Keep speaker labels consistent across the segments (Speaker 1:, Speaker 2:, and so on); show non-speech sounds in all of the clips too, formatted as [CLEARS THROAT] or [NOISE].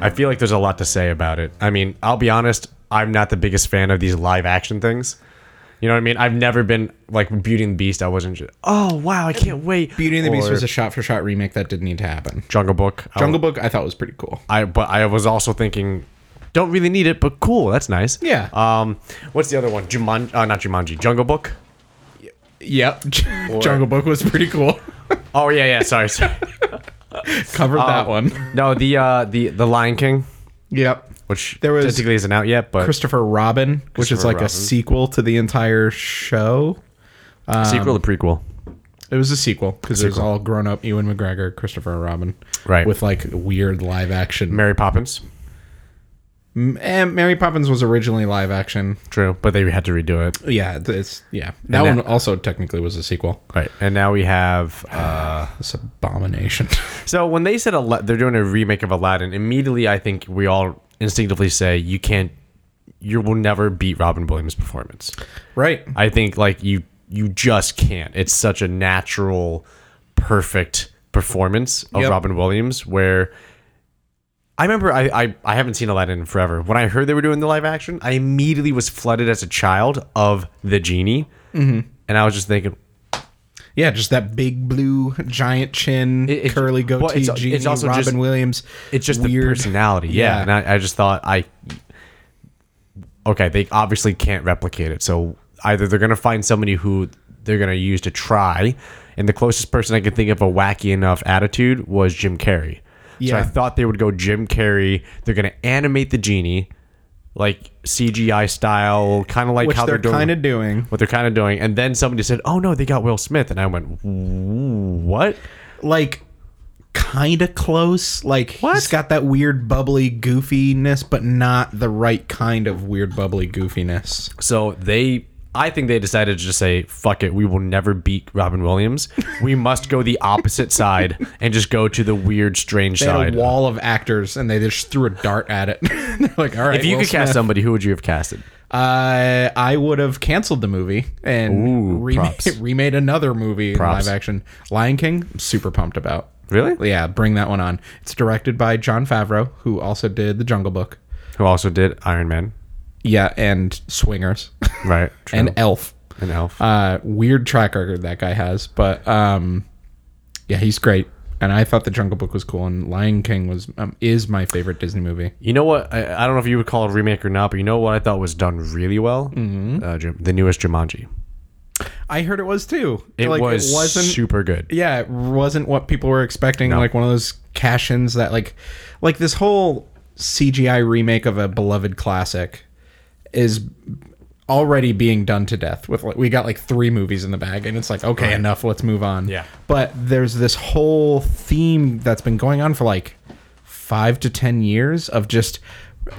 Speaker 1: I feel like there's a lot to say about it. I mean, I'll be honest, I'm not the biggest fan of these live action things. You know what I mean? I've never been like Beauty and the Beast. I wasn't. Just, oh wow, I can't wait.
Speaker 2: Beauty and the Beast
Speaker 1: Or
Speaker 2: was a shot for shot remake that didn't need to happen.
Speaker 1: Jungle Book. I-
Speaker 2: Jungle Book I thought was pretty cool.
Speaker 1: I but I was also thinking, don't really need it, but cool. That's nice.
Speaker 2: Yeah.
Speaker 1: Um, what's the other one? Jumanji? Uh, not Jumanji. Jungle Book.
Speaker 2: Yep. [LAUGHS] Jungle Book was pretty
Speaker 1: [LAUGHS]
Speaker 2: cool.
Speaker 1: Oh yeah, yeah. Sorry.
Speaker 2: [LAUGHS]
Speaker 1: sorry.
Speaker 2: Covered
Speaker 1: Um,
Speaker 2: that one.
Speaker 1: no, the uh, the the Lion King,
Speaker 2: Yep.
Speaker 1: which
Speaker 2: There was
Speaker 1: technically isn't out yet, but
Speaker 2: Christopher Robin, which is
Speaker 1: Christopher
Speaker 2: like
Speaker 1: Robin.
Speaker 2: a sequel to the entire show.
Speaker 1: sequel or
Speaker 2: um,
Speaker 1: prequel.
Speaker 2: It was a sequel because it was all grown up Ewan McGregor, Christopher Robin,
Speaker 1: Right.
Speaker 2: With like weird live action.
Speaker 1: Mary Poppins.
Speaker 2: M- and Mary Poppins was originally live action.
Speaker 1: True, but they had to redo it.
Speaker 2: Yeah, th- it's yeah. That
Speaker 1: And
Speaker 2: one
Speaker 1: that-
Speaker 2: also technically was a sequel.
Speaker 1: Right, and now we have. Uh,
Speaker 2: This abomination.
Speaker 1: so when they said Ala- they're doing a remake of Aladdin, immediately I think we all instinctively say you can't, you will never beat Robin Williams' performance.
Speaker 2: [LAUGHS] right.
Speaker 1: I think like you you just can't. It's such a natural, perfect performance of
Speaker 2: Yep.
Speaker 1: Robin Williams where I remember I, I I haven't seen Aladdin in forever. When I heard they were doing the live action, I immediately was flooded as a child of the genie, mm-hmm. and I was just thinking
Speaker 2: Yeah, just that big blue giant chin,
Speaker 1: It- it-
Speaker 2: curly
Speaker 1: well,
Speaker 2: goatee,
Speaker 1: it's- it's
Speaker 2: genie,
Speaker 1: also
Speaker 2: Robin
Speaker 1: just-
Speaker 2: Williams.
Speaker 1: it's just the
Speaker 2: Weird.
Speaker 1: personality, yeah.
Speaker 2: Yeah.
Speaker 1: And I, I just thought I okay, they obviously can't replicate it, so either they're gonna find somebody who they're gonna use to try, and the closest person I could think of a wacky enough attitude was Jim Carrey. So I
Speaker 2: Yeah.
Speaker 1: thought they would go Jim Carrey. They're gonna animate the genie, like CGI style, kind of like
Speaker 2: which
Speaker 1: how
Speaker 2: they're,
Speaker 1: they're, doing
Speaker 2: kind of doing.
Speaker 1: what they're kind of doing. And then somebody said, "Oh no, they got Will Smith," and I went, "What?"
Speaker 2: like kind of close. Like
Speaker 1: What?
Speaker 2: he's got that weird bubbly goofiness, but not the right kind of weird bubbly goofiness.
Speaker 1: So they, I think they decided to just say, "Fuck it, we will never beat Robin Williams. We must go the opposite side and just go to the weird, strange
Speaker 2: They had
Speaker 1: side."
Speaker 2: a wall of actors, and they just threw a dart at it. [LAUGHS] They're like, all right,
Speaker 1: If you
Speaker 2: Will
Speaker 1: could cast
Speaker 2: Smith."
Speaker 1: somebody, who would you have casted?
Speaker 2: uh, I would have canceled the movie and
Speaker 1: Ooh,
Speaker 2: remade,
Speaker 1: props.
Speaker 2: [LAUGHS] remade another movie
Speaker 1: Props.
Speaker 2: in live action. Lion King, I'm super pumped about.
Speaker 1: Really?
Speaker 2: Yeah, bring that one on. It's directed by John Favreau, who also did The Jungle Book.
Speaker 1: Who also did Iron Man,
Speaker 2: Yeah, and Swingers [LAUGHS]
Speaker 1: right? True.
Speaker 2: and Elf.
Speaker 1: An elf.
Speaker 2: uh, weird track record that guy has, but um, yeah, he's great. And I thought the Jungle Book was cool, and Lion King was um, is my favorite Disney movie.
Speaker 1: you know what? I, I don't know if you would call it a remake or not, but you know what I thought was done really well? Mm-hmm. Uh, Jim- the newest Jumanji.
Speaker 2: I heard it was too.
Speaker 1: It was super good.
Speaker 2: yeah, it wasn't what people were expecting. Like one of those cash-ins that like, like this whole CGI remake of a beloved classic is already being done to death. With like, we got like three movies in the bag, and it's like okay, enough. Let's move on.
Speaker 1: Yeah.
Speaker 2: But there's this whole theme that's been going on for like five to ten years of just.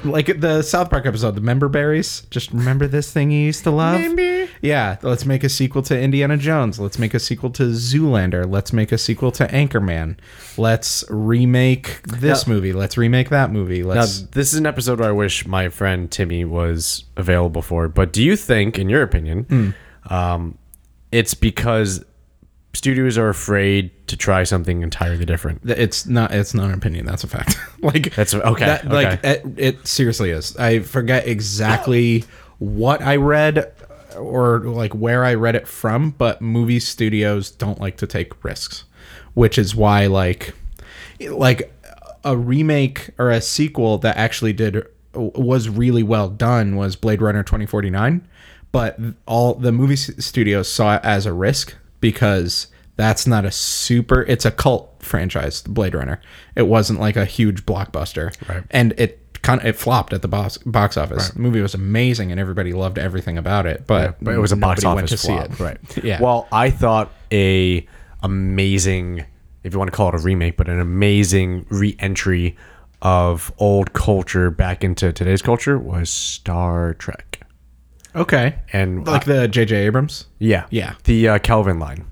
Speaker 2: Like the South Park episode, the member berries. Just remember this thing you used to love.
Speaker 1: Member.
Speaker 2: Yeah, let's make a sequel to Indiana Jones. Let's make a sequel to Zoolander. Let's make a sequel to Anchorman. Let's remake this movie. Let's remake that movie.
Speaker 1: Now,
Speaker 2: Let's
Speaker 1: Uh, this is an episode where I wish my friend Timmy was available for. But do you think, in your opinion, um, it's because studios are afraid to try something entirely different?
Speaker 2: Th- it's not it's not an opinion that's a fact [LAUGHS] like
Speaker 1: That's- okay,
Speaker 2: that- like it, it seriously is i forget exactly what i read or like where i read it from but movie studios don't like to take risks which is why like like a remake or a sequel that actually did was really well done was blade runner 2049 but all the movie s- studios saw it as a risk because that's not a super it's a cult franchise blade runner it wasn't like a huge blockbuster
Speaker 1: Right.
Speaker 2: and it kind of it flopped at the box, box office the movie was amazing and everybody loved everything about it but,
Speaker 1: But it was a box
Speaker 2: nobody
Speaker 1: office
Speaker 2: went
Speaker 1: flop, right? [LAUGHS]
Speaker 2: [LAUGHS] yeah
Speaker 1: Well, I thought a amazing, if you want to call it a remake, but an amazing re-entry of old culture back into today's culture was Star Trek,
Speaker 2: okay
Speaker 1: and uh,
Speaker 2: like the jj abrams
Speaker 1: yeah,
Speaker 2: yeah.
Speaker 1: the uh, Calvin line.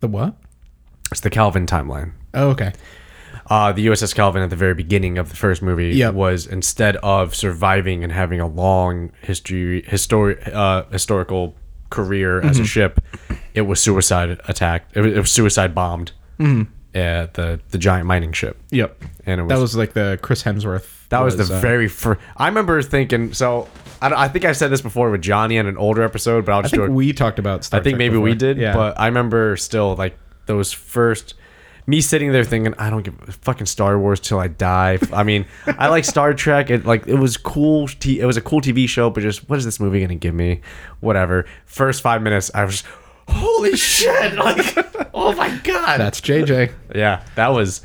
Speaker 2: the what
Speaker 1: It's the Calvin timeline.
Speaker 2: oh, okay
Speaker 1: uh, the USS Calvin at the very beginning of the first movie
Speaker 2: Yep.
Speaker 1: was instead of surviving and having a long history, histori- uh, historical
Speaker 2: Mm-hmm.
Speaker 1: career as a ship, it was suicide attacked. It was, it was suicide bombed, uh, the the giant mining ship,
Speaker 2: Yep.
Speaker 1: and it was
Speaker 2: Mm-hmm. That was like the Chris Hemsworth.
Speaker 1: That was, the
Speaker 2: uh,
Speaker 1: very first. I remember thinking. So I, don't- I think I said this before with Johnny on an older episode, but I'll
Speaker 2: I
Speaker 1: just do
Speaker 2: think
Speaker 1: it.
Speaker 2: we talked about. Star
Speaker 1: I think
Speaker 2: Trek
Speaker 1: maybe we
Speaker 2: before.
Speaker 1: did,
Speaker 2: Yeah.
Speaker 1: but I remember still like those first. Me sitting there thinking, I don't give a fucking Star Wars till I die. I
Speaker 2: [LAUGHS]
Speaker 1: mean, I like Star Trek. It like it was cool. T- it was a cool TV show, but just what is this movie gonna give me? Whatever. First five minutes, I was, holy shit!
Speaker 2: [LAUGHS]
Speaker 1: Like, oh my god.
Speaker 2: that's JJ.
Speaker 1: yeah, that was.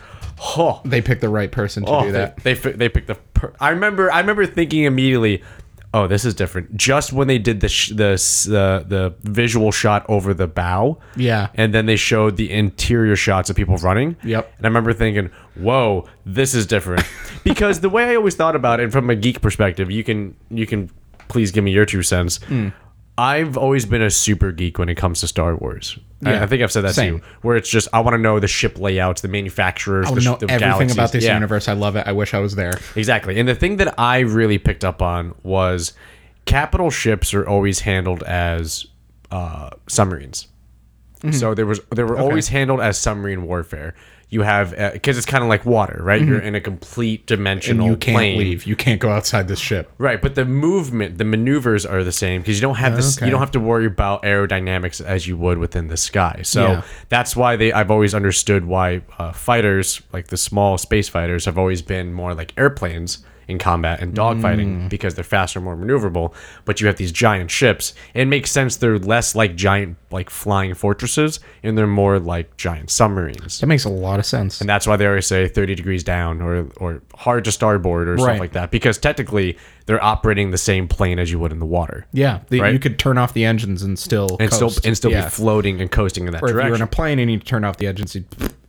Speaker 1: Oh,
Speaker 2: They picked the right person to
Speaker 1: Oh,
Speaker 2: do that.
Speaker 1: They, they fi- they picked the. Per- I remember I remember thinking immediately, oh, this is different. Just when they did the sh- the s- the the visual shot over the bow,
Speaker 2: Yeah.
Speaker 1: and then they showed the interior shots of people running.
Speaker 2: Yep.
Speaker 1: And I remember thinking, whoa, this is
Speaker 2: [LAUGHS]
Speaker 1: different, because the way I always thought about it, and from a geek perspective, you can you can please give me your two cents.
Speaker 2: Hmm.
Speaker 1: I've always been a super geek when it comes to Star Wars. I- I,
Speaker 2: Yeah.
Speaker 1: think I've said that
Speaker 2: Same.
Speaker 1: to you, where it's just I want to know the ship layouts, the manufacturers,
Speaker 2: I
Speaker 1: the,
Speaker 2: would
Speaker 1: sh-
Speaker 2: know
Speaker 1: the
Speaker 2: everything
Speaker 1: galaxies.
Speaker 2: about this
Speaker 1: Yeah.
Speaker 2: universe. I love it. I wish I was there.
Speaker 1: Exactly. And the thing that I really picked up on was capital ships are always handled as uh, submarines.
Speaker 2: Mm-hmm.
Speaker 1: So there was they were always handled as submarine warfare. You have because it's kind of like water, right? You're in a complete dimensional
Speaker 2: Mm-hmm. You can't
Speaker 1: plane.
Speaker 2: leave. You can't go outside this ship.
Speaker 1: Right, but the movement, the maneuvers are the same because you don't have this. You
Speaker 2: Okay.
Speaker 1: don't have to worry about aerodynamics as you would within the sky. So
Speaker 2: Yeah.
Speaker 1: that's why they. I've always understood why uh, fighters, like the small space fighters, have always been more like airplanes in combat and
Speaker 2: Mm.
Speaker 1: dogfighting because they're faster, more maneuverable. But you have these giant ships. It makes sense they're less like giant, like flying fortresses, and they're more like giant submarines.
Speaker 2: That makes a lot of sense.
Speaker 1: And that's why they always say 30 degrees down or or hard to starboard or stuff
Speaker 2: Right.
Speaker 1: like that because technically they're operating the same plane as you would in the water.
Speaker 2: yeah, the,
Speaker 1: Right.
Speaker 2: you could turn off the engines and still
Speaker 1: And
Speaker 2: coast.
Speaker 1: still and still
Speaker 2: yeah.
Speaker 1: be floating and coasting in that
Speaker 2: or if
Speaker 1: direction.
Speaker 2: you're in a plane and you turn off the engines, you'd,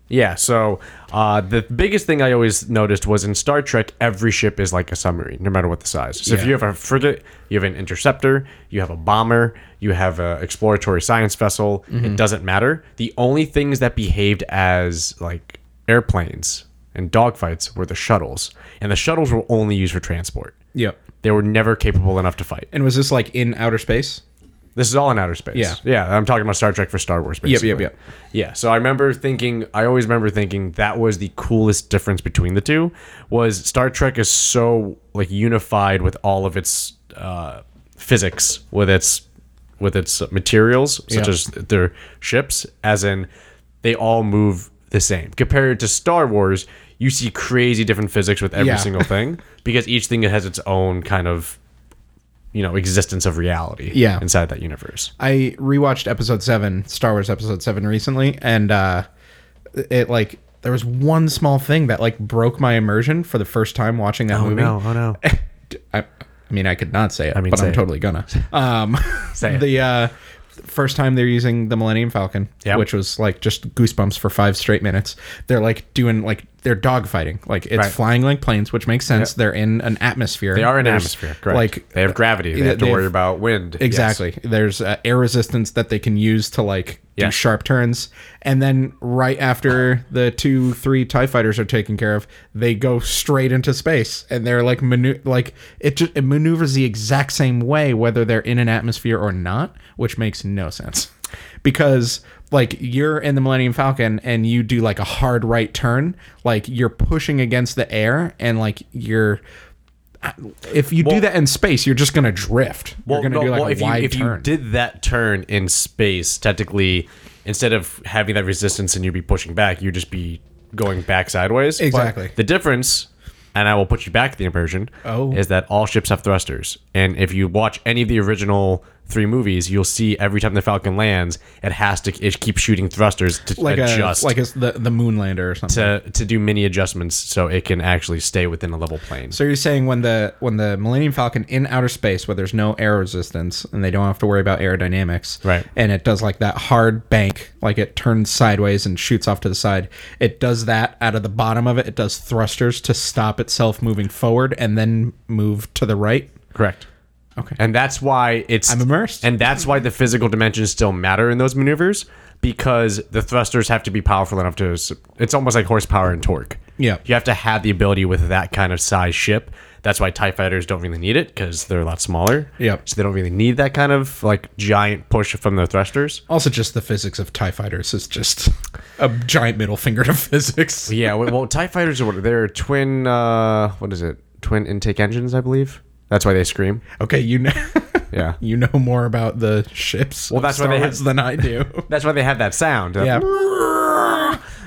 Speaker 1: yeah, so uh, the biggest thing I always noticed was in Star Trek every ship is like a submarine no matter what the size. So if
Speaker 2: Yeah.
Speaker 1: you have a frigate, you have an interceptor, you have a bomber, you have an exploratory science vessel, it doesn't matter. The only things that behaved as like airplanes and dogfights were the shuttles. And the shuttles were only used for transport.
Speaker 2: yep.
Speaker 1: They were never capable enough to fight.
Speaker 2: And was this like in outer space?
Speaker 1: This is all in outer space.
Speaker 2: Yeah.
Speaker 1: Yeah. I'm talking about Star Trek for Star Wars.
Speaker 2: yep,
Speaker 1: Basically.
Speaker 2: yep.
Speaker 1: Yeah. So I remember thinking, I always remember thinking that was the coolest difference between the two was Star Trek is so like unified with all of its uh, physics, with its with its materials, such
Speaker 2: Yeah.
Speaker 1: as their ships, as in they all move the same. Compared to Star Wars, you see crazy different physics with every [LAUGHS]
Speaker 2: Yeah.
Speaker 1: single thing because each thing has its own kind of you know existence of reality
Speaker 2: Yeah.
Speaker 1: inside that universe
Speaker 2: I rewatched episode seven, Star Wars episode seven recently, and uh it like there was one small thing that like broke my immersion for the first time watching that movie.
Speaker 1: oh no
Speaker 2: [LAUGHS] I, I mean, I could not say it,
Speaker 1: mean,
Speaker 2: but
Speaker 1: say
Speaker 2: I'm
Speaker 1: it. [LAUGHS]
Speaker 2: totally gonna. Um,
Speaker 1: Say it.
Speaker 2: the uh, first time they're using the Millennium Falcon,
Speaker 1: Yep.
Speaker 2: which was like just goosebumps for five straight minutes. They're like doing like they're dogfighting, like it's
Speaker 1: Right.
Speaker 2: flying like planes, which makes sense. They're in an atmosphere.
Speaker 1: they are in
Speaker 2: There's,
Speaker 1: atmosphere correct
Speaker 2: Like
Speaker 1: they have gravity they have to
Speaker 2: they've-
Speaker 1: worry about wind Yes.
Speaker 2: Exactly. There's uh, air resistance that they can use to like
Speaker 1: Yeah.
Speaker 2: do sharp turns, and then right after the two, three Tie Fighters are taken care of, they go straight into space, and they're like manu- like it, ju- it maneuvers the exact same way whether they're in an atmosphere or not, which makes no sense because like you're in the Millennium Falcon and you do like a hard right turn, like you're pushing against the air, and like you're if you do that in space, you're just gonna drift. you're gonna
Speaker 1: no,
Speaker 2: do like
Speaker 1: well,
Speaker 2: a
Speaker 1: if
Speaker 2: wide
Speaker 1: you, if
Speaker 2: turn.
Speaker 1: you did that turn in space technically instead of having that resistance and you'd be pushing back you'd just be going back sideways But
Speaker 2: Exactly.
Speaker 1: the difference and I will put you back to the immersion.
Speaker 2: Oh.
Speaker 1: Is that all ships have thrusters. And if you watch any of the original three movies, you'll see every time the Falcon lands, it has to it keeps shooting thrusters to
Speaker 2: like
Speaker 1: adjust.
Speaker 2: a like a, the the Moonlander or something.
Speaker 1: to to do mini adjustments so it can actually stay within a level plane.
Speaker 2: so you're saying when the when the Millennium Falcon in outer space where there's no air resistance and they don't have to worry about aerodynamics,
Speaker 1: Right.
Speaker 2: And it does like that hard bank, like it turns sideways and shoots off to the side. It does that out of the bottom of it. It does thrusters to stop itself moving forward and then move to the right.
Speaker 1: Correct.
Speaker 2: Okay.
Speaker 1: And that's why it's
Speaker 2: I'm immersed.
Speaker 1: And that's why the physical dimensions still matter in those maneuvers because the thrusters have to be powerful enough to s- it's almost like horsepower and torque.
Speaker 2: Yeah.
Speaker 1: You have to have the ability with that kind of size ship. That's why TIE fighters don't really need it because they're a lot smaller.
Speaker 2: Yep.
Speaker 1: So they don't really need that kind of like giant push from the thrusters.
Speaker 2: Also, just the physics of TIE fighters is just a giant middle finger to [LAUGHS] physics.
Speaker 1: Yeah. Well, well TIE fighters are what? They're twin, uh, what is it? Twin intake engines, I believe. That's why they scream.
Speaker 2: Okay, you know, [LAUGHS]
Speaker 1: Yeah.
Speaker 2: you know more about the ships. Well,
Speaker 1: that's why they have-
Speaker 2: than
Speaker 1: [LAUGHS]
Speaker 2: I do.
Speaker 1: That's why they have that sound.
Speaker 2: yeah,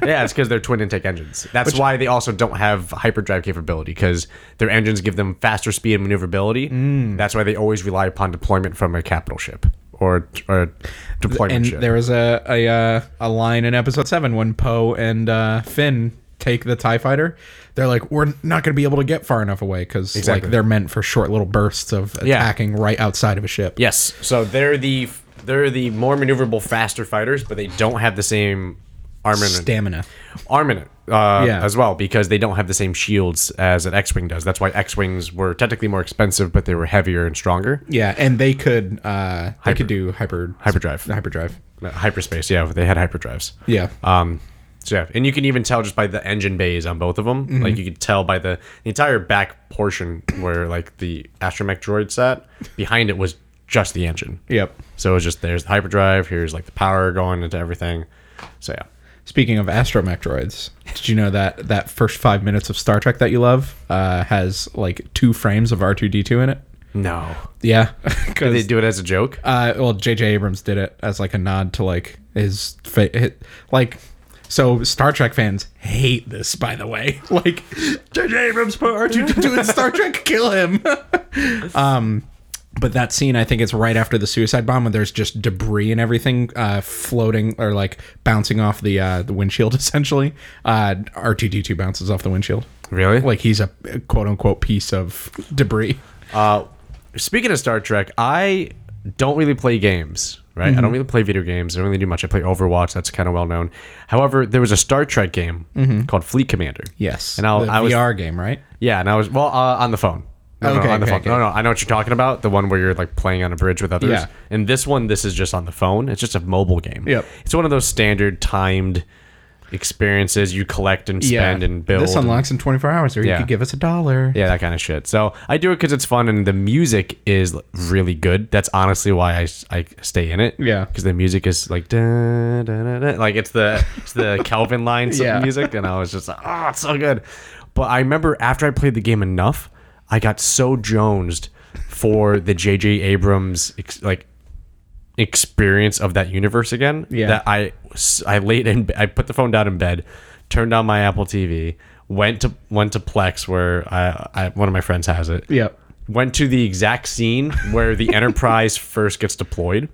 Speaker 1: yeah, it's because they're twin intake engines. That's why they also don't have hyperdrive capability because their engines give them faster speed and maneuverability.
Speaker 2: Mm.
Speaker 1: That's why they always rely upon deployment from a capital ship or, or deployment
Speaker 2: and
Speaker 1: ship.
Speaker 2: there was a a, uh, a line in episode seven when Poe and uh, Finn take the Tie Fighter. They're like, we're not going to be able to get far enough away because
Speaker 1: Exactly.
Speaker 2: like they're meant for short little bursts of
Speaker 1: Yeah.
Speaker 2: attacking right outside of a ship.
Speaker 1: Yes. So they're the they're the more maneuverable, faster fighters, but they don't have the same armament
Speaker 2: Stamina.
Speaker 1: armament uh,
Speaker 2: Yeah.
Speaker 1: as well because they don't have the same shields as an X-wing does. That's why X-wings were technically more expensive, but they were heavier and stronger.
Speaker 2: Yeah, and they could uh, they could do hyper
Speaker 1: Hyperdrive,
Speaker 2: hyperdrive.
Speaker 1: Uh, hyperspace. Yeah, they had hyperdrives.
Speaker 2: Yeah.
Speaker 1: Um, so yeah, and you can even tell just by the engine bays on both of them.
Speaker 2: Mm-hmm.
Speaker 1: Like you could tell by the, the entire back portion where like the astromech droid sat behind it was just the engine.
Speaker 2: yep.
Speaker 1: So it was just there's the hyperdrive. Here's like the power going into everything. So yeah,
Speaker 2: Speaking of astromech droids, did you know that that first five minutes of Star Trek that you love uh, has like two frames of R two D two in it?
Speaker 1: no,
Speaker 2: Yeah, [LAUGHS]
Speaker 1: they
Speaker 2: because
Speaker 1: do it as a joke.
Speaker 2: uh, well, J.J. Abrams did it as like a nod to like his, fa- his like. So Star Trek fans hate this, by the way. [LAUGHS] Like J.J. Abrams put R two D two in Star Trek, kill him. [LAUGHS] Um, but that scene i think it's right after the suicide bomb when there's just debris and everything uh, floating or like bouncing off the uh, the windshield [LAUGHS] essentially uh, r2d2 bounces off the windshield
Speaker 1: Really?
Speaker 2: like he's a quote unquote piece of debris
Speaker 1: Uh, speaking of Star Trek, I don't really play games, right?
Speaker 2: Mm-hmm.
Speaker 1: I don't really play video games. I don't really do much. I play Overwatch. That's kind of well known. However, there was a Star Trek game called Fleet Commander.
Speaker 2: Mm-hmm. yes
Speaker 1: and I'll,
Speaker 2: the
Speaker 1: I was
Speaker 2: vr game right
Speaker 1: Yeah, and I was well uh, on the phone. No, no,
Speaker 2: Okay,
Speaker 1: on the
Speaker 2: okay,
Speaker 1: phone.
Speaker 2: okay.
Speaker 1: No, no, I know what you're talking about. The one where you're like playing on a bridge with others.
Speaker 2: Yeah.
Speaker 1: And this one, this is just on the phone. It's just a mobile game.
Speaker 2: Yep.
Speaker 1: It's one of those standard timed experiences you collect and spend and build.
Speaker 2: this
Speaker 1: and-
Speaker 2: unlocks in 24 hours or
Speaker 1: Yeah.
Speaker 2: you could give us a dollar
Speaker 1: yeah, that kind of shit. So I do it because it's fun and the music is really good. That's honestly why I, I stay in it.
Speaker 2: Yeah.
Speaker 1: because the music is like da, da, da, da. like it's the it's
Speaker 2: [LAUGHS]
Speaker 1: the Calvin line
Speaker 2: Yeah.
Speaker 1: music, and I was just like, oh, it's so good. But I remember after I played the game enough, I got so jonesed for the J.J. Abrams ex- like experience of that universe again.
Speaker 2: Yeah.
Speaker 1: That I s- I laid in I put the phone down in bed, turned on my Apple TV, went to went to Plex where I, I one of my friends has it.
Speaker 2: yep
Speaker 1: Went to the exact scene where the Enterprise first gets deployed.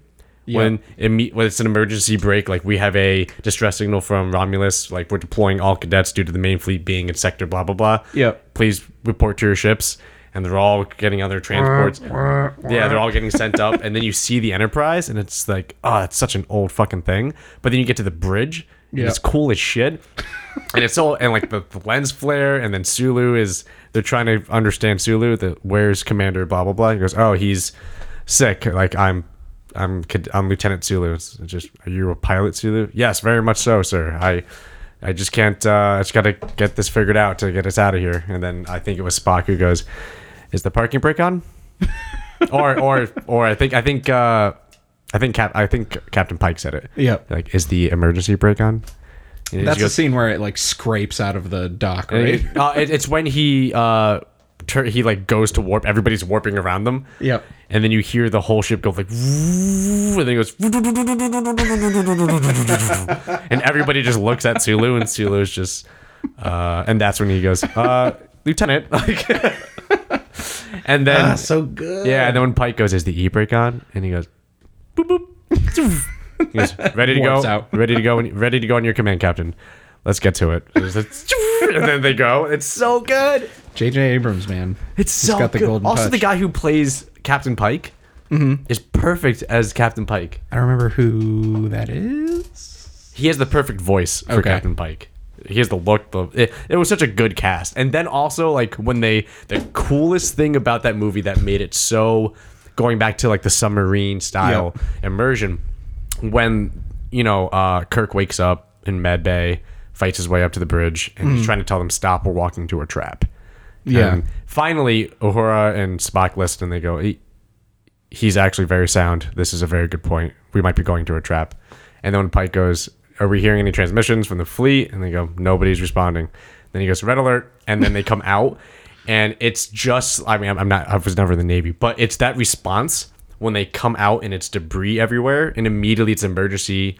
Speaker 1: When imme- when it's an emergency break, like we have a distress signal from Romulus, like we're deploying all cadets due to the main fleet being in sector blah blah blah.
Speaker 2: Yep.
Speaker 1: Please report to your ships, and they're all getting on their transports.
Speaker 2: Uh-huh.
Speaker 1: Yeah, they're all getting sent up, and then you see the Enterprise, and it's like, oh, it's such an old fucking thing. But then you get to the bridge, and
Speaker 2: Yeah.
Speaker 1: it's cool as shit, and it's all and like the, the lens flare, and then Sulu is they're trying to understand Sulu. The where's Commander? Blah blah blah. He goes, oh, he's sick. Like I'm. I'm Cad- I'm Lieutenant Sulu. It's just are you a pilot, Sulu? Yes, very much so, sir. I I just can't. Uh, I just got to get this figured out to get us out of here. And then I think it was Spock who goes, "Is the parking brake on?" [LAUGHS] or or or I think I think uh, I think Cap- I think Captain Pike said it.
Speaker 2: Yep.
Speaker 1: Like, is the emergency brake on? And he
Speaker 2: that's the
Speaker 1: goes-
Speaker 2: scene where it like scrapes out of the dock right
Speaker 1: it- [LAUGHS] uh, it- it's when he uh, tur- he like goes to warp. Everybody's warping around them.
Speaker 2: Yep.
Speaker 1: And then you hear the whole ship go like, "Vroom," and then it goes, [LAUGHS] and everybody just looks at Sulu, and Sulu's just, uh, and that's when he goes, uh, Lieutenant, [LAUGHS] like, and then
Speaker 2: Ah, so good
Speaker 1: yeah, and then when Pike goes, "Is the e brake on?" and he goes, boop boop, he goes, "Ready to go,
Speaker 2: Warps out.
Speaker 1: ready to go, when- ready to go on your command, Captain. Let's get to it." And then they go. It's so good.
Speaker 2: jj abrams man
Speaker 1: It's
Speaker 2: He's
Speaker 1: so
Speaker 2: got the
Speaker 1: good.
Speaker 2: golden
Speaker 1: also, the
Speaker 2: touch. Mm-hmm.
Speaker 1: guy who plays Captain Pike is perfect as Captain Pike.
Speaker 2: i don't remember who that is
Speaker 1: He has the perfect voice for
Speaker 2: Okay.
Speaker 1: Captain Pike. He has the look. The it, it was such a good cast, and then also like when they the coolest thing about that movie that made it so going back to like the submarine style immersion when you know uh, Kirk wakes up in Med Bay fights his way up to the bridge, and he's trying to tell them stop. We're walking to a trap.
Speaker 2: Hmm. Yeah.
Speaker 1: And finally, Uhura and Spock listen, and they go, "He- "He's actually very sound. This is a very good point. We might be going to a trap." And then when Pike goes, "Are we hearing any transmissions from the fleet?" and they go, "Nobody's responding." Then he goes, "Red alert!" And then they
Speaker 2: [LAUGHS]
Speaker 1: come out, and it's just—I mean, I'm- I'm not—I was never in the Navy, but it's that response when they come out and it's debris everywhere, and immediately it's emergency.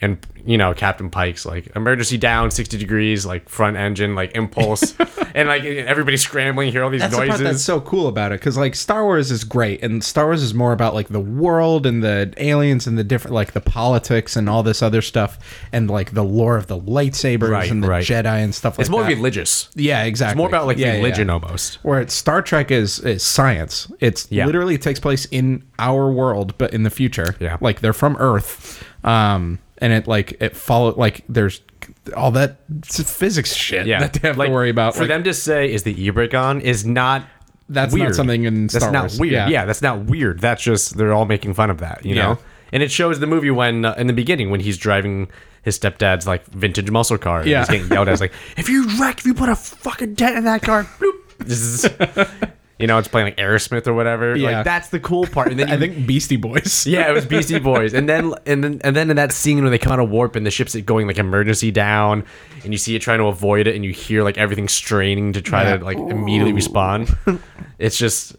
Speaker 1: And you know, Captain Pike's like emergency down sixty degrees, like front engine, like
Speaker 2: [LAUGHS]
Speaker 1: impulse, and like everybody's scrambling. You hear all these
Speaker 2: That's the part
Speaker 1: noises.
Speaker 2: that's so cool about it because like Star Wars is great, and Star Wars is more about like the world and the aliens and the different like the politics and all this other stuff, and like the lore of the lightsabers
Speaker 1: Right,
Speaker 2: and the
Speaker 1: right.
Speaker 2: Jedi and stuff like
Speaker 1: it's more
Speaker 2: that.
Speaker 1: religious.
Speaker 2: yeah, exactly.
Speaker 1: More about like
Speaker 2: Yeah, yeah,
Speaker 1: religion
Speaker 2: yeah.
Speaker 1: almost.
Speaker 2: Where it's Star Trek is is science. It's
Speaker 1: Yeah.
Speaker 2: literally takes place in our world, but in the future.
Speaker 1: Yeah.
Speaker 2: like they're from Earth, um, and it like it follow like there's all that physics shit
Speaker 1: Yeah,
Speaker 2: that they have
Speaker 1: Like,
Speaker 2: to worry about
Speaker 1: For
Speaker 2: like,
Speaker 1: them to say is the e-brake on is not.
Speaker 2: That's not
Speaker 1: weird.
Speaker 2: something in
Speaker 1: that's
Speaker 2: Star
Speaker 1: not
Speaker 2: Wars.
Speaker 1: weird.
Speaker 2: Yeah.
Speaker 1: Yeah. that's not weird. That's just they're all making fun of that, you
Speaker 2: Yeah.
Speaker 1: know. And it shows the movie when uh, in the beginning when he's driving his stepdad's like vintage muscle car. and
Speaker 2: Yeah.
Speaker 1: he's getting yelled at. It's
Speaker 2: [LAUGHS]
Speaker 1: like if you wreck, if you put a fucking dent in that car, bloop. This is- [LAUGHS] you know, it's playing like Aerosmith or whatever.
Speaker 2: Yeah.
Speaker 1: Like that's the cool part.
Speaker 2: [LAUGHS]
Speaker 1: And then you
Speaker 2: I think Beastie Boys.
Speaker 1: yeah, it was Beastie Boys, and then and then and then in that scene when they come out of warp and the ship's going like emergency down, and you see it trying to avoid it, and you hear like everything straining to try
Speaker 2: Yeah.
Speaker 1: to like immediately respond. It's just,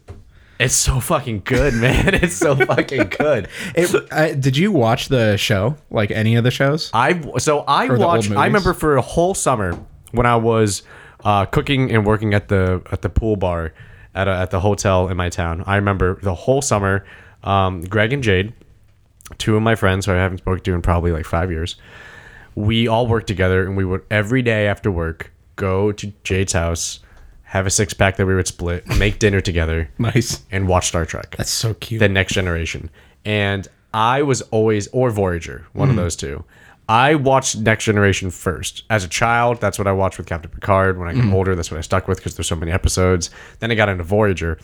Speaker 1: it's so fucking good, man. [LAUGHS] It's so fucking
Speaker 2: [LAUGHS]
Speaker 1: good.
Speaker 2: [LAUGHS] It, I, did you watch the show? Like any of the shows?
Speaker 1: I so I
Speaker 2: the old
Speaker 1: watched. I
Speaker 2: movies?
Speaker 1: remember for a whole summer when I was uh, cooking and working at the at the pool bar at a, at the hotel in my town. I remember the whole summer. Um, Greg and Jade, two of my friends who I haven't spoken to in probably like five years, we all worked together and we would every day after work go to Jade's house, have a six pack that we would split, make dinner together,
Speaker 2: Nice.
Speaker 1: and watch Star Trek
Speaker 2: That's so cute.
Speaker 1: the next generation and i was always or voyager one
Speaker 2: Hmm.
Speaker 1: of those two i watched next generation first as a child that's what i watched with captain picard when i got
Speaker 2: Hmm.
Speaker 1: older that's what i stuck with because there's so many episodes then i got into voyager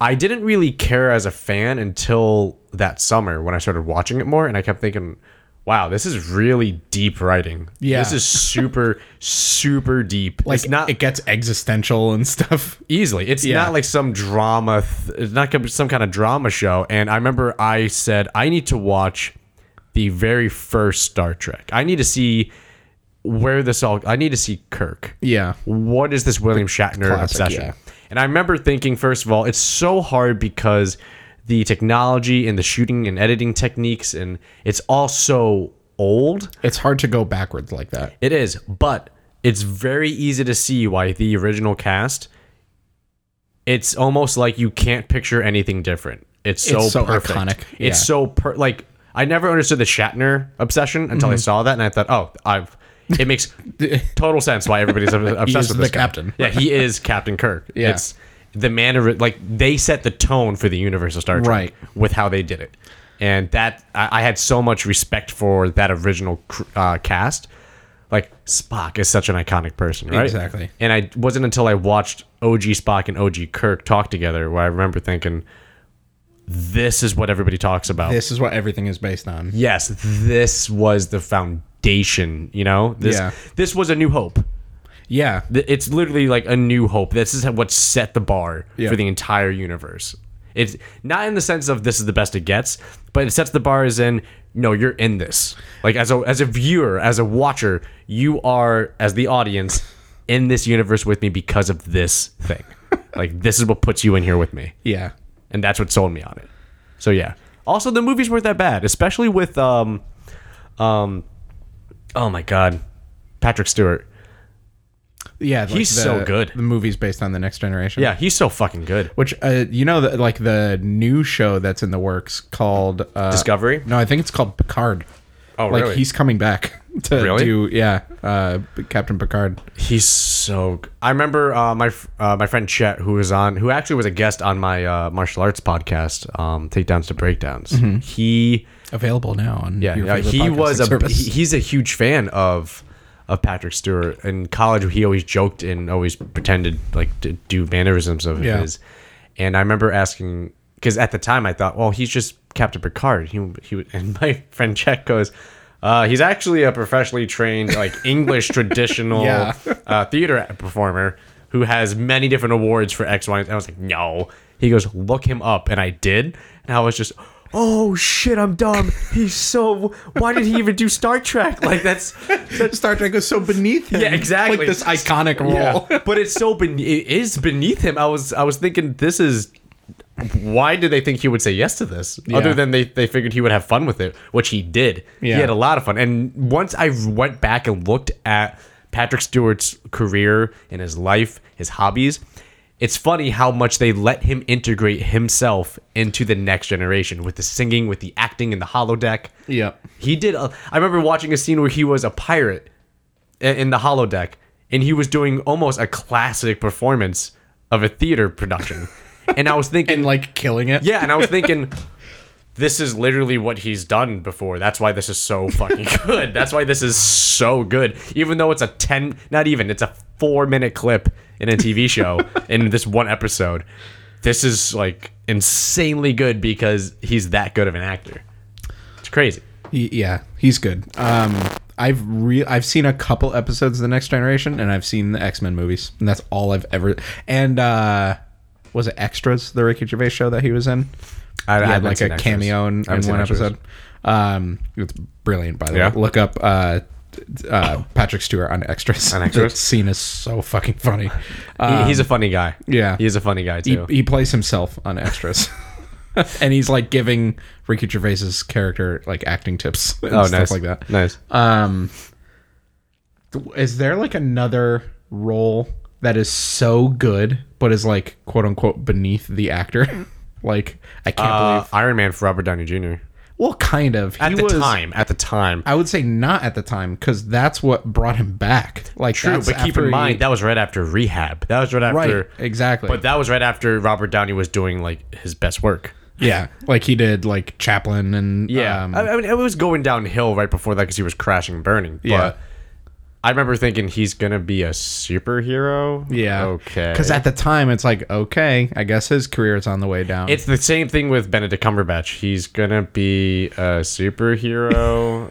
Speaker 1: i didn't really care as a fan until that summer when i started watching it more and i kept thinking wow this is really deep writing
Speaker 2: Yeah.
Speaker 1: this is super super deep
Speaker 2: like
Speaker 1: it's not
Speaker 2: it gets existential and stuff. [LAUGHS]
Speaker 1: easily. It's
Speaker 2: Yeah.
Speaker 1: not like some drama. Th- it's not gonna be some kind of drama show. And I remember I said I need to watch the very first Star Trek. I need to see where this all. I need to see Kirk.
Speaker 2: Yeah.
Speaker 1: What is this William Shatner
Speaker 2: classic,
Speaker 1: obsession?
Speaker 2: yeah.
Speaker 1: And I remember thinking, first of all, it's so hard because the technology and the shooting and editing techniques and it's all so old.
Speaker 2: It's hard to go backwards like that.
Speaker 1: It is, but it's very easy to see why the original cast. It's almost like you can't picture anything different. It's so,
Speaker 2: It's so
Speaker 1: perfect.
Speaker 2: iconic, yeah.
Speaker 1: It's so per- like I never understood the Shatner obsession until
Speaker 2: Mm-hmm.
Speaker 1: I saw that, and I thought, oh, I've. It
Speaker 2: [LAUGHS]
Speaker 1: makes total sense why everybody's ob- obsessed
Speaker 2: He's
Speaker 1: with
Speaker 2: the
Speaker 1: this guy.
Speaker 2: captain.
Speaker 1: Yeah, he is Captain Kirk.
Speaker 2: Yeah.
Speaker 1: It's the manner like they set the tone for the universe of Star Trek
Speaker 2: Right.
Speaker 1: with how they did it, and that I, I had so much respect for that original cr- uh, cast. Like Spock is such an iconic person, right?
Speaker 2: Exactly.
Speaker 1: And I wasn't until I watched OG Spock and OG Kirk talk together where I remember thinking, "This is what everybody talks about."
Speaker 2: This is what everything is based on.
Speaker 1: yes, this was the foundation. You know, this
Speaker 2: Yeah.
Speaker 1: this was a new hope.
Speaker 2: Yeah.
Speaker 1: Th- It's literally like a new hope. This is what set the bar
Speaker 2: Yeah.
Speaker 1: for the entire universe. It's not in the sense of this is the best it gets, but it sets the bar as in no, you're in this. Like as a as a viewer, as a watcher, you are as the audience in this universe with me because of this thing. like this is what puts you in here with me,
Speaker 2: Yeah.
Speaker 1: and that's what sold me on it. So yeah. Also, the movies weren't that bad, especially with um, um, oh my god, Patrick Stewart.
Speaker 2: Yeah. like
Speaker 1: He's
Speaker 2: the-
Speaker 1: so good.
Speaker 2: The movie's based on the next generation.
Speaker 1: Yeah, he's so fucking good.
Speaker 2: Which uh, you know, the, like the new show that's in the works called uh,
Speaker 1: Discovery?
Speaker 2: No, I think it's called Picard.
Speaker 1: Oh,
Speaker 2: like
Speaker 1: really?
Speaker 2: he's coming back [LAUGHS] to
Speaker 1: Really?
Speaker 2: do yeah, uh, Captain Picard.
Speaker 1: He's so. g- I remember uh, my f- uh, my friend Chet, who was on, who actually was a guest on my uh, martial arts podcast, um, Takedowns to Breakdowns. He,
Speaker 2: Available now on
Speaker 1: yeah,
Speaker 2: Mm-hmm. your
Speaker 1: yeah,
Speaker 2: favorite
Speaker 1: he
Speaker 2: podcasting
Speaker 1: was a
Speaker 2: service.
Speaker 1: he, he's a huge fan of of Patrick Stewart. In college, he always joked and always pretended like to do mannerisms of
Speaker 2: Yeah.
Speaker 1: his. And I remember asking [LAUGHS] because at the time I thought, well, he's just Captain Picard. He he would- and my friend Chet goes. Uh, he's actually a professionally trained, like English traditional
Speaker 2: Yeah.
Speaker 1: uh, theater performer who has many different awards for X, Y, and I was like, no. He goes, look him up, and I did, and I was just, oh shit, I'm dumb. He's so. Why did he even do Star Trek? Like that's
Speaker 2: [LAUGHS] Star Trek was so beneath him.
Speaker 1: Yeah, exactly.
Speaker 2: Like this iconic role. [LAUGHS]
Speaker 1: Yeah. but it's so ben- it is beneath him. I was I was thinking this is why did they think he would say yes to this? Other
Speaker 2: Yeah.
Speaker 1: than they, they figured he would have fun with it, which he did. He
Speaker 2: Yeah.
Speaker 1: had a lot of fun. And once I went back and looked at Patrick Stewart's career and his life, his hobbies, it's funny how much they let him integrate himself into the next generation with the singing, with the acting, and the holodeck.
Speaker 2: Yeah.
Speaker 1: He did. A, I remember watching a scene where he was a pirate i- in the holodeck, and he was doing almost a classic performance of a theater production. and I was thinking,
Speaker 2: And like killing it.
Speaker 1: yeah, and I was thinking, this is literally what he's done before. That's why this is so fucking [LAUGHS] good. That's why this is so good. Even though it's a 10, not even, it's a four minute clip in a TV show in this one episode. This is like insanely good because he's that good of an actor. It's crazy.
Speaker 2: Y- yeah, he's good. Um, I've re- I've seen a couple episodes of the Next Generation, and I've seen the X Men movies, and that's all I've ever. And uh, was it Extras, the Ricky Gervais show that he was in?
Speaker 1: I- I
Speaker 2: He had
Speaker 1: haven't
Speaker 2: like
Speaker 1: seen
Speaker 2: a
Speaker 1: Extras.
Speaker 2: cameo in,
Speaker 1: I haven't
Speaker 2: in
Speaker 1: seen
Speaker 2: one
Speaker 1: Extras.
Speaker 2: episode. Um, it's brilliant, by the
Speaker 1: Yeah.
Speaker 2: way. Look up uh, uh, Patrick Stewart on [LAUGHS] Extras. On
Speaker 1: Extras?
Speaker 2: that scene is so fucking funny.
Speaker 1: He- he's a funny guy.
Speaker 2: Um, yeah.
Speaker 1: He's a funny guy
Speaker 2: he,
Speaker 1: too.
Speaker 2: he plays himself on extras [LAUGHS] and he's like giving ricky gervais's character like acting tips and
Speaker 1: oh,
Speaker 2: stuff
Speaker 1: nice.
Speaker 2: like that
Speaker 1: Nice.
Speaker 2: um th- is there like another role that is so good but is like quote unquote beneath the actor [LAUGHS] like i can't
Speaker 1: Uh,
Speaker 2: believe
Speaker 1: Iron Man for Robert Downey Jr.
Speaker 2: well kind of
Speaker 1: At
Speaker 2: he
Speaker 1: the
Speaker 2: was
Speaker 1: time, at the time.
Speaker 2: i would say not at the time because that's what brought him back like
Speaker 1: True,
Speaker 2: that's
Speaker 1: but keep
Speaker 2: after
Speaker 1: in
Speaker 2: he-
Speaker 1: mind that was right after Rehab. That was right
Speaker 2: right
Speaker 1: after.
Speaker 2: exactly
Speaker 1: But that was right after Robert Downey was doing like his best work.
Speaker 2: yeah like he did like chaplin and um,
Speaker 1: I, I mean, it was going downhill right before that because he was crashing and burning. But
Speaker 2: Yeah.
Speaker 1: I remember thinking he's gonna be a superhero.
Speaker 2: Yeah.
Speaker 1: okay.
Speaker 2: Because at the time, it's like, okay, I guess his career is on the way down.
Speaker 1: It's the same thing with Benedict Cumberbatch. He's gonna be a superhero.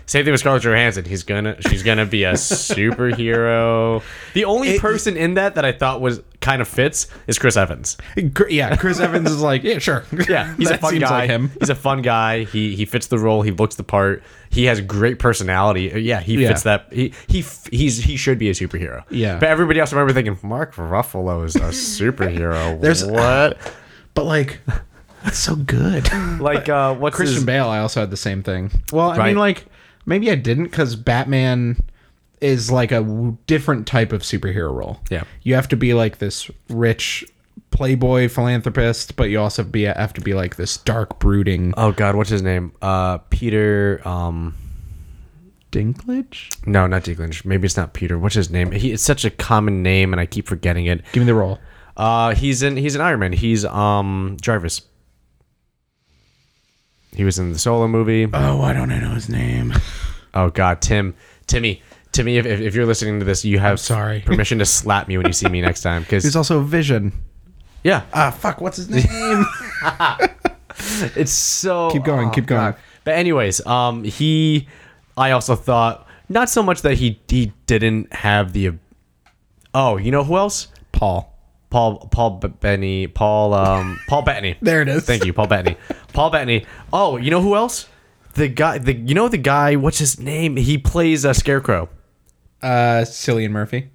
Speaker 1: [LAUGHS] same thing with Scarlett Johansson. He's gonna she's gonna be a superhero. The only person in that that I thought was kind of fits is Chris Evans.
Speaker 2: Gr- yeah, Chris Evans is like, yeah, sure.
Speaker 1: Yeah, he's a
Speaker 2: [LAUGHS] That
Speaker 1: fun
Speaker 2: seems
Speaker 1: guy.
Speaker 2: like him.
Speaker 1: He's a fun guy. He he fits the role. He looks the part. He has great personality. Uh, Yeah, he
Speaker 2: Yeah.
Speaker 1: fits that. He he f- he's he should be a superhero.
Speaker 2: Yeah.
Speaker 1: but everybody else I remember thinking Mark Ruffalo [LAUGHS] is a superhero.
Speaker 2: There's-
Speaker 1: what
Speaker 2: But like, that's so [LAUGHS] good.
Speaker 1: like uh, what's
Speaker 2: Christian
Speaker 1: his,
Speaker 2: Bale, I also had the same thing. Well, I
Speaker 1: Right.
Speaker 2: mean, like, maybe I didn't because Batman is like a w- different type of superhero role.
Speaker 1: Yeah.
Speaker 2: You have to be like this rich playboy philanthropist, but you also be have to be like this dark, brooding
Speaker 1: Oh God, what's his name? Uh, Peter. Um,
Speaker 2: Dinklage?
Speaker 1: no, not Dinklage. Maybe it's not Peter. What's his name? He it's such a common name, and I keep forgetting it.
Speaker 2: Give me the role.
Speaker 1: Uh, he's in he's an Iron Man. He's um Jarvis. He was in the solo movie.
Speaker 2: Oh, why don't I know his name?
Speaker 1: Oh God, Tim, Timmy, Timmy, if, if, if you're listening to this, you have
Speaker 2: [LAUGHS] sorry.
Speaker 1: permission to slap me when you see me next time.
Speaker 2: He's
Speaker 1: Because
Speaker 2: also Vision.
Speaker 1: yeah,
Speaker 2: Ah, fuck, what's his name?
Speaker 1: it's so
Speaker 2: Keep going,
Speaker 1: oh,
Speaker 2: keep going.
Speaker 1: But anyways, um, he, I also thought not so much that he he didn't have the, oh, you know who else?
Speaker 2: Paul.
Speaker 1: Paul Paul B- Bettany Paul um Paul Bettany.
Speaker 2: [LAUGHS] There it is.
Speaker 1: Thank you, Paul Bettany. Paul Bettany. Oh, you know who else? The guy, the you know the guy. What's his name? He plays a scarecrow.
Speaker 2: [LAUGHS] Uh, Cillian Murphy.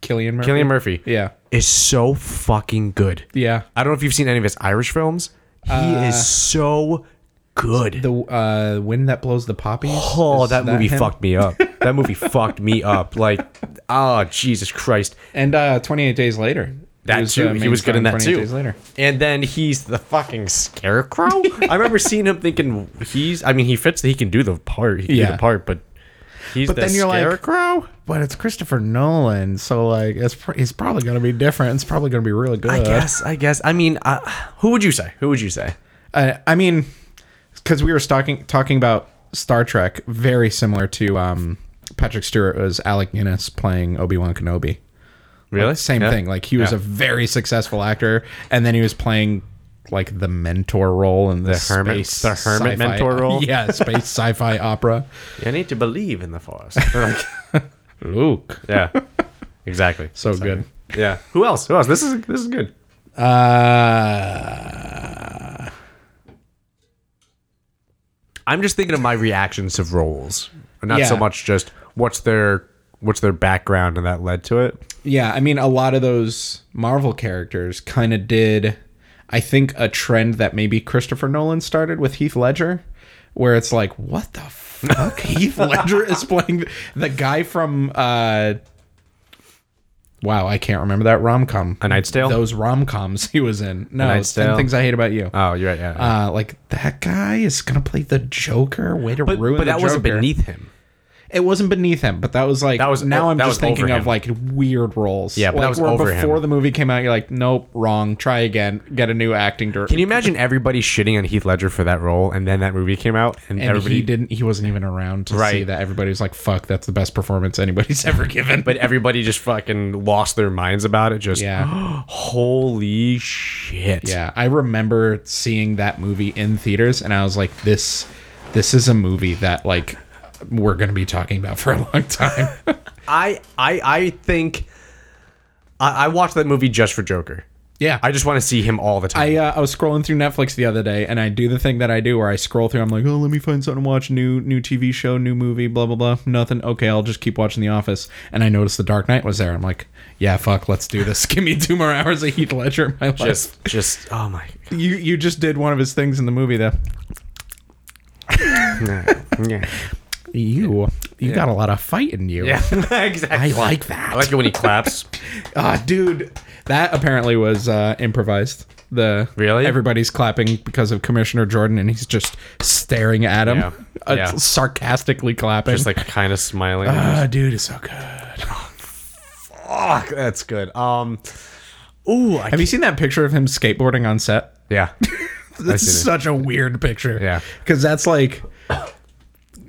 Speaker 2: Killian Murphy.
Speaker 1: Killian Murphy.
Speaker 2: Yeah.
Speaker 1: is so fucking good.
Speaker 2: Yeah. Uh,
Speaker 1: I don't know if you've seen any of his Irish films. He is so good.
Speaker 2: The uh, wind that blows the poppies.
Speaker 1: oh,
Speaker 2: Is
Speaker 1: that, movie
Speaker 2: him?
Speaker 1: fucked me up. That [LAUGHS] movie fucked me up. Like, oh Jesus Christ.
Speaker 2: And uh, 28 days later.
Speaker 1: That
Speaker 2: uh,
Speaker 1: too. He
Speaker 2: main
Speaker 1: was good
Speaker 2: star
Speaker 1: in that
Speaker 2: 28
Speaker 1: too.
Speaker 2: Days later.
Speaker 1: And then he's the fucking scarecrow. I remember seeing him thinking he's. I mean, he fits. He can do the part. He can do
Speaker 2: Yeah.
Speaker 1: the part, but he's
Speaker 2: But
Speaker 1: the
Speaker 2: then you're like-
Speaker 1: scarecrow.
Speaker 2: But it's Christopher Nolan, so like, it's pr- he's probably gonna be different. It's probably gonna be really good.
Speaker 1: I guess. I guess. I mean, uh, who would you say? Who would you say?
Speaker 2: Uh, I mean, because we were talking talking about Star Trek, very similar to um, Patrick Stewart was Alec Guinness playing Obi Wan Kenobi.
Speaker 1: Really?
Speaker 2: Same
Speaker 1: Yeah.
Speaker 2: thing. Like he was
Speaker 1: Yeah.
Speaker 2: a very successful actor, and then he was playing like the mentor role in the,
Speaker 1: hermit-
Speaker 2: space
Speaker 1: the hermit
Speaker 2: sci-fi- [LAUGHS]
Speaker 1: mentor role?
Speaker 2: Yeah, space sci-fi opera.
Speaker 1: You need to believe in the [LAUGHS] force.
Speaker 2: Luke.
Speaker 1: yeah, exactly.
Speaker 2: So good.
Speaker 1: Yeah. Who else? Who else? This is this is good.
Speaker 2: Uh,
Speaker 1: I'm just thinking of my reactions of roles, not so
Speaker 2: Yeah.
Speaker 1: much just what's their what's their background and that led to it.
Speaker 2: yeah, I mean, a lot of those Marvel characters kind of did, I think, a trend that maybe Christopher Nolan started with Heath Ledger, where it's like, what
Speaker 1: [LAUGHS]
Speaker 2: the fuck? Heath Ledger is playing the guy from. Uh, Wow, I can't remember that rom com.
Speaker 1: A Knight's Tale?
Speaker 2: Those rom coms he was in. No,
Speaker 1: Knight's
Speaker 2: ten
Speaker 1: Tale?
Speaker 2: things I hate about you.
Speaker 1: Oh, you're right. Yeah.
Speaker 2: Uh, like that guy is gonna play the Joker. Way to
Speaker 1: but
Speaker 2: Uh, ruin
Speaker 1: but
Speaker 2: the
Speaker 1: that wasn't
Speaker 2: Joker.
Speaker 1: beneath him.
Speaker 2: It wasn't beneath him, but that was like
Speaker 1: That was-
Speaker 2: now I'm
Speaker 1: that was
Speaker 2: just
Speaker 1: over
Speaker 2: thinking of
Speaker 1: him.
Speaker 2: like weird roles.
Speaker 1: Yeah, but
Speaker 2: like,
Speaker 1: that was
Speaker 2: where
Speaker 1: over him.
Speaker 2: before the movie came out, you're like, nope, wrong. Try again. Get a new acting director.
Speaker 1: Can you imagine everybody shitting on Heath Ledger for that role, and then that movie came out, and,
Speaker 2: and
Speaker 1: everybody
Speaker 2: he didn't. He wasn't even around to see
Speaker 1: Right.
Speaker 2: that. Everybody was like, "Fuck, that's the best performance anybody's [LAUGHS] ever given."
Speaker 1: but everybody just fucking lost their minds about it. Just
Speaker 2: Yeah.
Speaker 1: [GASPS] holy shit.
Speaker 2: yeah, I remember seeing that movie in theaters, and I was like, "This, this is a movie that like we're gonna be talking about for a long [LAUGHS] time."
Speaker 1: I I I think I, I watched that movie just for Joker.
Speaker 2: yeah,
Speaker 1: I just want to see him all the time.
Speaker 2: I, uh, I was scrolling through Netflix the other day, and I do the thing that I do where I scroll through. I'm like, oh, let me find something to watch. New new TV show, new movie, blah blah blah. Nothing. Okay, I'll just keep watching The Office. And I noticed The Dark Knight was there. I'm like, yeah, fuck, let's do this. [LAUGHS] Give me two more hours of Heath Ledger. In my life.
Speaker 1: just just oh my. [LAUGHS]
Speaker 2: you you just did one of his things in the movie though.
Speaker 1: Yeah.
Speaker 2: You you got a lot of fight in you.
Speaker 1: Yeah. [LAUGHS] exactly.
Speaker 2: I like that.
Speaker 1: I like it when he claps.
Speaker 2: Ah, dude, that apparently was uh, improvised. The
Speaker 1: Really?
Speaker 2: everybody's clapping because of Commissioner Jordan, and he's just staring at him,
Speaker 1: Yeah.
Speaker 2: Uh,
Speaker 1: Yeah.
Speaker 2: sarcastically clapping.
Speaker 1: just like kind of smiling.
Speaker 2: Ah, dude, it's so good. Have
Speaker 1: Fuck, that's good. Um Ooh, I
Speaker 2: you seen that picture of him skateboarding on set?
Speaker 1: [LAUGHS] Yeah.
Speaker 2: That's
Speaker 1: seen it.
Speaker 2: such a weird picture.
Speaker 1: Yeah.
Speaker 2: because that's like,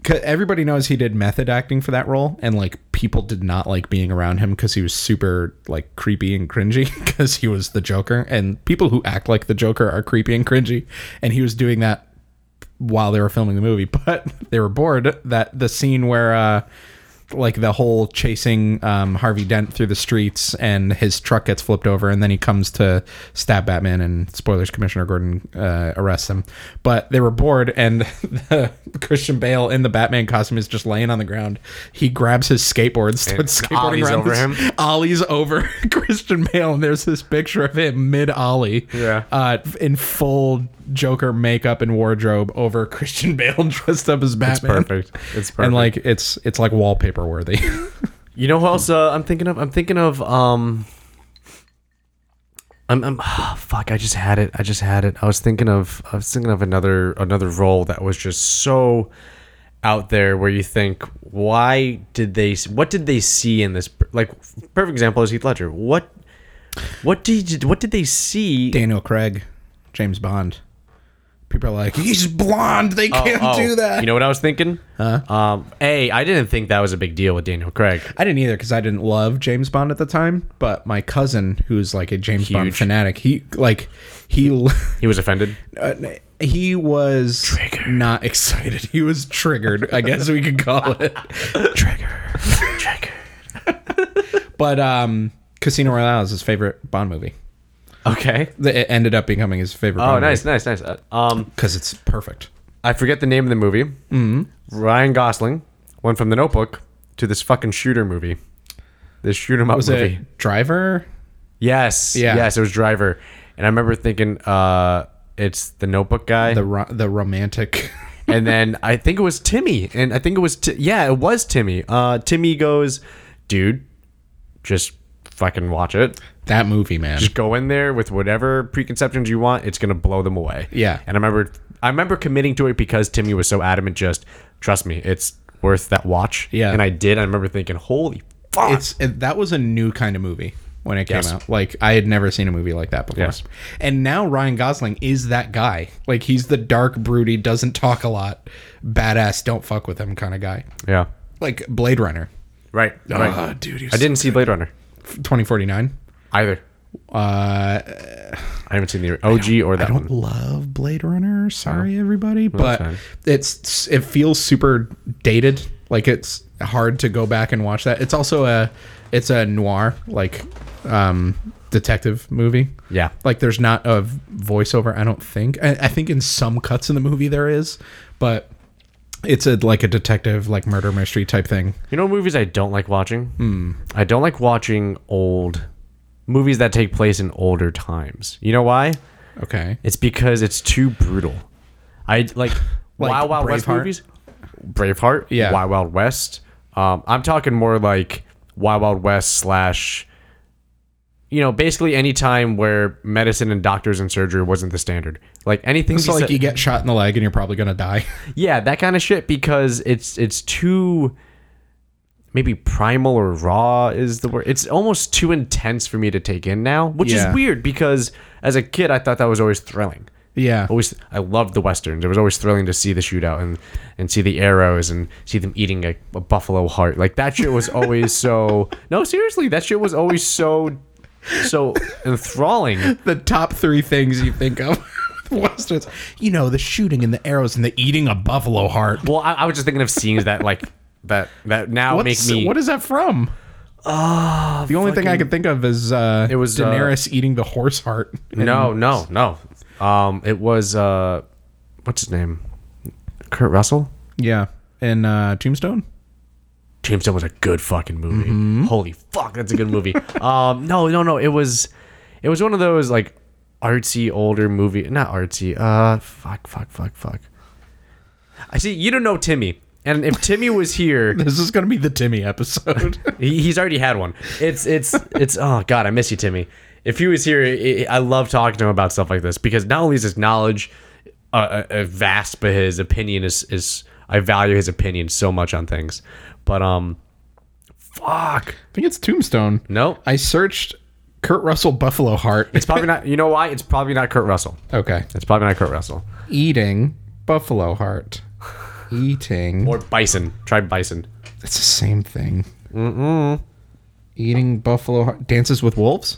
Speaker 2: 'cause everybody knows he did method acting for that role, and like people did not like being around him because he was super like creepy and cringy [LAUGHS] because he was the Joker, and people who act like the Joker are creepy and cringy, and he was doing that while they were filming the movie, [LAUGHS] but they were bored that the scene where uh like the whole chasing um, Harvey Dent through the streets and his truck gets flipped over and then he comes to stab Batman and spoilers Commissioner Gordon uh, arrests him. But they were bored and [LAUGHS] the Christian Bale in the Batman costume is just laying on the ground. He grabs his skateboard, starts
Speaker 1: And
Speaker 2: skateboarding
Speaker 1: ollies
Speaker 2: around
Speaker 1: over
Speaker 2: this-
Speaker 1: him?
Speaker 2: Ollie's over [LAUGHS] Christian Bale, and there's this picture of him mid Ollie.
Speaker 1: Yeah.
Speaker 2: Uh, in full Joker makeup and wardrobe over [LAUGHS] Christian Bale dressed up as Batman.
Speaker 1: It's perfect. It's perfect.
Speaker 2: And like it's it's like wallpaper worthy. [LAUGHS]
Speaker 1: You know who else uh, I'm thinking of? I'm thinking of um. I'm, [SIGHS] I'm fuck. I just had it. I just had it. I was thinking of. I was thinking of another another role that was just so out there where you think, why did they? What did they see in this? per- Like perfect example is Heath Ledger. What? What did you, what did they see?
Speaker 2: Daniel Craig, James Bond. People are like, he's blonde. They can't
Speaker 1: Oh,
Speaker 2: [LAUGHS] do that.
Speaker 1: You know what I was thinking? Huh? Um, a. I didn't think that was a big deal with Daniel Craig.
Speaker 2: I didn't either because I didn't love James Bond at the time. But my cousin, who's like a James Bond
Speaker 1: Huge.
Speaker 2: fanatic, he like [LAUGHS] he
Speaker 1: He was offended.
Speaker 2: uh, he was not excited. He was triggered. I guess we could call
Speaker 1: [LAUGHS]
Speaker 2: it trigger.
Speaker 1: Craig.
Speaker 2: [LAUGHS] But um, Casino Royale is his favorite Bond movie.
Speaker 1: Okay.
Speaker 2: The- It ended up becoming his favorite.
Speaker 1: Oh, nice, nice, nice. Uh, um,
Speaker 2: because it's perfect.
Speaker 1: I forget the name of the movie. Mm-hmm. Ryan Gosling went from The Notebook to this fucking shooter movie. This shoot 'em up
Speaker 2: Was
Speaker 1: movie.
Speaker 2: it Driver?
Speaker 1: Yes,
Speaker 2: Yeah.
Speaker 1: yes, it was Driver, and I remember thinking, uh, it's the Notebook guy,
Speaker 2: The ro- the romantic.
Speaker 1: and then I think it was Timmy, and I think it was Ti- yeah, it was Timmy. Uh, Timmy goes, dude, just fucking watch it.
Speaker 2: that movie, man.
Speaker 1: Just go in there with whatever preconceptions you want. It's gonna blow them away.
Speaker 2: Yeah.
Speaker 1: And I remember, I remember committing to it because Timmy was so adamant. Just trust me, it's worth that watch.
Speaker 2: Yeah.
Speaker 1: And I did. I remember thinking, holy fuck.
Speaker 2: it's it, that was a new kind of movie when it came
Speaker 1: Yes.
Speaker 2: out. Like I had never seen a movie like that before.
Speaker 1: Yes.
Speaker 2: And now Ryan Gosling is that guy. Like he's the dark, broody, doesn't talk a lot, badass, don't fuck with him kind of guy.
Speaker 1: yeah.
Speaker 2: Like Blade Runner.
Speaker 1: Right. Right.
Speaker 2: Ah, dude,
Speaker 1: I didn't see Blade Runner
Speaker 2: Twenty forty nine.
Speaker 1: either.
Speaker 2: Uh,
Speaker 1: I haven't seen the OG or
Speaker 2: I
Speaker 1: that
Speaker 2: don't
Speaker 1: one. Oh.
Speaker 2: love Blade Runner. Sorry, everybody, but
Speaker 1: fine.
Speaker 2: it's it feels super dated. Like it's hard to go back and watch that. It's also a it's a noir like um, detective movie.
Speaker 1: Yeah.
Speaker 2: like there's not a voiceover. I don't think. I, I think in some cuts in the movie there is, but it's a like a detective like murder mystery type thing.
Speaker 1: You know, movies I don't like watching.
Speaker 2: Hmm.
Speaker 1: I don't like watching old movies that take place in older times. You know why?
Speaker 2: Okay.
Speaker 1: It's because it's too brutal. I
Speaker 2: [LAUGHS]
Speaker 1: like, Wild Wild West
Speaker 2: Braveheart?
Speaker 1: movies. Braveheart,
Speaker 2: Yeah.
Speaker 1: Wild Wild West. Um, I'm talking more like Wild Wild West slash, you know, basically any time where medicine and doctors and surgery wasn't the standard. Like anything.
Speaker 2: So
Speaker 1: besi-
Speaker 2: like you get shot in the leg and you're probably gonna die. [LAUGHS]
Speaker 1: yeah, that kind of shit because it's it's too maybe primal or raw is the word. It's almost too intense for me to take in now, which
Speaker 2: Yeah.
Speaker 1: is weird because as a kid I thought that was always thrilling.
Speaker 2: yeah.
Speaker 1: Always I loved the westerns. It was always thrilling to see the shootout and and see the arrows and see them eating a, a buffalo heart. Like that shit was always so [LAUGHS] No, seriously, that shit was always so so enthralling.
Speaker 2: the top three things you think of [LAUGHS] with westerns. You know, the shooting and the arrows and the eating a buffalo heart.
Speaker 1: Well, I, I was just thinking of scenes that like that that now
Speaker 2: What's,
Speaker 1: make me Ah,
Speaker 2: What is that from? Uh, the only thing I
Speaker 1: fucking-
Speaker 2: could think of is uh, it
Speaker 1: was, uh,
Speaker 2: Daenerys eating the horse heart.
Speaker 1: No, no, no. Um, it was uh, what's his name? Kurt Russell.
Speaker 2: Yeah, in uh, Tombstone. [LAUGHS]
Speaker 1: Tombstone was a good fucking movie. Holy fuck, that's a good movie. [LAUGHS] um, no, no, no. It was, it was one of those like artsy older movie. Not artsy. Uh, fuck, fuck, fuck, fuck. I see. You don't know Timmy, and if Timmy was
Speaker 2: [LAUGHS]
Speaker 1: here,
Speaker 2: This is going to be the Timmy episode.
Speaker 1: He, he's already had one. It's it's it's. Oh God, I miss you, Timmy. If he was here, i I I love talking to him about stuff like this because not only is his knowledge uh, uh, vast, but his opinion is is. I value his opinion so much on things, but um, fuck,
Speaker 2: I think it's Tombstone.
Speaker 1: no,
Speaker 2: I searched Kurt Russell buffalo heart.
Speaker 1: it's probably not. You know why? It's probably not Kurt Russell.
Speaker 2: Okay,
Speaker 1: It's probably not Kurt Russell
Speaker 2: eating buffalo heart. Eating.
Speaker 1: or Bison. Try Bison.
Speaker 2: It's the same thing. Mm-mm. Eating buffalo heart. Dances with wolves.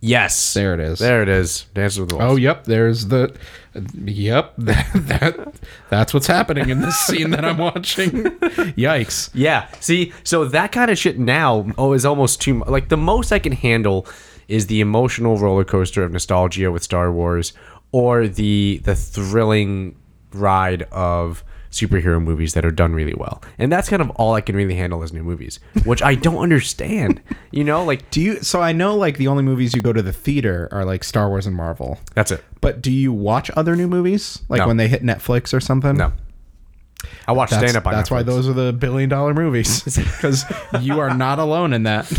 Speaker 1: Yes,
Speaker 2: There it is.
Speaker 1: There it is. Dances with the
Speaker 2: Oh,
Speaker 1: Wolves.
Speaker 2: yep. There's the. Yep. [LAUGHS] That, that that's what's happening in this scene that I'm [LAUGHS] watching. Yikes.
Speaker 1: Yeah. See, so that kind of shit now oh is almost too mu- like the most I can handle is the emotional roller coaster of nostalgia with Star Wars or the the thrilling ride of superhero movies that are done really well. And that's kind of all I can really handle as new movies, which I don't understand.
Speaker 2: [LAUGHS]
Speaker 1: You know, like
Speaker 2: Do you? So I know like the only movies you go to the theater are like Star Wars and Marvel.
Speaker 1: that's it.
Speaker 2: But do you watch other new movies like
Speaker 1: No.
Speaker 2: when they hit Netflix or something?
Speaker 1: No. I watched
Speaker 2: That's,
Speaker 1: stand up on
Speaker 2: that's why
Speaker 1: Netflix.
Speaker 2: those are the billion
Speaker 1: [LAUGHS]
Speaker 2: dollar movies because you are not alone in that.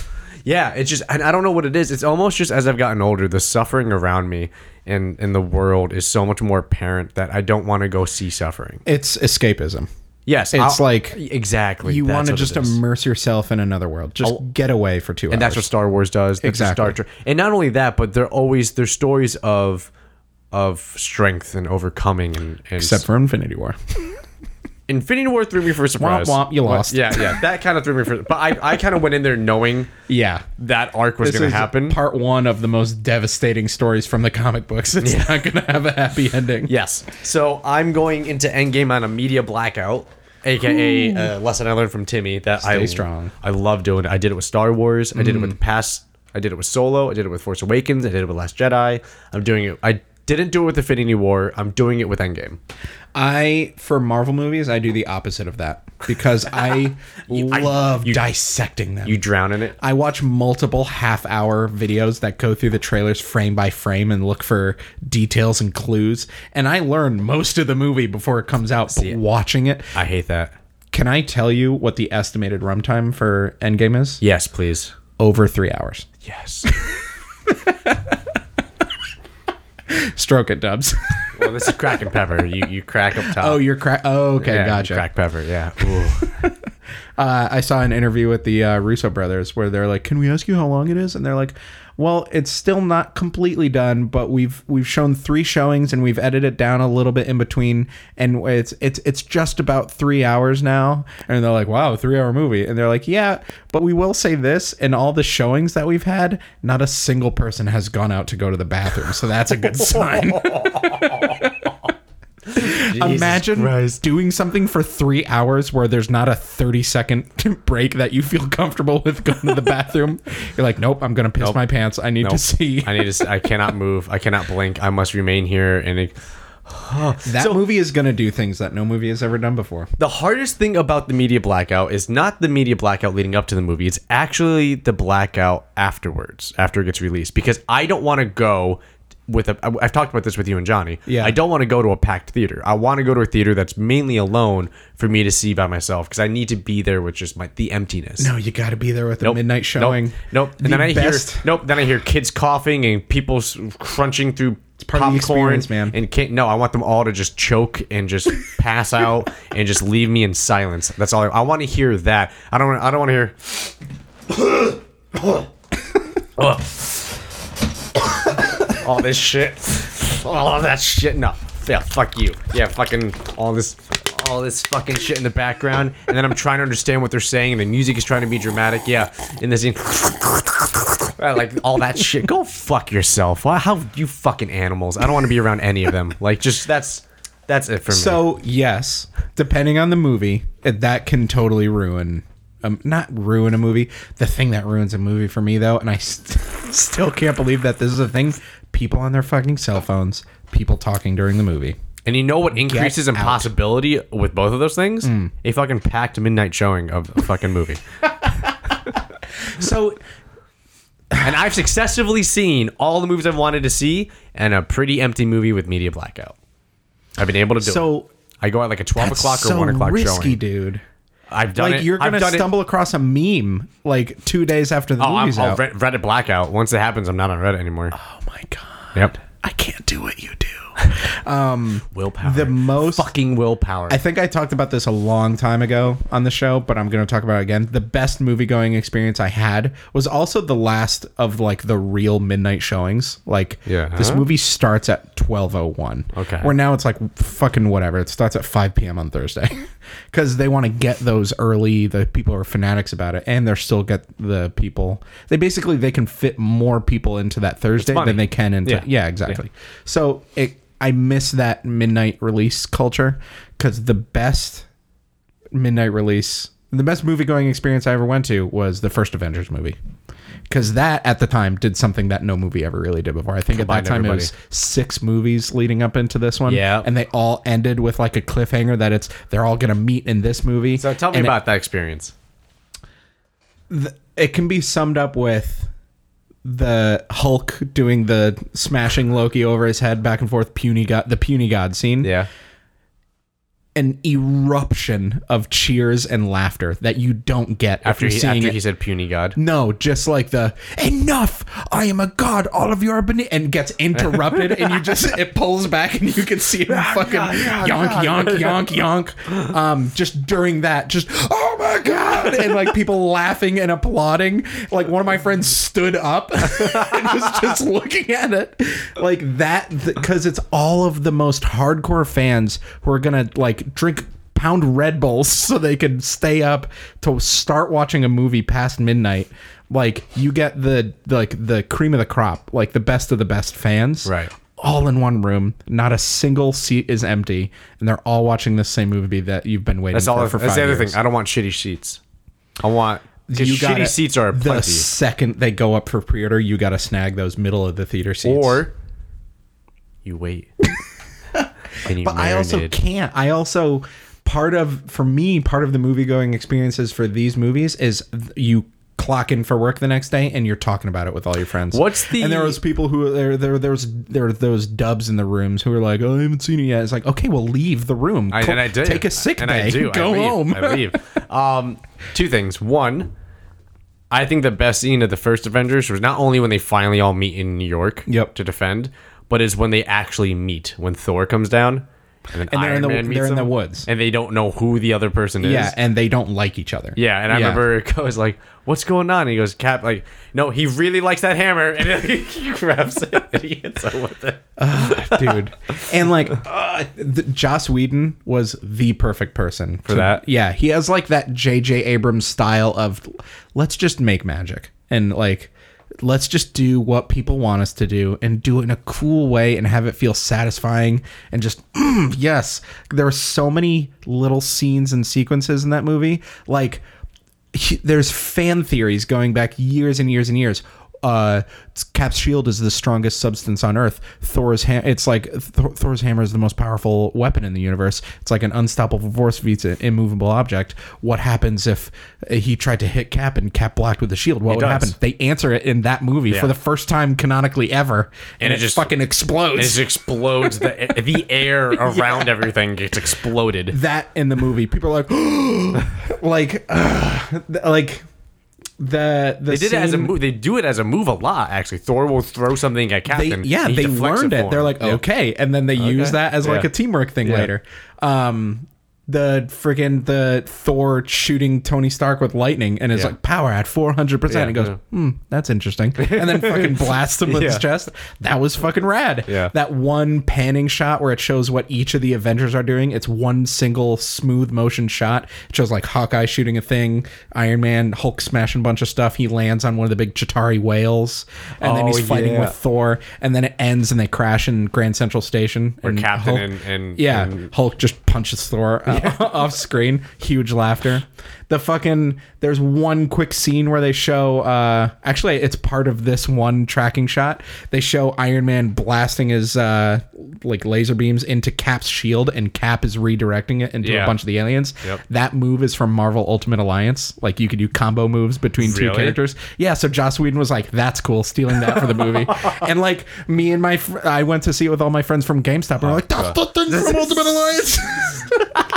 Speaker 1: Yeah, it's just and I don't know what it is. It's almost just as I've gotten older, the suffering around me and in the world is so much more apparent that I don't want to go see suffering.
Speaker 2: It's escapism.
Speaker 1: Yes,
Speaker 2: It's like
Speaker 1: exactly
Speaker 2: You
Speaker 1: that's
Speaker 2: want to
Speaker 1: what it
Speaker 2: just
Speaker 1: is.
Speaker 2: immerse yourself in another world. Just get away for two hours.
Speaker 1: and that's what Star Wars does. That's what Star
Speaker 2: Exactly.
Speaker 1: Trek, and not only that, but they're always they're stories of of strength and overcoming and, and
Speaker 2: except for Infinity
Speaker 1: [LAUGHS]
Speaker 2: War.
Speaker 1: Infinity War threw me for a surprise.
Speaker 2: womp, you
Speaker 1: But-
Speaker 2: lost.
Speaker 1: Yeah, yeah, that kind of threw me for. But I I kind of went in there knowing
Speaker 2: Yeah.
Speaker 1: that arc was
Speaker 2: This
Speaker 1: going
Speaker 2: is
Speaker 1: to happen.
Speaker 2: Part one of the most devastating stories from the comic books. It's not going to have a happy ending.
Speaker 1: Yes. So I'm going into Endgame on a media blackout, aka uh, lesson I learned from Timmy that I
Speaker 2: Stay strong.
Speaker 1: I love doing it. I did it with Star Wars. I did it with the past. I did it with Solo. I did it with Force Awakens. I did it with Last Jedi. I'm doing it. I didn't do it with Infinity War. I'm doing it with Endgame.
Speaker 2: I for Marvel movies, I do the opposite of that because
Speaker 1: [LAUGHS]
Speaker 2: I love dissecting them.
Speaker 1: You drown in it.
Speaker 2: I watch multiple half hour videos that go through the trailers frame by frame and look for details and clues. And I learn most of the movie before it comes out, but watching it.
Speaker 1: I hate that.
Speaker 2: Can I tell you what the estimated runtime for Endgame is?
Speaker 1: Yes, please.
Speaker 2: Over three hours.
Speaker 1: Yes.
Speaker 2: Stroke it, Dubs. [LAUGHS]
Speaker 1: well, this is crack and pepper. You you crack up top.
Speaker 2: oh, you're crack. Oh, okay,
Speaker 1: yeah,
Speaker 2: gotcha.
Speaker 1: Crack pepper. Yeah. [LAUGHS] Ooh.
Speaker 2: Uh, I saw an interview with the uh, Russo brothers where they're like, "Can we ask you how long it is?" And they're like, well, it's still not completely done, but we've we've shown three showings and we've edited it down a little bit in between, and it's it's it's just about three hours now. And they're like, wow, three hour movie, and they're like, yeah, but we will say this: in all the showings that we've had, not a single person has gone out to go to the bathroom, so that's a good sign. Imagine
Speaker 1: Christ.
Speaker 2: doing something for three hours where there's not a 30 second [LAUGHS] break that you feel comfortable with going [LAUGHS] to the bathroom. You're like, nope, I'm going to piss my pants. I need to see.
Speaker 1: I need to. s- I cannot move. I cannot blink. I must remain here. And it,
Speaker 2: That movie is going to do things that no movie has ever done before.
Speaker 1: the hardest thing about the media blackout is not the media blackout leading up to the movie. It's actually the blackout afterwards, after it gets released, because I don't want to go with a. I- I've talked about this with you and Johnny.
Speaker 2: Yeah.
Speaker 1: I don't want to go to a packed theater. I want to go to a theater that's mainly alone for me to see by myself because I need to be there with just my the emptiness.
Speaker 2: No, you got to be there with a midnight showing.
Speaker 1: Nope. nope.
Speaker 2: The
Speaker 1: And then I
Speaker 2: best-
Speaker 1: hear nope. Then I hear kids coughing and people s- crunching through
Speaker 2: part of the
Speaker 1: popcorn.
Speaker 2: experience, man.
Speaker 1: And can't, no, I want them all to just choke and
Speaker 2: [LAUGHS]
Speaker 1: just pass out and just leave me in silence. That's all I, I want to hear. That I don't. wanna- I don't want to hear. all this shit. All that shit. No. Yeah, fuck you. Yeah, fucking all this all this fucking shit in the background. And then I'm trying to understand what they're saying and the music is trying to be dramatic. Yeah. And this like all that shit. Go fuck yourself. Why how you fucking animals. I don't want to be around any of them. Like just that's that's it for me.
Speaker 2: So, yes, depending on the movie, it- that can totally ruin. Um, not ruin a movie. The thing that ruins a movie for me, though, and I st- [LAUGHS] still can't believe that this is a thing people on their fucking cell phones, people talking during the movie.
Speaker 1: and you know what increases in
Speaker 2: out. Hmm.
Speaker 1: possibility with both of those things? A fucking packed midnight showing of a fucking movie.
Speaker 2: So,
Speaker 1: and I've successively seen all the movies I've wanted to see and a pretty empty movie with media blackout. I've been able to do it.
Speaker 2: so
Speaker 1: I go at like a twelve
Speaker 2: that's
Speaker 1: o'clock or
Speaker 2: so
Speaker 1: one o'clock
Speaker 2: risky,
Speaker 1: showing.
Speaker 2: dude.
Speaker 1: I've done
Speaker 2: Like
Speaker 1: it.
Speaker 2: you're
Speaker 1: I've
Speaker 2: gonna
Speaker 1: done it-
Speaker 2: stumble across a meme like two days after the
Speaker 1: Oh, I'm,
Speaker 2: movie's
Speaker 1: oh,
Speaker 2: out.
Speaker 1: Red- Reddit blackout. Once it happens, I'm not on Reddit anymore.
Speaker 2: oh my god,
Speaker 1: Yep.
Speaker 2: I can't do what you
Speaker 1: [LAUGHS]
Speaker 2: do. Um,
Speaker 1: Willpower.
Speaker 2: the most
Speaker 1: fucking willpower.
Speaker 2: I think I talked about this a long time ago on the show, but I'm going to talk about it again. The best movie going experience I had was also the last of like the real midnight showings. Like
Speaker 1: Yeah.
Speaker 2: this movie starts at 12:01.
Speaker 1: Okay.
Speaker 2: Where now it's like fucking whatever. It starts at 5 p.m. on Thursday [LAUGHS] cuz they want to get those early. The people are fanatics about it and they're still get the people. They basically they can fit more people into that Thursday
Speaker 1: money.
Speaker 2: than they can into
Speaker 1: Yeah.
Speaker 2: yeah exactly. So it I miss that midnight release culture because the best midnight release, the best movie going experience I ever went to was the first Avengers movie. Because that at the time did something that no movie ever really did before. I think at
Speaker 1: Combined
Speaker 2: that time
Speaker 1: everybody.
Speaker 2: it was six movies leading up into this one.
Speaker 1: Yeah.
Speaker 2: And they all ended with like a cliffhanger that it's they're all gonna meet in this movie.
Speaker 1: so tell me
Speaker 2: And it-
Speaker 1: about that experience.
Speaker 2: it can be summed up with the Hulk doing the smashing Loki over his head back and forth puny god the puny god scene.
Speaker 1: Yeah.
Speaker 2: An eruption of cheers and laughter that you don't get
Speaker 1: After
Speaker 2: if
Speaker 1: he
Speaker 2: you're seeing
Speaker 1: after
Speaker 2: it.
Speaker 1: he said puny god.
Speaker 2: no, just like the enough. I am a god. All of you are beneath, and gets interrupted, and you just it pulls back, and you can see him fucking yonk, yonk, yonk, yonk. Um, just during that, just oh my god, and like people laughing and applauding. Like one of my friends stood up [LAUGHS] and was just looking at it, like that, because it's all of the most hardcore fans who are gonna like drink pound Red Bulls [LAUGHS] so they could stay up to start watching a movie past midnight. Like you get the like the cream of the crop, like the best of the best fans,
Speaker 1: Right.
Speaker 2: All in one room, not a single seat is empty, and they're all watching the same movie that you've been waiting
Speaker 1: That's
Speaker 2: for
Speaker 1: all.
Speaker 2: for
Speaker 1: that's
Speaker 2: five
Speaker 1: the other
Speaker 2: years.
Speaker 1: thing. I don't want shitty seats. I want 'cause
Speaker 2: gotta-
Speaker 1: shitty seats are
Speaker 2: the
Speaker 1: plenty.
Speaker 2: second they go up for pre-order, you got to snag those middle of the theater seats.
Speaker 1: Or you
Speaker 2: [LAUGHS]
Speaker 1: wait. and you
Speaker 2: But I also
Speaker 1: marinate.
Speaker 2: can't. I also part of for me part of the movie going experiences for these movies is th- you clock in for work the next day and you're talking about it with all your friends.
Speaker 1: What's the-
Speaker 2: and there was people who there there there was there were those dubs in the rooms who were like oh I haven't seen it yet. It's like okay well leave the room.
Speaker 1: I,
Speaker 2: Co-
Speaker 1: and I do.
Speaker 2: take a sick
Speaker 1: and
Speaker 2: day.
Speaker 1: I do.
Speaker 2: [LAUGHS] Go
Speaker 1: I leave.
Speaker 2: home.
Speaker 1: I
Speaker 2: [LAUGHS]
Speaker 1: leave. Um, two things. One, I think the best scene of the first Avengers was not only when they finally all meet in New York
Speaker 2: Yep.
Speaker 1: to defend, but is when they actually meet when Thor comes down and then
Speaker 2: And they're
Speaker 1: Iron
Speaker 2: in the-
Speaker 1: Man meets
Speaker 2: they're in
Speaker 1: them,
Speaker 2: the woods.
Speaker 1: and they don't know who the other person is.
Speaker 2: Yeah, and they don't like each other.
Speaker 1: Yeah, and I remember [LAUGHS] it goes like, "What's going on?" And he goes, "Cap, like, no, he really likes that hammer," [LAUGHS] and he grabs it. And he hits it with it.
Speaker 2: dude. [LAUGHS] And like, uh, the, Joss Whedon was the perfect person for
Speaker 1: that?
Speaker 2: Yeah, he has like that J.J. Abrams style of let's just make magic and like let's just do what people want us to do and do it in a cool way and have it feel satisfying and just [CLEARS THROAT] mm, yes. There are so many little scenes and sequences in that movie, like he- there's fan theories going back years and years and years. Uh, Cap's shield is the strongest substance on Earth. Thor's ha- it's like Th- Thor's hammer is the most powerful weapon in the universe. It's like an unstoppable force beats an immovable object. What happens if uh, he tried to hit Cap and Cap blocked with the shield? What would
Speaker 1: does.
Speaker 2: happen? They answer it in that movie for the first time canonically ever, and,
Speaker 1: it
Speaker 2: it,
Speaker 1: just-
Speaker 2: just fucking explodes.
Speaker 1: It just explodes. The the air
Speaker 2: [LAUGHS]
Speaker 1: around everything gets exploded.
Speaker 2: that in the movie. People are like, [GASPS] like, ugh. like the the
Speaker 1: They did it as a
Speaker 2: scene-
Speaker 1: move. They do it as a move a lot. Actually, Thor will throw something at
Speaker 2: They,
Speaker 1: Captain.
Speaker 2: yeah,
Speaker 1: he
Speaker 2: they
Speaker 1: deflects
Speaker 2: learned
Speaker 1: it.
Speaker 2: it.
Speaker 1: for
Speaker 2: They're
Speaker 1: him.
Speaker 2: like,
Speaker 1: Yeah.
Speaker 2: okay, and then they use that as like
Speaker 1: Yeah.
Speaker 2: a teamwork thing later. Um, the friggin' the Thor shooting Tony Stark with lightning and is
Speaker 1: Yeah.
Speaker 2: like power at four hundred percent. And
Speaker 1: Yeah,
Speaker 2: goes, hmm, that's interesting. And then fucking blasts him with his
Speaker 1: [LAUGHS] Yeah.
Speaker 2: chest. That was fucking rad.
Speaker 1: Yeah.
Speaker 2: That one panning shot where it shows what each of the Avengers are doing. It's one single smooth motion shot. It shows like Hawkeye shooting a thing, Iron Man, Hulk smashing a bunch of stuff. He lands on one of the big Chitari whales, and then
Speaker 1: Oh,
Speaker 2: he's fighting
Speaker 1: yeah.
Speaker 2: with Thor, and then it ends and they crash in Grand Central Station. Where
Speaker 1: Captain and- and-
Speaker 2: yeah,
Speaker 1: and-
Speaker 2: Hulk just punches Thor uh, [LAUGHS] off screen. Huge laughter. The fucking there's one quick scene where they show. Uh, actually, it's part of this one tracking shot. They show Iron Man blasting his uh, like laser beams into Cap's shield, and Cap is redirecting it into a
Speaker 1: Yeah.
Speaker 2: bunch of the aliens.
Speaker 1: Yep.
Speaker 2: That move is from Marvel Ultimate Alliance. Like you could do combo moves between two
Speaker 1: Really?
Speaker 2: characters characters. Yeah, so Joss Whedon was like, "That's cool," stealing that for
Speaker 1: [LAUGHS]
Speaker 2: the movie. and like me and my, fr- I went to see it with all my friends from GameStop. And we're like, "That's the thing from Ultimate Alliance."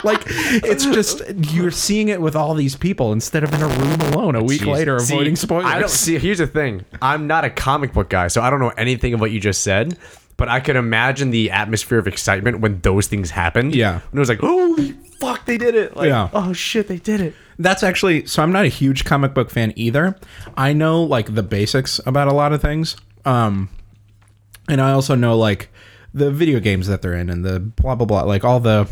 Speaker 2: [LAUGHS] like, it's just you're seeing it with all these people instead of in a room alone a week
Speaker 1: Jeez.
Speaker 2: later,
Speaker 1: See,
Speaker 2: avoiding spoilers.
Speaker 1: I don't see. Here's the thing: I'm not a comic book guy, so I don't know anything of what you just said. But I could imagine the atmosphere of excitement when those things happened.
Speaker 2: Yeah.
Speaker 1: when it was like, "Holy fuck, they did it!" Like,
Speaker 2: Yeah.
Speaker 1: "Oh shit, they did it!"
Speaker 2: That's actually so I'm not a huge comic book fan either. I know like the basics about a lot of things. Um and I also know like the video games that they're in and the blah blah blah like all the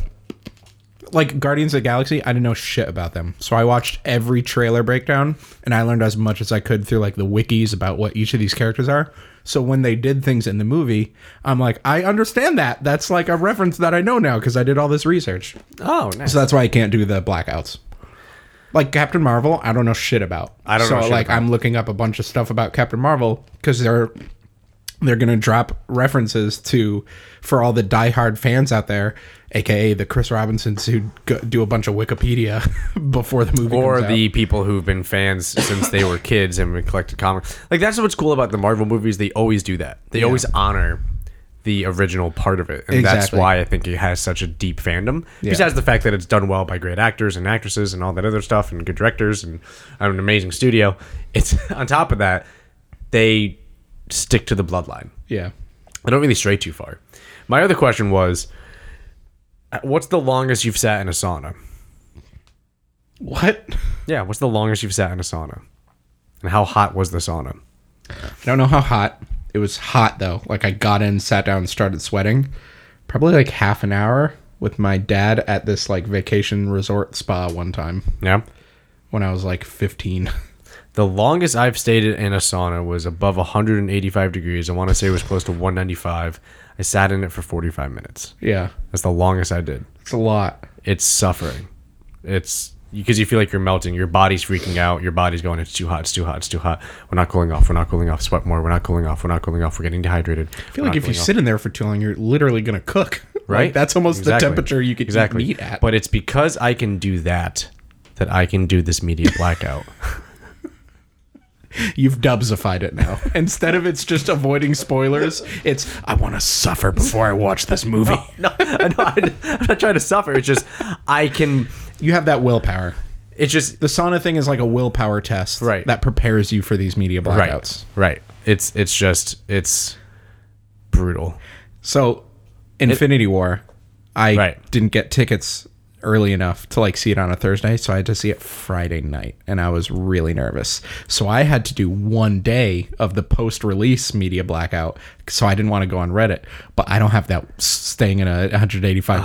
Speaker 2: like Guardians of the Galaxy, I didn't know shit about them. So I watched every trailer breakdown and I learned as much as I could through like the wikis about what each of these characters are. So when they did things in the movie, I'm like, I understand that. That's like a reference that I know now because I did all this research.
Speaker 1: Oh, nice.
Speaker 2: So that's why I can't do the blackouts. Like Captain Marvel, I don't know shit about.
Speaker 1: I don't
Speaker 2: so,
Speaker 1: know shit
Speaker 2: like
Speaker 1: about.
Speaker 2: I'm looking up a bunch of stuff about Captain Marvel because they're they're gonna drop references to for all the diehard fans out there, aka the Chris Robinsons who go, do a bunch of Wikipedia [LAUGHS] before the movie
Speaker 1: or
Speaker 2: comes out.
Speaker 1: the people who've been fans since they were kids and we collected comics. Like that's what's cool about the Marvel movies. They always do that. They always honor the original part of it, and that's
Speaker 2: Exactly.
Speaker 1: why I think it has such a deep fandom. Besides the fact that it's done well by great actors and actresses and all that other stuff, and good directors and um, an amazing studio. It's [LAUGHS] on top of that, they stick to the bloodline.
Speaker 2: yeah.
Speaker 1: I don't really stray too far. My other question was, uh, what's the longest you've sat in a sauna?
Speaker 2: What?
Speaker 1: Yeah, what's the longest you've sat in a sauna? And how hot was the sauna?
Speaker 2: I don't know how hot. It was hot though. Like I got in, sat down, and started sweating. Probably like half an hour with my dad at this like vacation resort spa one time.
Speaker 1: Yeah.
Speaker 2: when I was like 15.
Speaker 1: The longest I've stayed in a sauna was above 185 degrees. I want to say it was close to 195. I sat in it for 45 minutes.
Speaker 2: [LAUGHS] yeah,
Speaker 1: That's the longest I did.
Speaker 2: it's a lot.
Speaker 1: It's suffering. It's because you feel like you're melting. Your body's freaking out. Your body's going, it's too hot, it's too hot, it's too hot. We're not cooling off. We're not cooling off. Sweat more. We're not cooling off. We're not cooling off. We're getting dehydrated.
Speaker 2: I feel like if you sit in there for too long, you're literally gonna cook.
Speaker 1: right?
Speaker 2: Like, that's almost
Speaker 1: Exactly.
Speaker 2: the temperature you could
Speaker 1: exactly.
Speaker 2: eat meat at.
Speaker 1: But it's because I can do that that I can do this media blackout.
Speaker 2: You've dubsified it now. [LAUGHS] Instead of it's just avoiding spoilers, it's I want to suffer before I watch this movie.
Speaker 1: [LAUGHS] no, I know, I- I'm not trying to suffer. It's just I can.
Speaker 2: You have that willpower.
Speaker 1: It's just
Speaker 2: The sauna thing is like a willpower test,
Speaker 1: Right.
Speaker 2: That prepares you for these media
Speaker 1: right,
Speaker 2: blackouts.
Speaker 1: right. It's it's just it's brutal.
Speaker 2: So, Infinity War, I
Speaker 1: Right.
Speaker 2: didn't get tickets early enough to like see it on a Thursday, so I had to see it Friday night, and I was really nervous. So I had to do one day of the post-release media blackout, so I didn't want to go on Reddit. But I don't have that staying in a 185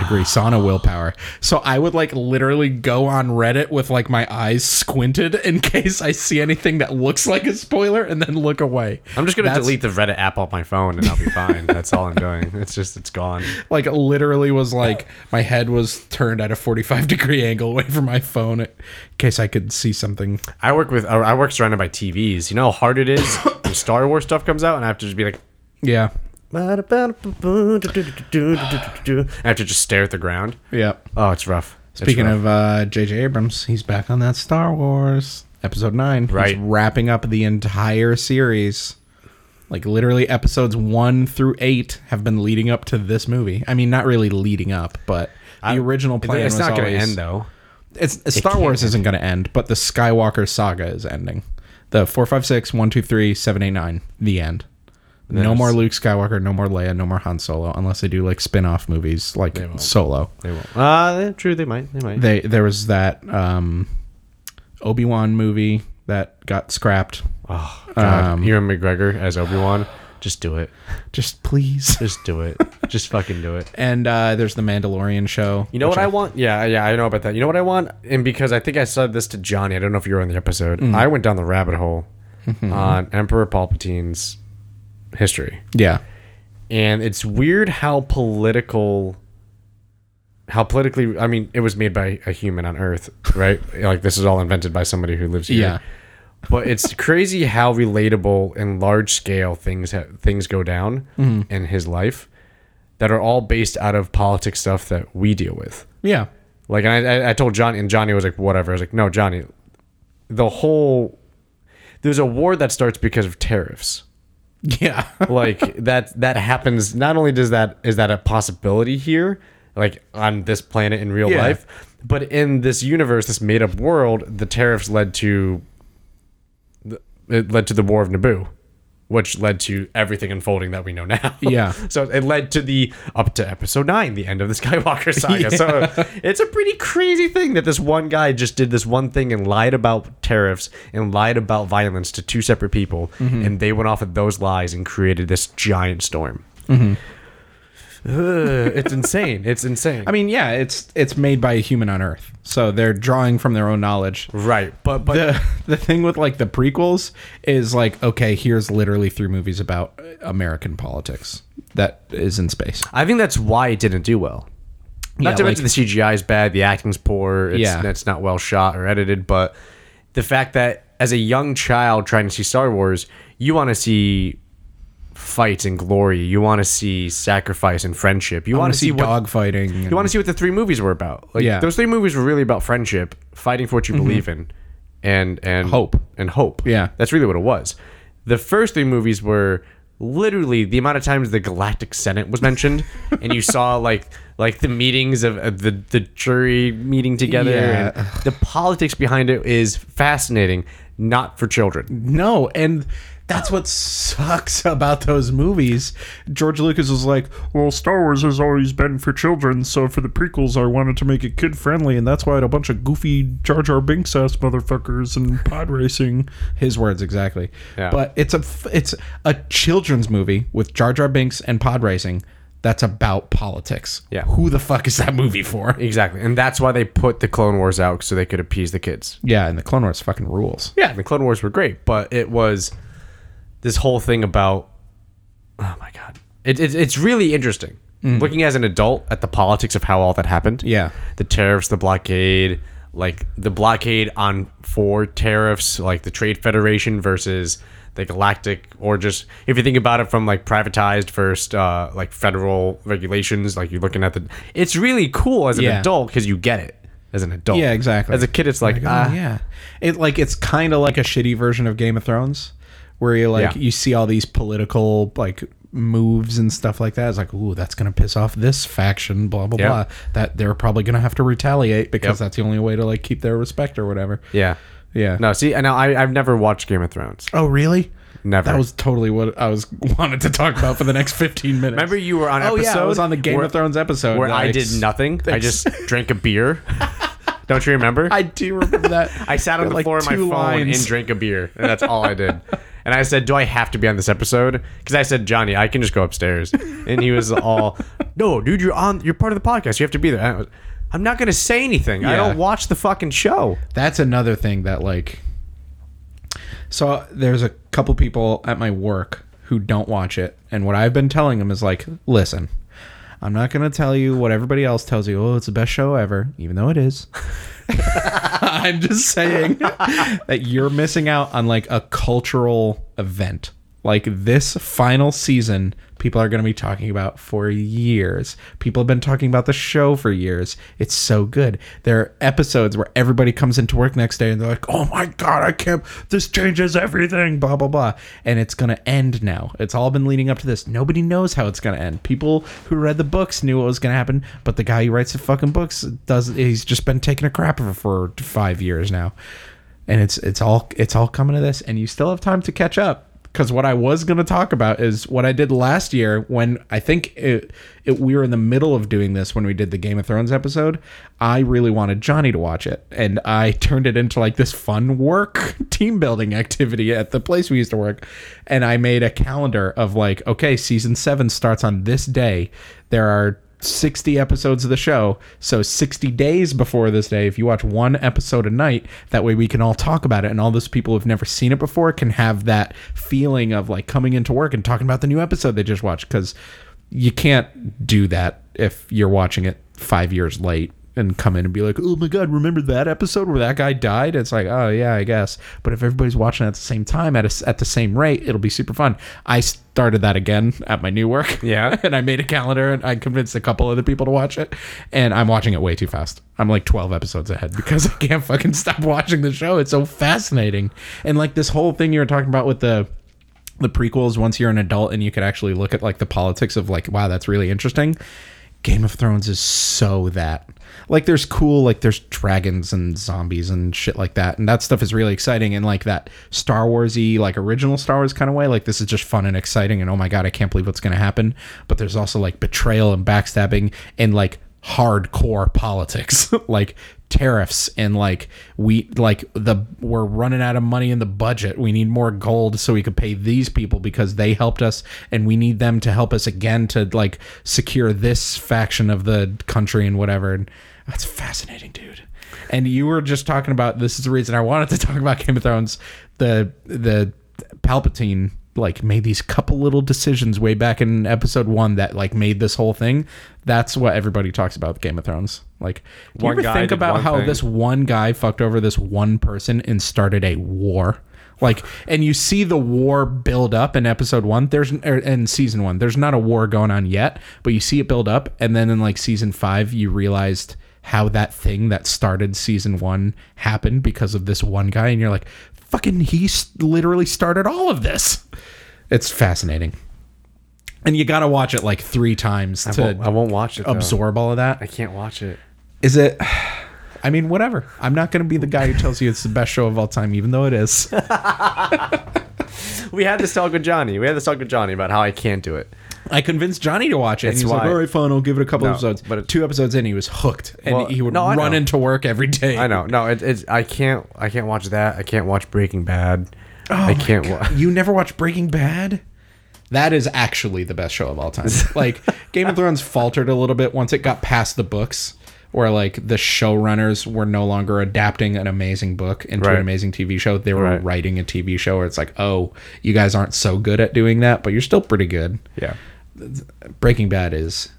Speaker 1: [SIGHS]
Speaker 2: degree sauna willpower. So I would like literally go on Reddit with like my eyes squinted in [LAUGHS] case I see anything that looks like a spoiler, and then look away.
Speaker 1: I'm just gonna
Speaker 2: That's-
Speaker 1: delete the Reddit app off my phone and I'll be fine. That's all I'm doing. It's just it's gone.
Speaker 2: like literally was like my head was turned at a 45 [LAUGHS] degree angle away from my phone in case i could see something
Speaker 1: I work with I work surrounded by TVs. You know how hard it is [COUGHS] when Star Wars stuff comes out and I have to just be like
Speaker 2: yeah
Speaker 1: I have to just stare at the ground.
Speaker 2: yeah
Speaker 1: Oh, it's rough. It's
Speaker 2: speaking
Speaker 1: rough.
Speaker 2: of uh jj abrams he's back on that star wars episode 9
Speaker 1: Right.
Speaker 2: he's wrapping up the entire series like literally episodes 1 through 8 have been leading up to this movie i mean not really leading up but the original plan
Speaker 1: it's
Speaker 2: was
Speaker 1: not going to
Speaker 2: always-
Speaker 1: end though.
Speaker 2: It's Star
Speaker 1: can't
Speaker 2: Wars isn't going to end, but the Skywalker saga is ending. The 456 123 789 the end. No
Speaker 1: Yes.
Speaker 2: more Luke Skywalker, no more Leia, no more Han Solo unless they do like spin-off movies like Solo.
Speaker 1: They won't. Uh, true. They might. They might.
Speaker 2: They there was that um Obi-Wan movie that got scrapped.
Speaker 1: oh God, Ewan McGregor as Obi Wan. Just do it.
Speaker 2: Just please.
Speaker 1: [LAUGHS] Just do it. just fucking do it.
Speaker 2: And uh there's the Mandalorian show.
Speaker 1: You know
Speaker 2: which
Speaker 1: what I, want? Yeah, yeah, I know about that. You know what I want? And because I think I said this to Johnny, I don't know if you were on the episode. I went down the rabbit hole on Emperor Palpatine's history.
Speaker 2: Yeah.
Speaker 1: And it's weird how political how politically I mean, it was made by a human on Earth, right? like this is all invented by somebody who lives here.
Speaker 2: Yeah.
Speaker 1: But it's crazy how relatable and large scale things ha- things go down in his life that are all based out of politics stuff that we deal with.
Speaker 2: Yeah.
Speaker 1: Like, and I, I- I told Johnny, and Johnny was like, whatever. I was like, no, Johnny, the whole. There's a war that starts because of tariffs.
Speaker 2: Yeah. [LAUGHS]
Speaker 1: Like that that happens. Not only does that is that a possibility here, like on this planet in real
Speaker 2: Yeah.
Speaker 1: life, but in this universe, this made up world, the tariffs led to. It led to the War of Naboo, which led to everything unfolding that we know now. [LAUGHS]
Speaker 2: Yeah.
Speaker 1: So it led to the up to episode nine, the end of the [LAUGHS]
Speaker 2: [LAUGHS]
Speaker 1: Skywalker saga. So it's a pretty crazy thing that this one guy just did this one thing and lied about tariffs and lied about violence to two separate people,
Speaker 2: Mm-hmm.
Speaker 1: and they went off of those lies and created this giant storm.
Speaker 2: Mm-hmm.
Speaker 1: Ugh, [SIGHS] it's insane. It's insane.
Speaker 2: I mean, yeah, it's it's made by a human on Earth. So they're drawing from their own knowledge.
Speaker 1: right, but but
Speaker 2: the the [LAUGHS] thing with like the prequels is like okay here's literally three movies about uh, american politics that is in space
Speaker 1: I think that's why it didn't do well. Not
Speaker 2: Yeah,
Speaker 1: to
Speaker 2: like-
Speaker 1: mention the CGI is bad, the acting's poor, it's,
Speaker 2: Yeah.
Speaker 1: it's not well shot or edited, but the fact that as a young child trying to see Star Wars, you want to see fights and glory, you want to see sacrifice and friendship, you
Speaker 2: i
Speaker 1: want
Speaker 2: want
Speaker 1: to see what
Speaker 2: dogfighting
Speaker 1: you want to see what the three movies were about. Like
Speaker 2: Yeah. Mm-hmm.
Speaker 1: those three movies were really about friendship, fighting for what you believe in, and and
Speaker 2: Hope.
Speaker 1: and hope.
Speaker 2: Yeah.
Speaker 1: that's really what it was. The first three movies were literally the amount of times the Galactic Senate was
Speaker 2: [LAUGHS]
Speaker 1: mentioned, and you saw like like the meetings of, of the the jury meeting together.
Speaker 2: Yeah.
Speaker 1: And the politics behind it is fascinating, not for children.
Speaker 2: no and that's what sucks [LAUGHS] about those movies george lucas was like
Speaker 3: Well, Star Wars has always been for children, so for the prequels, I wanted to make it kid friendly, and that's why I had a bunch of goofy Jar Jar Binks ass motherfuckers and pod racing.
Speaker 2: his words exactly
Speaker 1: Yeah.
Speaker 2: but it's a f- it's a children's movie with jar jar binks and pod racing that's about politics
Speaker 1: Yeah.
Speaker 2: who the fuck is that movie for
Speaker 1: Exactly, and that's why they put the Clone Wars out so they could appease the kids.
Speaker 2: yeah and the clone wars fucking rules
Speaker 1: yeah, the Clone Wars were great, but it was this whole thing about oh my god, it, it, it's really interesting looking as an adult at the politics of how all that happened.
Speaker 2: Mm. Yeah.
Speaker 1: the tariffs, the blockade, like the blockade on four tariffs, like the Trade Federation versus the Galactic, or just if you think about it from like privatized first, uh, like federal regulations, like you're looking at the. It's really cool as an
Speaker 2: Yeah.
Speaker 1: adult because you get it as an adult.
Speaker 2: Yeah, exactly.
Speaker 1: As a kid, it's like, ah,
Speaker 2: Oh, yeah, it like it's kind of like a shitty version of Game of Thrones, where you like
Speaker 1: Yeah.
Speaker 2: you see all these political like moves and stuff like that. It's like, ooh, that's gonna piss off this faction, blah blah
Speaker 1: Yep.
Speaker 2: blah. That they're probably gonna have to retaliate
Speaker 1: Yep.
Speaker 2: because that's the only way to like keep their respect or whatever.
Speaker 1: yeah. [LAUGHS]
Speaker 2: Yeah.
Speaker 1: No, see, and I I've never watched Game of Thrones.
Speaker 2: Oh, really?
Speaker 1: Never.
Speaker 2: That was totally what I was [LAUGHS] wanted to talk about for the next 15 minutes.
Speaker 1: Remember you were on
Speaker 2: Oh yeah, I
Speaker 1: episode
Speaker 2: was on the Game
Speaker 1: where-
Speaker 2: of Thrones episode
Speaker 1: where I
Speaker 2: like,
Speaker 1: did nothing. I just drank a
Speaker 2: [LAUGHS]
Speaker 1: beer. Don't you remember?
Speaker 2: I do remember that.
Speaker 1: [LAUGHS] I sat on the
Speaker 2: Like
Speaker 1: floor of my
Speaker 2: two
Speaker 1: phone
Speaker 2: lines.
Speaker 1: and drank a beer, and that's all I
Speaker 2: [LAUGHS]
Speaker 1: did. And I said, "Do I have to be on this episode?" Because I said, "Johnny, I can just go upstairs." And he was
Speaker 2: [LAUGHS]
Speaker 1: all, "No, dude, you're on. You're part of the podcast. You have to be there." And I was, I'm not gonna say anything. I
Speaker 2: Yeah.
Speaker 1: don't watch the fucking show.
Speaker 2: that's another thing that like so there's a couple people at my work who don't watch it and what i've been telling them is like listen i'm not going to tell you what everybody else tells you oh it's the best show ever even though it is [LAUGHS] i'm just saying that you're missing out on like a cultural event like this final season people are going to be talking about for years people have been talking about the show for years it's so good there are episodes where everybody comes into work next day and they're like oh my god i can't this changes everything blah blah blah and it's going to end now it's all been leading up to this nobody knows how it's going to end people who read the books knew what was going to happen but the guy who writes the fucking books does he's just been taking a crap for, for five years now and it's it's all it's all coming to this and you still have time to catch up because what i was going to talk about is what i did last year when i think it, it we were in the middle of doing this when we did the game of thrones episode i really wanted johnny to watch it and i [LAUGHS] turned it into like this fun work [LAUGHS] team building activity at the place we used to work and i made a calendar of like okay season 7 starts on this day there are 60 episodes of the show. So 60 days before this day, if you watch one episode a night, that way we can all talk about it and all those people who've never seen it before can have that feeling of like coming into work and talking about the new episode they just watched cuz you can't do that if you're watching it 5 years late and come in and be like, "Oh my god, remember that episode where that guy died?" It's like, "Oh yeah, I guess." But if everybody's watching at the same time at a s at the same rate, it'll be super fun. I started that again at my new work.
Speaker 1: Yeah.
Speaker 2: [LAUGHS] and I made a calendar and I convinced a couple other people to watch it. And I'm watching it way too fast. I'm like 12 episodes ahead because I can't fucking stop watching the show. It's so fascinating. And like this whole thing you were talking about with the the prequels once you're an adult and you could actually look at like the politics of like wow that's really interesting game of thrones is so that like there's cool like there's dragons and zombies and shit like that and that stuff is really exciting and like that star warsy like original star wars kind of way like this is just fun and exciting and oh my god i can't believe what's going to happen but there's also like betrayal and backstabbing and like hardcore politics [LAUGHS] like tariffs and like we like the we're running out of money in the budget we need more gold so we could pay these people because they helped us and we need them to help us again to like secure this faction of the country and whatever and that's fascinating dude and you were just talking about this is the reason i wanted to talk about game of thrones the the Palpatine like made these couple little decisions way back in episode one that like made this whole thing. That's what everybody talks about with Game of Thrones. Like, do
Speaker 1: One
Speaker 2: you ever
Speaker 1: guy
Speaker 2: think
Speaker 1: did
Speaker 2: about
Speaker 1: one
Speaker 2: how
Speaker 1: thing.
Speaker 2: this one guy fucked over this one person and started a war? Like, and you see the war build up in episode one. There's er, in season one. There's not a war going on yet, but you see it build up, and then in like season five, you realized how that thing that started season one happened because of this one guy, and you're like, fucking, he s- literally started all of this. It's fascinating, and you gotta watch it like three times to
Speaker 1: won't- I won't watch it, though.
Speaker 2: Absorb all of that.
Speaker 1: I can't watch it.
Speaker 2: Is it? [SIGHS] I mean, whatever. I'm not going to be the guy who tells you it's the best show of all time, even though it is.
Speaker 1: We had this talk with Johnny. We had this talk with Johnny about how I can't do it.
Speaker 2: [LAUGHS] I convinced Johnny to watch it, and
Speaker 1: That's
Speaker 2: he's like,
Speaker 1: why-
Speaker 2: "All right, fine, I'll give it a couple
Speaker 1: No,
Speaker 2: episodes." But
Speaker 1: but it-
Speaker 2: two episodes in, he was hooked, and
Speaker 1: Well,
Speaker 2: he would
Speaker 1: no, I
Speaker 2: run
Speaker 1: know.
Speaker 2: into work every day.
Speaker 1: I know. No, it, it's I can't. I can't watch that. I can't watch Breaking Bad. I
Speaker 2: [LAUGHS]
Speaker 1: can't. Wa-
Speaker 2: You never watched Breaking Bad? That is actually the best show of all time. [LAUGHS] Like Game of Thrones faltered a little bit once it got past the books, where like the showrunners were no longer adapting an amazing book into an
Speaker 1: Right.
Speaker 2: amazing TV show. They were
Speaker 1: Right.
Speaker 2: writing a TV show where it's like, oh, you guys aren't so good at doing that, but you're still pretty good.
Speaker 1: yeah.
Speaker 2: Breaking Bad is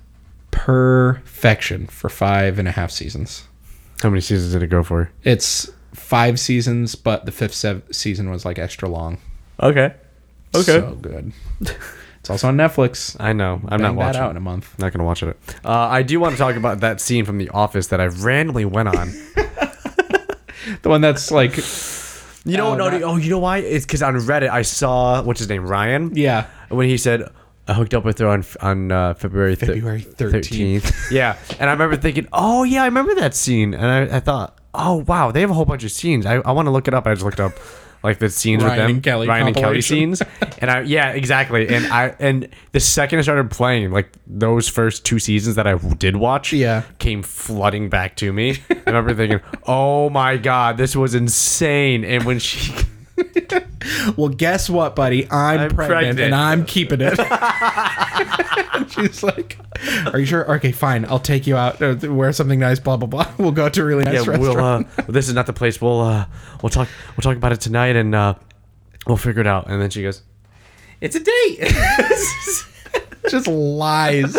Speaker 2: perfection for five and a half seasons.
Speaker 1: How many seasons did it go for?
Speaker 2: It's five seasons, but the fifth sev- season was like extra long.
Speaker 1: Okay. Okay.
Speaker 2: so good. It's also on Netflix.
Speaker 1: I know. I'm
Speaker 2: Bang
Speaker 1: not watching.
Speaker 2: that out in a month.
Speaker 1: Not gonna watch it. Uh, I do want to talk about that scene from The Office that I randomly went on.
Speaker 2: The one that's like,
Speaker 1: [LAUGHS] You know,
Speaker 2: Oh,
Speaker 1: no,
Speaker 2: not-
Speaker 1: no, oh, you know why? It's because on Reddit I saw what's his name, Ryan.
Speaker 2: yeah,
Speaker 1: When he said, "I hooked up with her on on uh, February thir-
Speaker 2: February
Speaker 1: [LAUGHS]
Speaker 2: 13th.
Speaker 1: yeah, and I remember thinking, "Oh yeah, I remember that scene," and I, I thought, "Oh wow, they have a whole bunch of scenes. I, I want to look it up." I just looked up like the scenes with
Speaker 2: Ryan
Speaker 1: them,
Speaker 2: and Kelly
Speaker 1: Ryan and Kelly
Speaker 2: compilation.
Speaker 1: scenes, and I yeah exactly, and I and the second I started playing, like those first two seasons that I did watch,
Speaker 2: Yeah.
Speaker 1: came flooding back to me. I remember thinking, oh my god, this was insane, and when she.
Speaker 2: Well, guess what, buddy? I'm,
Speaker 1: I'm
Speaker 2: pregnant,
Speaker 1: pregnant.
Speaker 2: and I'm
Speaker 1: [LAUGHS]
Speaker 2: keeping it. She's like, "Are you sure? Okay, fine. I'll take you out. uh, Wear something nice. Blah blah blah. [LAUGHS] We'll go to a really
Speaker 1: yeah,
Speaker 2: nice restaurant."
Speaker 1: we'll. Uh, this is not the place. We'll uh, we'll talk. We'll talk about it tonight, and uh, we'll figure it out. And then she goes, "It's a date."
Speaker 2: Just lies.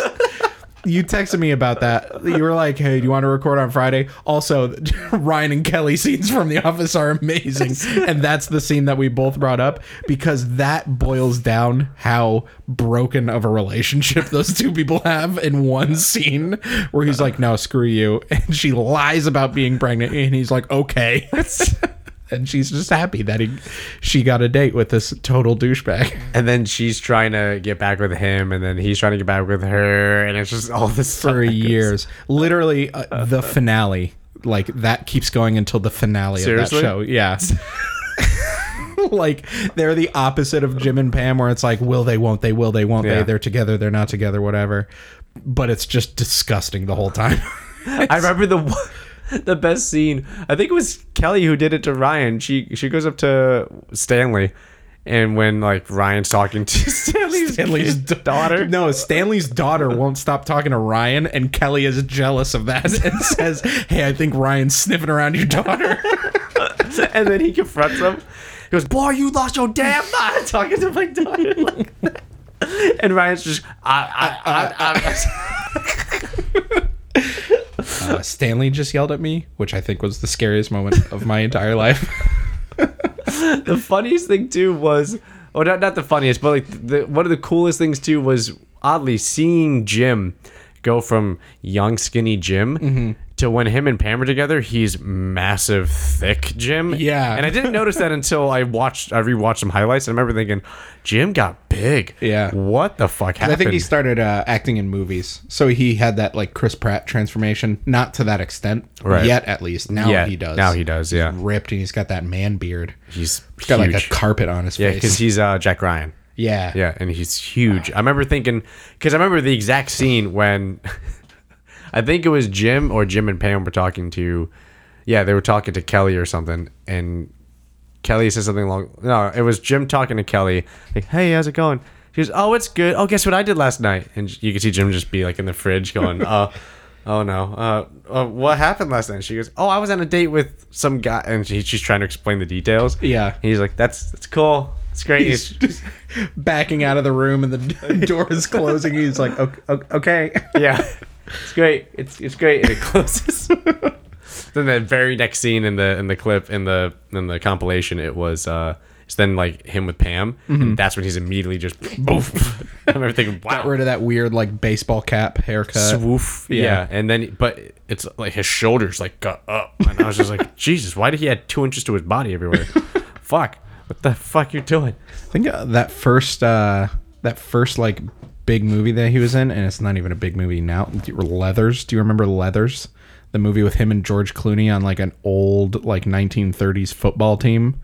Speaker 2: You texted me about that. You were like, "Hey, do you want to record on Friday?" Also, [LAUGHS] Ryan and Kelly scenes from The Office are amazing, and that's the scene that we both brought up because that boils down how broken of a relationship those two people have in one scene where he's like, "No, screw you," and she lies about being pregnant, and he's like, [LAUGHS] "Okay," and she's just happy that he she got a date with this total douchebag.
Speaker 1: [LAUGHS] and then she's trying to get back with him, and then he's trying to get back with her, and it's just all [LAUGHS] this
Speaker 2: for
Speaker 1: stuff.
Speaker 2: years. Literally,
Speaker 1: [LAUGHS]
Speaker 2: uh, the finale. Like that keeps going until the finale
Speaker 1: Seriously?
Speaker 2: of that show. Yeah. [LAUGHS] like they're the opposite of Jim and Pam, where it's like, will they, won't they, will they, won't
Speaker 1: Yeah.
Speaker 2: they? They're together, they're not together, whatever. But it's just disgusting the whole
Speaker 1: [LAUGHS]
Speaker 2: time. [LAUGHS]
Speaker 1: I remember the one- [LAUGHS] the best scene. I think it was Kelly who did it to Ryan. She she goes up to Stanley, and when like Ryan's talking to [LAUGHS] Stanley's,
Speaker 2: Stanley's da-
Speaker 1: daughter,
Speaker 2: No, Stanley's daughter won't stop talking to Ryan, and Kelly is jealous of that [LAUGHS] and says, "Hey, I think Ryan's sniffing around your daughter."
Speaker 1: [LAUGHS] and then he confronts him. He goes, "Boy, you lost your damn mind talking to my daughter." [LAUGHS] like that. and Ryan's just, I, I, I,
Speaker 2: Uh, Stanley just yelled at me, which I think was the scariest moment of my entire life.
Speaker 1: I. [LAUGHS] the funniest thing too was, or not, not the funniest, but like the one of the coolest things too was oddly seeing Jim go from young skinny Jim. To when him and Pam are together, he's massive, thick Jim.
Speaker 2: Yeah.
Speaker 1: and I didn't notice that until I watched, I rewatched some highlights, and I remember thinking, Jim got big.
Speaker 2: Yeah.
Speaker 1: what the fuck happened?
Speaker 2: [LAUGHS] I think he started uh, acting in movies, so he had that like Chris Pratt transformation. Not to that extent
Speaker 1: Right.
Speaker 2: yet, at least now
Speaker 1: Yeah,
Speaker 2: he does.
Speaker 1: now he does,
Speaker 2: He's
Speaker 1: yeah.
Speaker 2: ripped and he's got that man beard.
Speaker 1: He's
Speaker 2: He's got like
Speaker 1: huge. [LAUGHS]
Speaker 2: a carpet on his
Speaker 1: Yeah, because
Speaker 2: face.
Speaker 1: he's uh, Jack Ryan.
Speaker 2: yeah,
Speaker 1: Yeah, and he's huge. I remember thinking, because I remember the exact scene when [LAUGHS] I think it was Jim or Jim and Pam were talking to, yeah, they were talking to Kelly or something, and Kelly said something along. No, it was Jim talking to Kelly, like, "Hey, how's it going?" She goes, "Oh, it's good. Oh, guess what I did last night?" And you could see Jim just be like in the fridge going,
Speaker 2: [LAUGHS]
Speaker 1: "Uh." Oh no! Uh, uh, what happened last night? She goes, "Oh, I was on a date with some guy," and she, she's trying to explain the details.
Speaker 2: Yeah.
Speaker 1: he's like, "That's that's cool. It's great.
Speaker 2: He's [LAUGHS] just backing out of the room and the [LAUGHS] door is closing. He's like, "Ok- ok- [LAUGHS] okay.
Speaker 1: [LAUGHS] yeah, it's great. It's it's great, and it [LAUGHS]
Speaker 2: [LAUGHS]
Speaker 1: closes. then the very next scene in the in the clip in the in the compilation, it was uh, it's then like him with Pam,
Speaker 2: Mm-hmm.
Speaker 1: and that's when he's immediately just [LAUGHS] boof. I remember thinking, wow,
Speaker 2: Got rid of that weird like baseball cap haircut.
Speaker 1: swoof, yeah.
Speaker 2: Yeah.
Speaker 1: and then but it's like his shoulders like got up, and I was just like, [LAUGHS] Jesus, why did he add two inches to his body
Speaker 2: [LAUGHS]
Speaker 1: everywhere? fuck, what the fuck you doing?
Speaker 2: I think uh, that first uh, that first like big movie that he was in, and it's not even a big movie now. Leathers. Do you remember Leathers? The movie with him and George Clooney on like an old like 1930s football team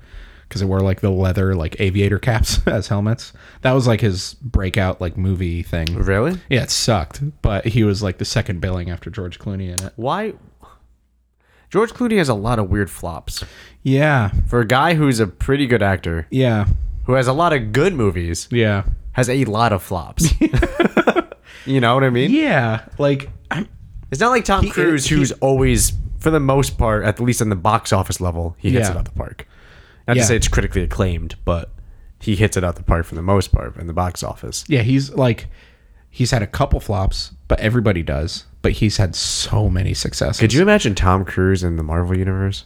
Speaker 2: because they wore like the leather like aviator caps [LAUGHS] as helmets. That was like his breakout like movie thing.
Speaker 1: Really?
Speaker 2: Yeah, it sucked, but he was like the second billing after George Clooney in it.
Speaker 1: Why? George Clooney has a lot of weird flops.
Speaker 2: Yeah,
Speaker 1: For a guy who's a pretty good actor,
Speaker 2: yeah,
Speaker 1: who has a lot of good movies,
Speaker 2: yeah.
Speaker 1: has a lot of
Speaker 2: [LAUGHS]
Speaker 1: flops. you know what I mean?
Speaker 2: Yeah, like I'm,
Speaker 1: It's not like Tom Cruise,
Speaker 2: he-
Speaker 1: who's always, for the most part, at least in the box office level, he hits
Speaker 2: Yeah.
Speaker 1: it out the park. Not
Speaker 2: Yeah.
Speaker 1: to say it's critically acclaimed, but he hits it out the park for the most part in the box office.
Speaker 2: Yeah, he's like he's had a couple flops, but everybody does. But he's had so many successes.
Speaker 1: Could you imagine Tom Cruise in the Marvel universe?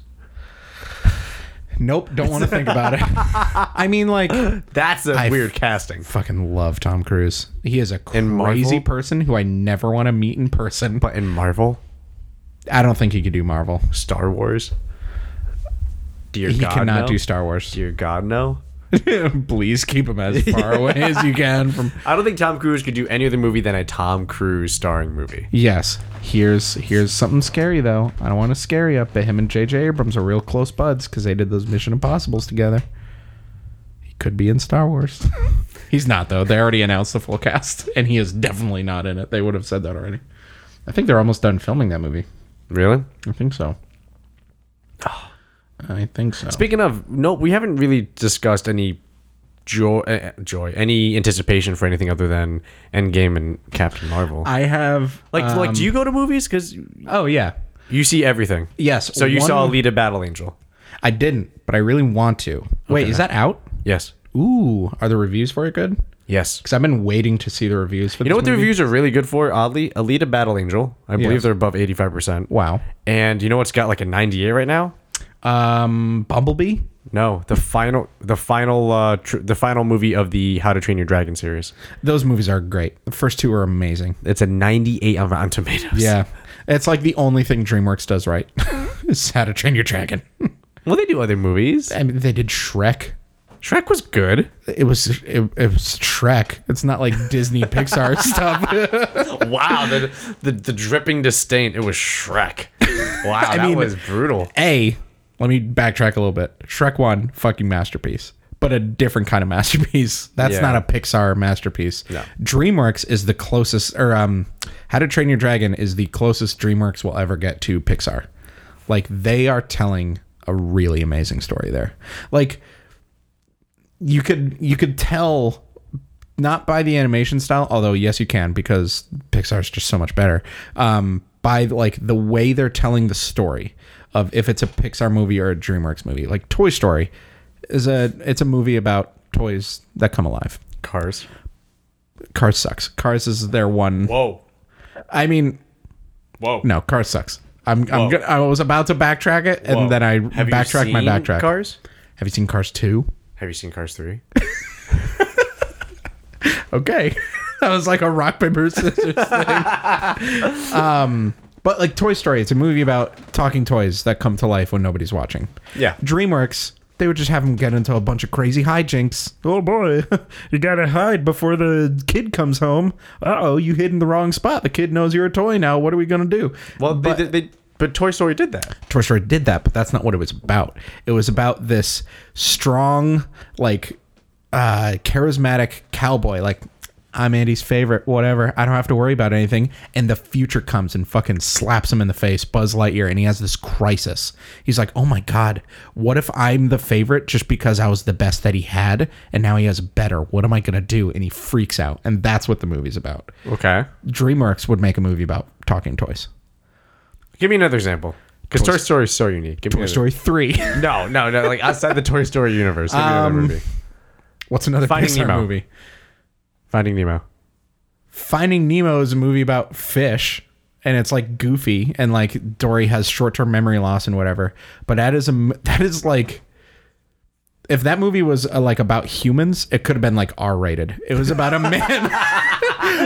Speaker 2: Nope, don't want to
Speaker 1: [LAUGHS]
Speaker 2: think about it. I mean, like,
Speaker 1: That's a
Speaker 2: I
Speaker 1: weird casting.
Speaker 2: fucking love Tom Cruise. He is a
Speaker 1: Marvel?
Speaker 2: crazy person who I never want to meet in person. But
Speaker 1: But in Marvel,
Speaker 2: I don't think he could do Marvel.
Speaker 1: Star Wars, dear
Speaker 2: He
Speaker 1: God,
Speaker 2: cannot
Speaker 1: no.
Speaker 2: do Star Wars. [LAUGHS]
Speaker 1: Dear God, no.
Speaker 2: Please keep him as far away as you can from.
Speaker 1: I don't think Tom Cruise could do any other movie than a Tom Cruise starring movie.
Speaker 2: Yes, here's here's something scary though. I don't want to scare you, but him and J.J. Abrams are real close buds because they did those Mission Impossible's together. could be in Star Wars. [LAUGHS] He's not though. They already announced the full cast, and he is definitely not in it. They would have said that already. I think they're almost done filming that movie.
Speaker 1: Really?
Speaker 2: I think so. [SIGHS] I think so.
Speaker 1: Speaking of, no, we haven't really discussed any joy, uh, joy, any anticipation for anything other than Endgame and Captain Marvel.
Speaker 2: I have
Speaker 1: like, like,
Speaker 2: um,
Speaker 1: do you go to movies? Because
Speaker 2: oh yeah
Speaker 1: you see everything.
Speaker 2: yes.
Speaker 1: So you
Speaker 2: one-
Speaker 1: saw Alita: Battle Angel.
Speaker 2: I didn't, but I really want to. Wait, is that out?
Speaker 1: Yes.
Speaker 2: Ooh, are the reviews for it good?
Speaker 1: Yes.
Speaker 2: Because I've been waiting to see the reviews for.
Speaker 1: You know what the reviews are really good for? Oddly, Alita: Battle Angel. I believe
Speaker 2: Yes.
Speaker 1: they're above eighty-five percent.
Speaker 2: Wow.
Speaker 1: And you know what's got like a ninety-eight right now?
Speaker 2: Um, Bumblebee.
Speaker 1: No, the final, the final, uh, tr- the final movie of the How to Train Your Dragon series.
Speaker 2: Those movies are great. The first two are amazing.
Speaker 1: It's a ninety-eight on Rotten Tomatoes.
Speaker 2: Yeah, it's like the only thing DreamWorks does right [LAUGHS] is How to Train Your Dragon.
Speaker 1: Well, they do other movies.
Speaker 2: I mean, they did Shrek.
Speaker 1: Shrek was good.
Speaker 2: It was it, it was Shrek. It's not like [LAUGHS] Disney Pixar stuff.
Speaker 1: Wow, the, the the dripping disdain. It was Shrek.
Speaker 2: [LAUGHS]
Speaker 1: Wow, that
Speaker 2: mean-
Speaker 1: was brutal.
Speaker 2: A. Let me backtrack a little bit. Shrek one, fucking masterpiece, but a different kind of [LAUGHS] masterpiece. That's
Speaker 1: Yeah.
Speaker 2: not a Pixar masterpiece.
Speaker 1: No.
Speaker 2: DreamWorks is the closest, or um, How to Train Your Dragon is the closest DreamWorks will ever get to Pixar. Like they are telling a really amazing story there. Like you could you could tell not by the animation style although yes you can because pixar's just so much better um by like the way they're telling the story of if it's a pixar movie or a dreamworks movie like toy story is a it's a movie about toys that come alive
Speaker 1: Cars.
Speaker 2: cars sucks cars is their one
Speaker 1: Whoa,
Speaker 2: i mean
Speaker 1: whoa.
Speaker 2: no cars sucks i'm i'm go- i was about to backtrack it and
Speaker 1: Whoa.
Speaker 2: then i
Speaker 1: Have you
Speaker 2: backtrack my
Speaker 1: seen
Speaker 2: backtrack
Speaker 1: Cars.
Speaker 2: have you seen cars 2
Speaker 1: Have you seen Cars
Speaker 2: [LAUGHS]
Speaker 1: Three?
Speaker 2: okay. [LAUGHS] that was like a rock paper scissors thing. um,
Speaker 1: [LAUGHS]
Speaker 2: but like Toy Story, it's a movie about talking toys that come to life when nobody's watching.
Speaker 1: Yeah.
Speaker 2: DreamWorks, they would just have them get into a bunch of crazy hijinks. Oh boy, [LAUGHS] you gotta hide before the kid comes home. Uh oh, you hid in the wrong spot. The kid knows you're a toy now. What are we gonna do?
Speaker 1: Well,
Speaker 2: But-
Speaker 1: they, they, they but Toy Story did that.
Speaker 2: Toy Story did that, but that's not what it was about. It was about this strong, like, uh, charismatic cowboy. Like, I'm Andy's favorite, whatever. I don't have to worry about anything. And the future comes and fucking slaps him in the face, Buzz Lightyear, and he has this crisis. He's like, oh my God, what if I'm the favorite just because I was the best that he had and now he has better? What am I going to do? And he freaks out. And that's what the movie's about.
Speaker 1: Okay.
Speaker 2: DreamWorks would make a movie about talking toys.
Speaker 1: Give me another example. Because Toy Story is so unique. Give me
Speaker 2: Toy
Speaker 1: another-
Speaker 2: Story 3.
Speaker 1: No, no, no. Like outside the Toy Story universe. Give me
Speaker 2: Um,
Speaker 1: another movie.
Speaker 2: [LAUGHS] What's another
Speaker 1: Finding
Speaker 2: Pixar
Speaker 1: Nemo.
Speaker 2: movie?
Speaker 1: Finding Nemo.
Speaker 2: Finding Nemo is a movie about fish and it's like goofy and like Dory has short-term memory loss and whatever. But that is a m- [LAUGHS] that is like if that movie was uh, like about humans, it could have been like R-rated. It was about a [LAUGHS] man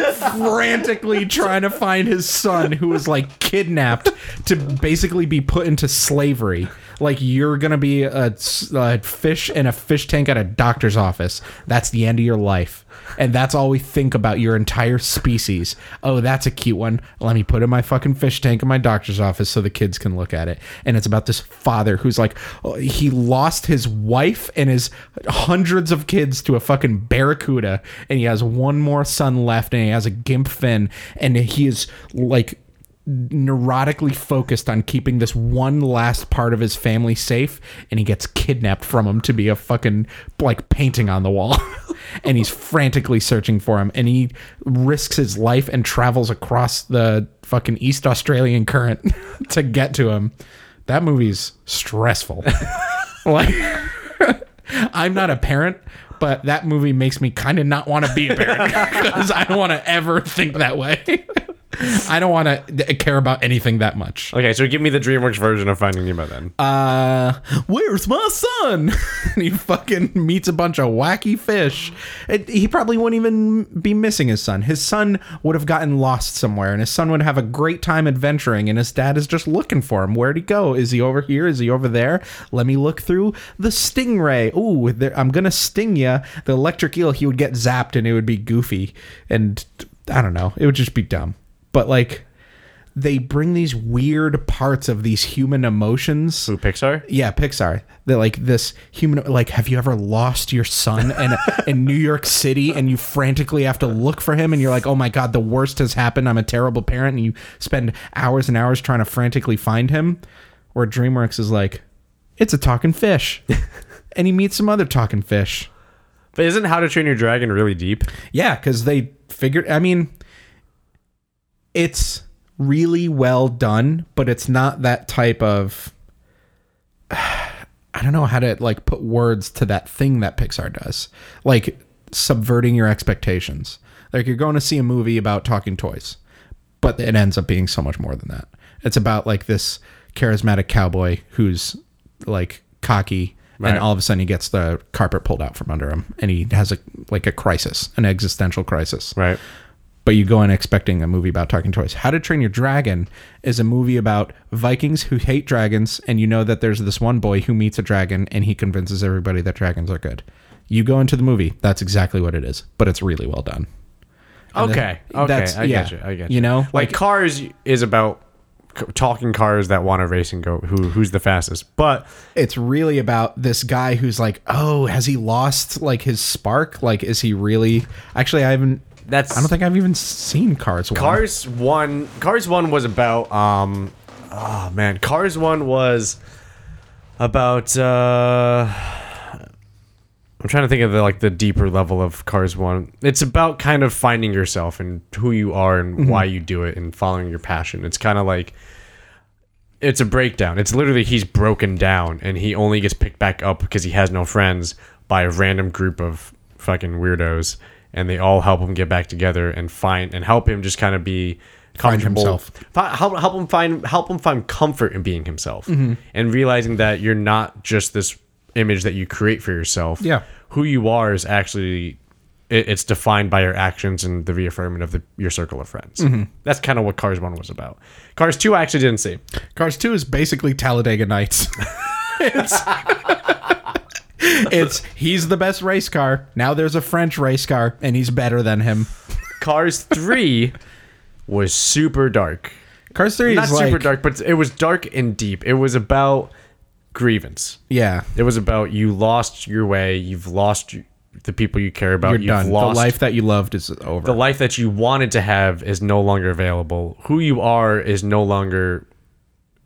Speaker 2: frantically trying to find his son who was like kidnapped to basically be put into slavery. Like you're gonna be a, s- a fish in a fish tank at a doctor's office. That's the end of your life, and that's all we think about your entire species. Oh, that's a cute one. Let me put in my fucking fish tank in my doctor's office so the kids can look at it. And it's about this father who's like, oh, he lost his wife and his hundreds of kids to a fucking barracuda, and he has one more son left, and he has a gimp fin, and he is like neurotically focused on keeping this one last part of his family safe and he gets kidnapped from him to be a fucking like painting on the wall [LAUGHS] and he's frantically searching for him and he risks his life and travels across the fucking east australian current [LAUGHS] to get to him that movie's stressful [LAUGHS] like [LAUGHS] i'm not a parent but that movie makes me kind of not want to be a parent because i don't want to ever think that way [LAUGHS] i don't want to care about anything that much
Speaker 1: Okay, so give me the DreamWorks version of Finding Nemo then.
Speaker 2: uh where's my son [LAUGHS] and he fucking meets a bunch of wacky fish it, he probably wouldn't even be missing his son his son would have gotten lost somewhere and his son would have a great time adventuring and his dad is just looking for him where'd he go is he over here is he over there let me look through the stingray ooh there, i'm gonna sting ya the electric eel he would get zapped and it would be goofy and i don't know it would just be dumb but like they bring these weird parts of these human emotions.
Speaker 1: Who, Pixar?
Speaker 2: Yeah, Pixar. They're like this human. Like, have you ever lost your son in in New York City, and you frantically have to look for him, and you're like, oh my god, the worst has happened. I'm a terrible parent, and you spend hours and hours trying to frantically find him. Where DreamWorks is like, it's a talking fish, and he meets some other talking fish.
Speaker 1: But isn't How to Train Your Dragon really deep?
Speaker 2: Yeah, because they figured. I mean, it's really well done, but it's not that type of. [SIGHS] I don't know how to like put words to that thing that Pixar does, like subverting your expectations. Like you're going to see a movie about talking toys, but it ends up being so much more than that. It's about like this charismatic cowboy who's like cocky
Speaker 1: Right.
Speaker 2: and all of a sudden he gets the carpet pulled out from under him and he has a like a crisis, an existential crisis
Speaker 1: Right.
Speaker 2: but you go in expecting a movie about talking toys. How to Train Your Dragon is a movie about Vikings who hate dragons, and you know that there's this one boy who meets a dragon and he convinces everybody that dragons are good. You go into the movie, that's exactly what it is, but it's really well done. And then-
Speaker 1: Okay. Okay.
Speaker 2: that's-
Speaker 1: I
Speaker 2: yeah.
Speaker 1: get you. I get you.
Speaker 2: You know,
Speaker 1: like,
Speaker 2: like-
Speaker 1: Cars is about c- talking cars that want to race and go who who's the fastest. But
Speaker 2: It's really about this guy who's like, oh, has he lost like his spark? Like, is he really? Actually, I haven't.
Speaker 1: that's
Speaker 2: I don't think I've even seen Cars. one.
Speaker 1: Cars one. Cars one was about um. Oh man, Cars one was about. uh I'm trying to think of the like the deeper level of Cars one. It's about kind of finding yourself and who you are and why you do it and following your passion. It's kind of like. It's a breakdown. It's literally he's broken down and he only gets picked back up because he has no friends by a random group of fucking weirdos and they all help him get back together and find and help him just kind of be comfortable.
Speaker 2: himself.
Speaker 1: Fi- help, help him find help him find comfort in being himself
Speaker 2: Mm-hmm.
Speaker 1: and realizing that you're not just this image that you create for yourself.
Speaker 2: Yeah.
Speaker 1: Who you are is actually it, it's defined by your actions and the reaffirming of the, your circle of friends.
Speaker 2: Mm-hmm.
Speaker 1: That's kind of what Cars 1 was about. Cars 2 I actually didn't see.
Speaker 2: Cars 2 is basically Talladega Nights. [LAUGHS] it's, it's he's the best race car. Now there's a French race car and he's better than him.
Speaker 1: Cars 3 [LAUGHS] was super dark.
Speaker 2: Cars 3
Speaker 1: Not
Speaker 2: is like
Speaker 1: super dark, but it was dark and deep. It was about grievance.
Speaker 2: yeah.
Speaker 1: It was about you lost your way, you've lost y- the people you care about,
Speaker 2: You're
Speaker 1: you've
Speaker 2: done.
Speaker 1: lost
Speaker 2: the life that you loved is over.
Speaker 1: the life that you wanted to have is no longer available. Who you are is no longer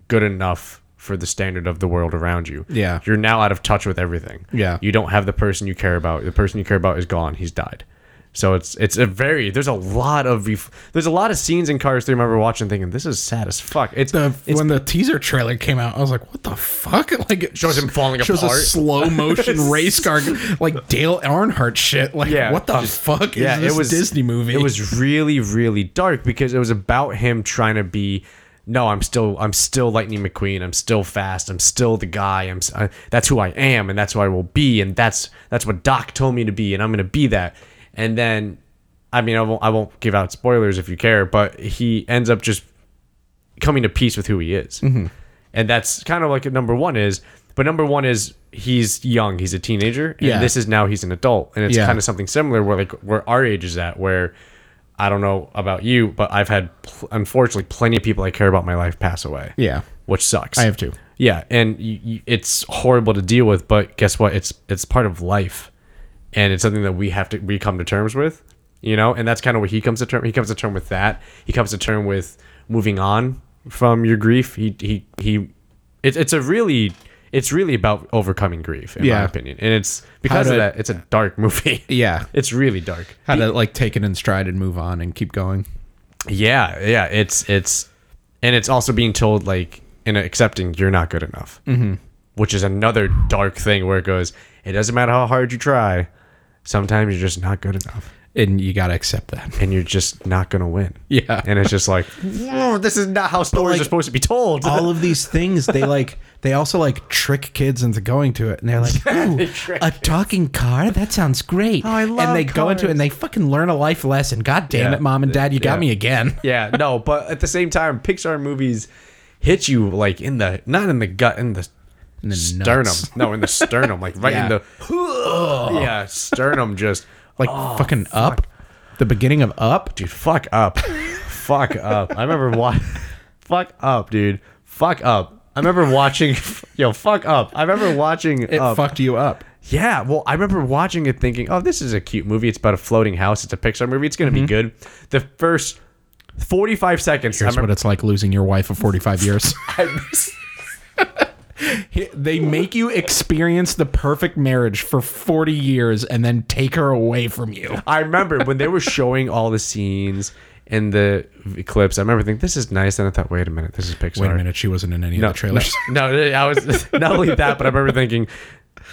Speaker 1: good enough for the standard of the world around you.
Speaker 2: Yeah.
Speaker 1: You're now out of touch with everything.
Speaker 2: Yeah.
Speaker 1: You don't have the person you care about. The person you care about is gone. He's died. So it's it's a very there's a lot of ref- there's a lot of scenes in Cars 3 I remember watching thinking this is sad as fuck. It's
Speaker 2: The-
Speaker 1: it's
Speaker 2: when the teaser trailer came out, I was like, "What the fuck!" [LAUGHS] Like it
Speaker 1: Shows him falling
Speaker 2: shows
Speaker 1: apart.
Speaker 2: a
Speaker 1: [LAUGHS]
Speaker 2: slow motion race car, like Dale Earnhardt shit. Like,
Speaker 1: Yeah,
Speaker 2: what the fuck? Is this Disney movie.
Speaker 1: It was really, really dark because it was about him trying to be. No, I'm still, I'm still Lightning McQueen. I'm still fast. I'm still the guy. I'm. s- I, that's who I am, and that's who I will be, and that's that's what Doc told me to be, and I'm gonna be that. And then, I mean, I won't, I won't give out spoilers if you care, but he ends up just coming to peace with who he is.
Speaker 2: Mm-hmm.
Speaker 1: And that's kind of like what number one is. But number one is he's young, he's a teenager, and
Speaker 2: Yeah.
Speaker 1: this is now he's an adult. And it's
Speaker 2: Yeah.
Speaker 1: kind of something similar where like where our age is at, where I don't know about you, but I've had pl- unfortunately plenty of people I care about in my life pass away.
Speaker 2: yeah.
Speaker 1: Which sucks.
Speaker 2: I have too.
Speaker 1: Yeah, and y y it's horrible to deal with, but guess what? It's it's part of life, and it's something that we have to we come to terms with, you know. And that's kind of what he comes to term. He comes to term with that. He comes to term with moving on from your grief. He he he. It's it's a really it's really about overcoming grief, in my
Speaker 2: Yeah.
Speaker 1: opinion, and it's because of
Speaker 2: to-
Speaker 1: that. It's a dark movie. [LAUGHS]
Speaker 2: Yeah,
Speaker 1: it's really dark.
Speaker 2: how to like take it in stride and move on and keep going.
Speaker 1: Yeah, yeah. It's it's and it's also being told like and accepting you're not good enough, mm-hmm. which is another dark thing where it goes. It doesn't matter how hard you try. Sometimes you're just not good enough,
Speaker 2: and you gotta accept that.
Speaker 1: and you're just not gonna win.
Speaker 2: Yeah.
Speaker 1: and it's just [LAUGHS] like "Whoa, this is not how stories
Speaker 2: like,
Speaker 1: are supposed to be told.
Speaker 2: All of these things, they like, they also like trick kids into going to it,
Speaker 1: [LAUGHS]
Speaker 2: and they're like, "Ooh, a talking car? That sounds great!" Oh,
Speaker 1: I love
Speaker 2: And they go into it,
Speaker 1: cars.
Speaker 2: and they fucking learn a life lesson. God damn
Speaker 1: Yeah.
Speaker 2: it, mom and dad, you
Speaker 1: Yeah.
Speaker 2: got me again.
Speaker 1: yeah, no, but at the same time, Pixar movies hit you like in the not in the gut in the
Speaker 2: the
Speaker 1: sternum.
Speaker 2: nuts.
Speaker 1: No, in the sternum, like right in
Speaker 2: Yeah.
Speaker 1: the yeah sternum. Just
Speaker 2: [LAUGHS] Like
Speaker 1: Oh,
Speaker 2: fucking up, the beginning of up.
Speaker 1: dude, fuck up, fuck up. I remember why. fuck up, dude. Fuck up. I remember watching, [LAUGHS] yo, fuck up. I remember watching.
Speaker 2: It
Speaker 1: uh,
Speaker 2: fucked you up.
Speaker 1: yeah, well, I remember watching it thinking, oh, this is a cute movie. It's about a floating house. It's a Pixar movie. It's going to be good. The first 45 seconds, I
Speaker 2: Here's what
Speaker 1: remember. [LAUGHS]
Speaker 2: it's like losing your wife of 45 years. [LAUGHS]
Speaker 1: I-
Speaker 2: they make you experience the perfect marriage for 40 years and then take her away from you.
Speaker 1: I remember when they were showing all the scenes and the clips. I remember thinking, "This is nice," and I thought, "Wait a minute, this is Pixar."
Speaker 2: Wait a minute, she wasn't in any of the trailers.
Speaker 1: No, no, I was [LAUGHS] not only that, but I remember thinking,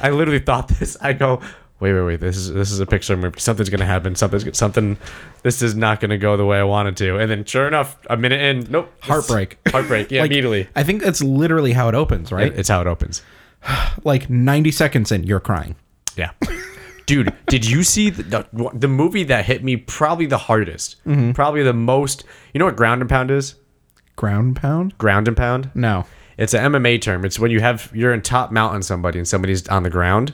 Speaker 1: I literally thought this. I go, "Wait, wait, wait! This is this is a Pixar movie. Something's gonna happen. Something's something. This is not gonna go the way I wanted to." And then, sure enough, a minute in, nope,
Speaker 2: Heartbreak.
Speaker 1: heartbreak. Yeah,
Speaker 2: [LAUGHS] Like,
Speaker 1: immediately.
Speaker 2: I think that's literally how it opens, right?
Speaker 1: It's how it opens.
Speaker 2: Like 90 seconds in, you're crying.
Speaker 1: Yeah. Dude, did you see the, the, the movie that hit me probably the hardest? Probably the most. You know what ground and pound is?
Speaker 2: Ground pound?
Speaker 1: Ground and pound?
Speaker 2: No.
Speaker 1: It's an MMA term. It's when you have you're in top mount on somebody and somebody's on the ground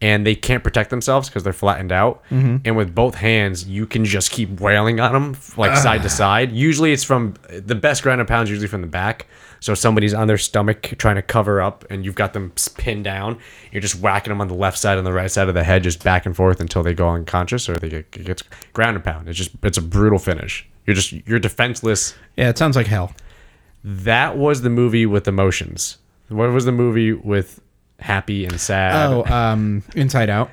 Speaker 1: and they can't protect themselves because they're flattened out. And with both hands, you can just keep wailing on them like side to side. Usually, it's from the best ground and pounds. Usually from the back. So somebody's on their stomach trying to cover up, and you've got them s- pinned down. You're just whacking them on the left side and the right side of the head, just back and forth until they go unconscious or they get it gets ground and pound. It's just it's a brutal finish. You're just you're defenseless
Speaker 2: Yeah, it sounds like hell.
Speaker 1: that was the movie with emotions. What was the movie with happy and sad?
Speaker 2: Oh, um, Inside Out.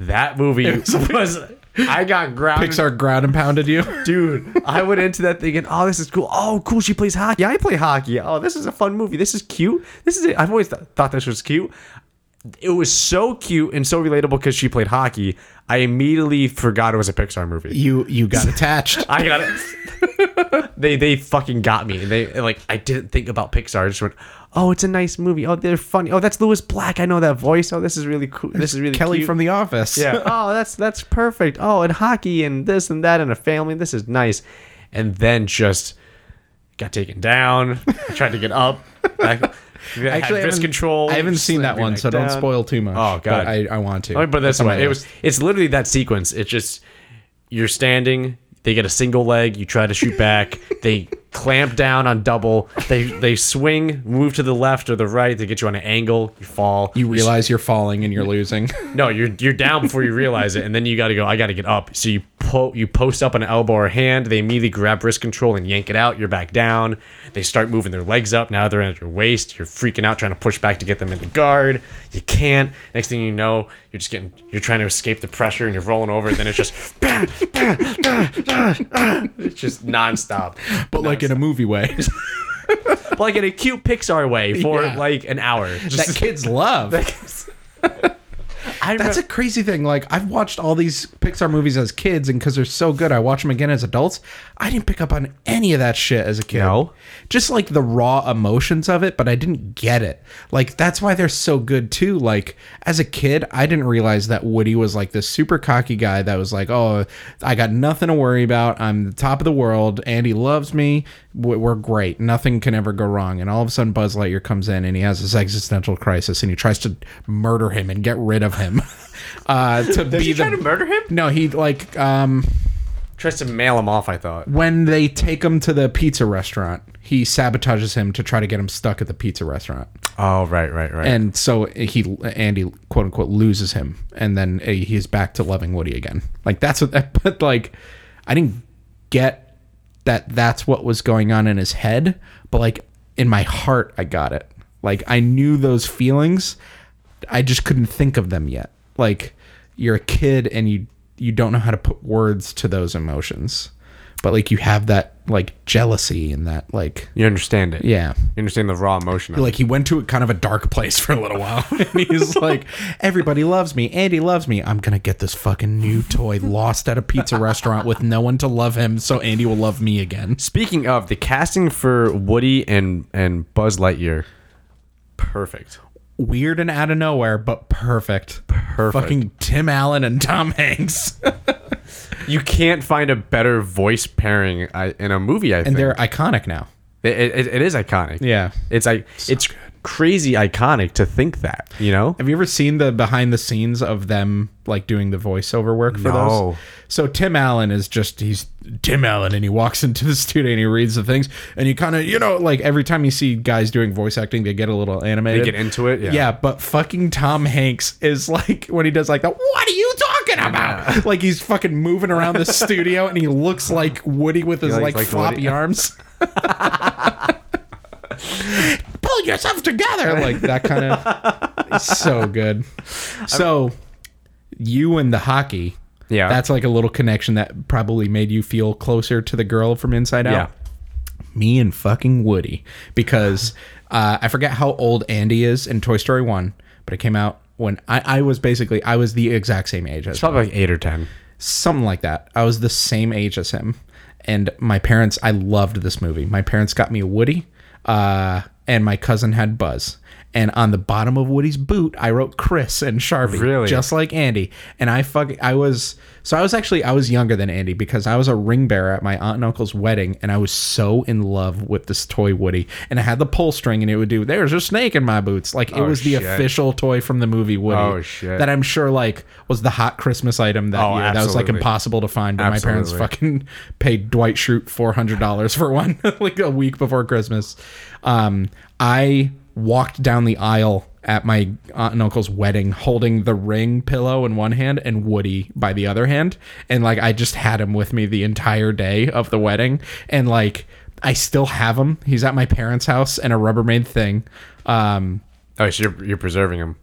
Speaker 1: That movie
Speaker 2: [LAUGHS]
Speaker 1: was. I got grounded,
Speaker 2: Pixar ground and pounded you.
Speaker 1: dude. [LAUGHS] I went into that thinking, "Oh, this is cool. Oh, cool. She plays hockey. I play hockey. Oh, this is a fun movie. This is cute. This is it. I've always th- thought this was cute. It was so cute and so relatable because she played hockey. I immediately forgot it was a Pixar movie.
Speaker 2: You you got attached.
Speaker 1: I got it. [LAUGHS] they they fucking got me. They like I didn't think about Pixar. I just went, oh, it's a nice movie. Oh, they're funny. Oh, that's Lewis Black. I know that voice. Oh, this is really cool. [LAUGHS] This is really
Speaker 2: Kelly
Speaker 1: cute.
Speaker 2: from The Office. [LAUGHS]
Speaker 1: yeah. Oh, that's that's perfect. Oh, and hockey and this and that and a family. This is nice. And then just got taken down. tried to get up.
Speaker 2: [LAUGHS]
Speaker 1: Back, Actually, had
Speaker 2: Actually, I
Speaker 1: wrist
Speaker 2: haven't-
Speaker 1: control.
Speaker 2: I haven't seen
Speaker 1: slammed
Speaker 2: that
Speaker 1: me
Speaker 2: one,
Speaker 1: back
Speaker 2: so don't
Speaker 1: down.
Speaker 2: spoil too much.
Speaker 1: Oh, God.
Speaker 2: but I, I want to.
Speaker 1: Let me put it this
Speaker 2: It's on my
Speaker 1: way: it
Speaker 2: list.
Speaker 1: was it's literally that sequence. It just you're standing, they get a single leg, you try to
Speaker 2: [LAUGHS]
Speaker 1: shoot back, they clamp down on double, they they swing, move to the left or the right, they get you on an angle, you fall.
Speaker 2: You realize you're falling
Speaker 1: [LAUGHS]
Speaker 2: and you're losing.
Speaker 1: no, you're you're down before you realize it, and then you got to go. I got to get up. So you po- you post up an elbow or hand. They immediately grab wrist control and yank it out. You're back down. They start moving their legs up. Now they're at your waist. You're freaking out trying to push back to get them into guard. You can't. Next thing you know, you're just getting. You're trying to escape the pressure and you're rolling over. And then it's just. [LAUGHS] it's just nonstop,
Speaker 2: but like in a movie way. [LAUGHS]
Speaker 1: like in a cute Pixar way for
Speaker 2: Yeah.
Speaker 1: like an hour.
Speaker 2: that
Speaker 1: Just, [LAUGHS]
Speaker 2: kids love.
Speaker 1: I remember-
Speaker 2: That's a crazy thing. Like I've watched all these Pixar movies as kids, and because they're so good, I watch them again as adults. I didn't pick up on any of that shit as a kid.
Speaker 1: No.
Speaker 2: just like the raw emotions of it, but I didn't get it. Like that's why they're so good too. Like as a kid, I didn't realize that Woody was like this super cocky guy that was like, "Oh, I got nothing to worry about. I'm the top of the world. Andy loves me. W- We're great. Nothing can ever go wrong." And all of a sudden, Buzz Lightyear comes in and he has this existential crisis, and he tries to murder him and get rid of him. [LAUGHS] uh, to be
Speaker 1: Did you
Speaker 2: the
Speaker 1: try to murder him?
Speaker 2: no, he like um
Speaker 1: Tries to mail him off. I thought.
Speaker 2: when they take him to the pizza restaurant, he sabotages him to try to get him stuck at the pizza restaurant,
Speaker 1: Oh right, right, right.
Speaker 2: and so he Andy quote unquote loses him, and then eh, he's back to loving Woody again. Like that's what, [LAUGHS] that, but like I didn't get that that's what was going on in his head, but like in my heart I got it. Like I knew those feelings, I just couldn't think of them yet. Like you're a kid and you you don't know how to put words to those emotions. But like you have that like jealousy and that like
Speaker 1: You understand it.
Speaker 2: yeah.
Speaker 1: You understand the raw emotion. Of it.
Speaker 2: Like he went to a kind of a dark place [LAUGHS] for a little while. and he's like, everybody loves me. Andy loves me. I'm gonna get this fucking new toy lost at a pizza restaurant with no one to love him, so Andy will love me again.
Speaker 1: Speaking of the casting for Woody and and Buzz Lightyear, perfect.
Speaker 2: Weird and out of nowhere, but perfect.
Speaker 1: Perfect.
Speaker 2: Fucking Tim Allen and Tom Hanks.
Speaker 1: You can't find a better voice pairing I- in a movie. I
Speaker 2: and [LAUGHS]
Speaker 1: think
Speaker 2: they're iconic now.
Speaker 1: It- it- it is iconic.
Speaker 2: Yeah.
Speaker 1: it's like it's crazy iconic to think that, you know?
Speaker 2: Have you ever seen the behind the scenes of them like doing the voiceover work for
Speaker 1: No.
Speaker 2: those? So Tim Allen is just he's Tim Allen and he walks [LAUGHS] into the studio and he reads the things and you kind of you know like every time you see guys doing voice acting they get a little animated.
Speaker 1: get into it, yeah.
Speaker 2: but fucking Tom Hanks is [LAUGHS] like when he does like the what are you talking about? Like he's fucking moving
Speaker 1: [LAUGHS]
Speaker 2: around the studio and he looks like Woody with his
Speaker 1: looks
Speaker 2: like,
Speaker 1: like
Speaker 2: floppy
Speaker 1: Woody. [LAUGHS]
Speaker 2: arms. [LAUGHS] Pull yourself together like that kind
Speaker 1: [LAUGHS]
Speaker 2: of so good. So, you and the hockey.
Speaker 1: Yeah.
Speaker 2: That's like a little connection that probably made you feel closer to the girl from Inside
Speaker 1: Yeah.
Speaker 2: Out. Me and fucking Woody. Because uh, I forget how old Andy is in Toy Story 1, but it came out when I, I was basically, I was the exact same age as
Speaker 1: Probably like eight or ten.
Speaker 2: something like that. I was the same age as him, and my parents. I loved this movie. My parents got me a Woody, uh, and my cousin had Buzz. And on the bottom of Woody's boot, I wrote Chris and Sharpie,
Speaker 1: Really?
Speaker 2: just like Andy. And I fuck, I was so I was actually I was younger than Andy because I was a ring bearer at my aunt and uncle's wedding, and I was so in love with this toy Woody. And I had the pull string, and it would do. There's a snake in my boots. Like it was the
Speaker 1: Oh, shit.
Speaker 2: official toy from the movie Woody.
Speaker 1: Oh, shit.
Speaker 2: That I'm sure like was the hot Christmas item that
Speaker 1: Oh,
Speaker 2: year. That was like
Speaker 1: absolutely.
Speaker 2: impossible possible to find. But my parents
Speaker 1: Absolutely.
Speaker 2: fucking [LAUGHS] paid Dwight Schrute four hundred dollars for one [LAUGHS] like a week before Christmas. Um, I walked down the aisle at my aunt and uncle's wedding holding the ring pillow in one hand and Woody by the other hand, and like I just had him with me the entire day of the wedding, and like I still have him. He's at my parents' house in a Rubbermaid thing. Um,
Speaker 1: Oh, so you're, you're preserving them.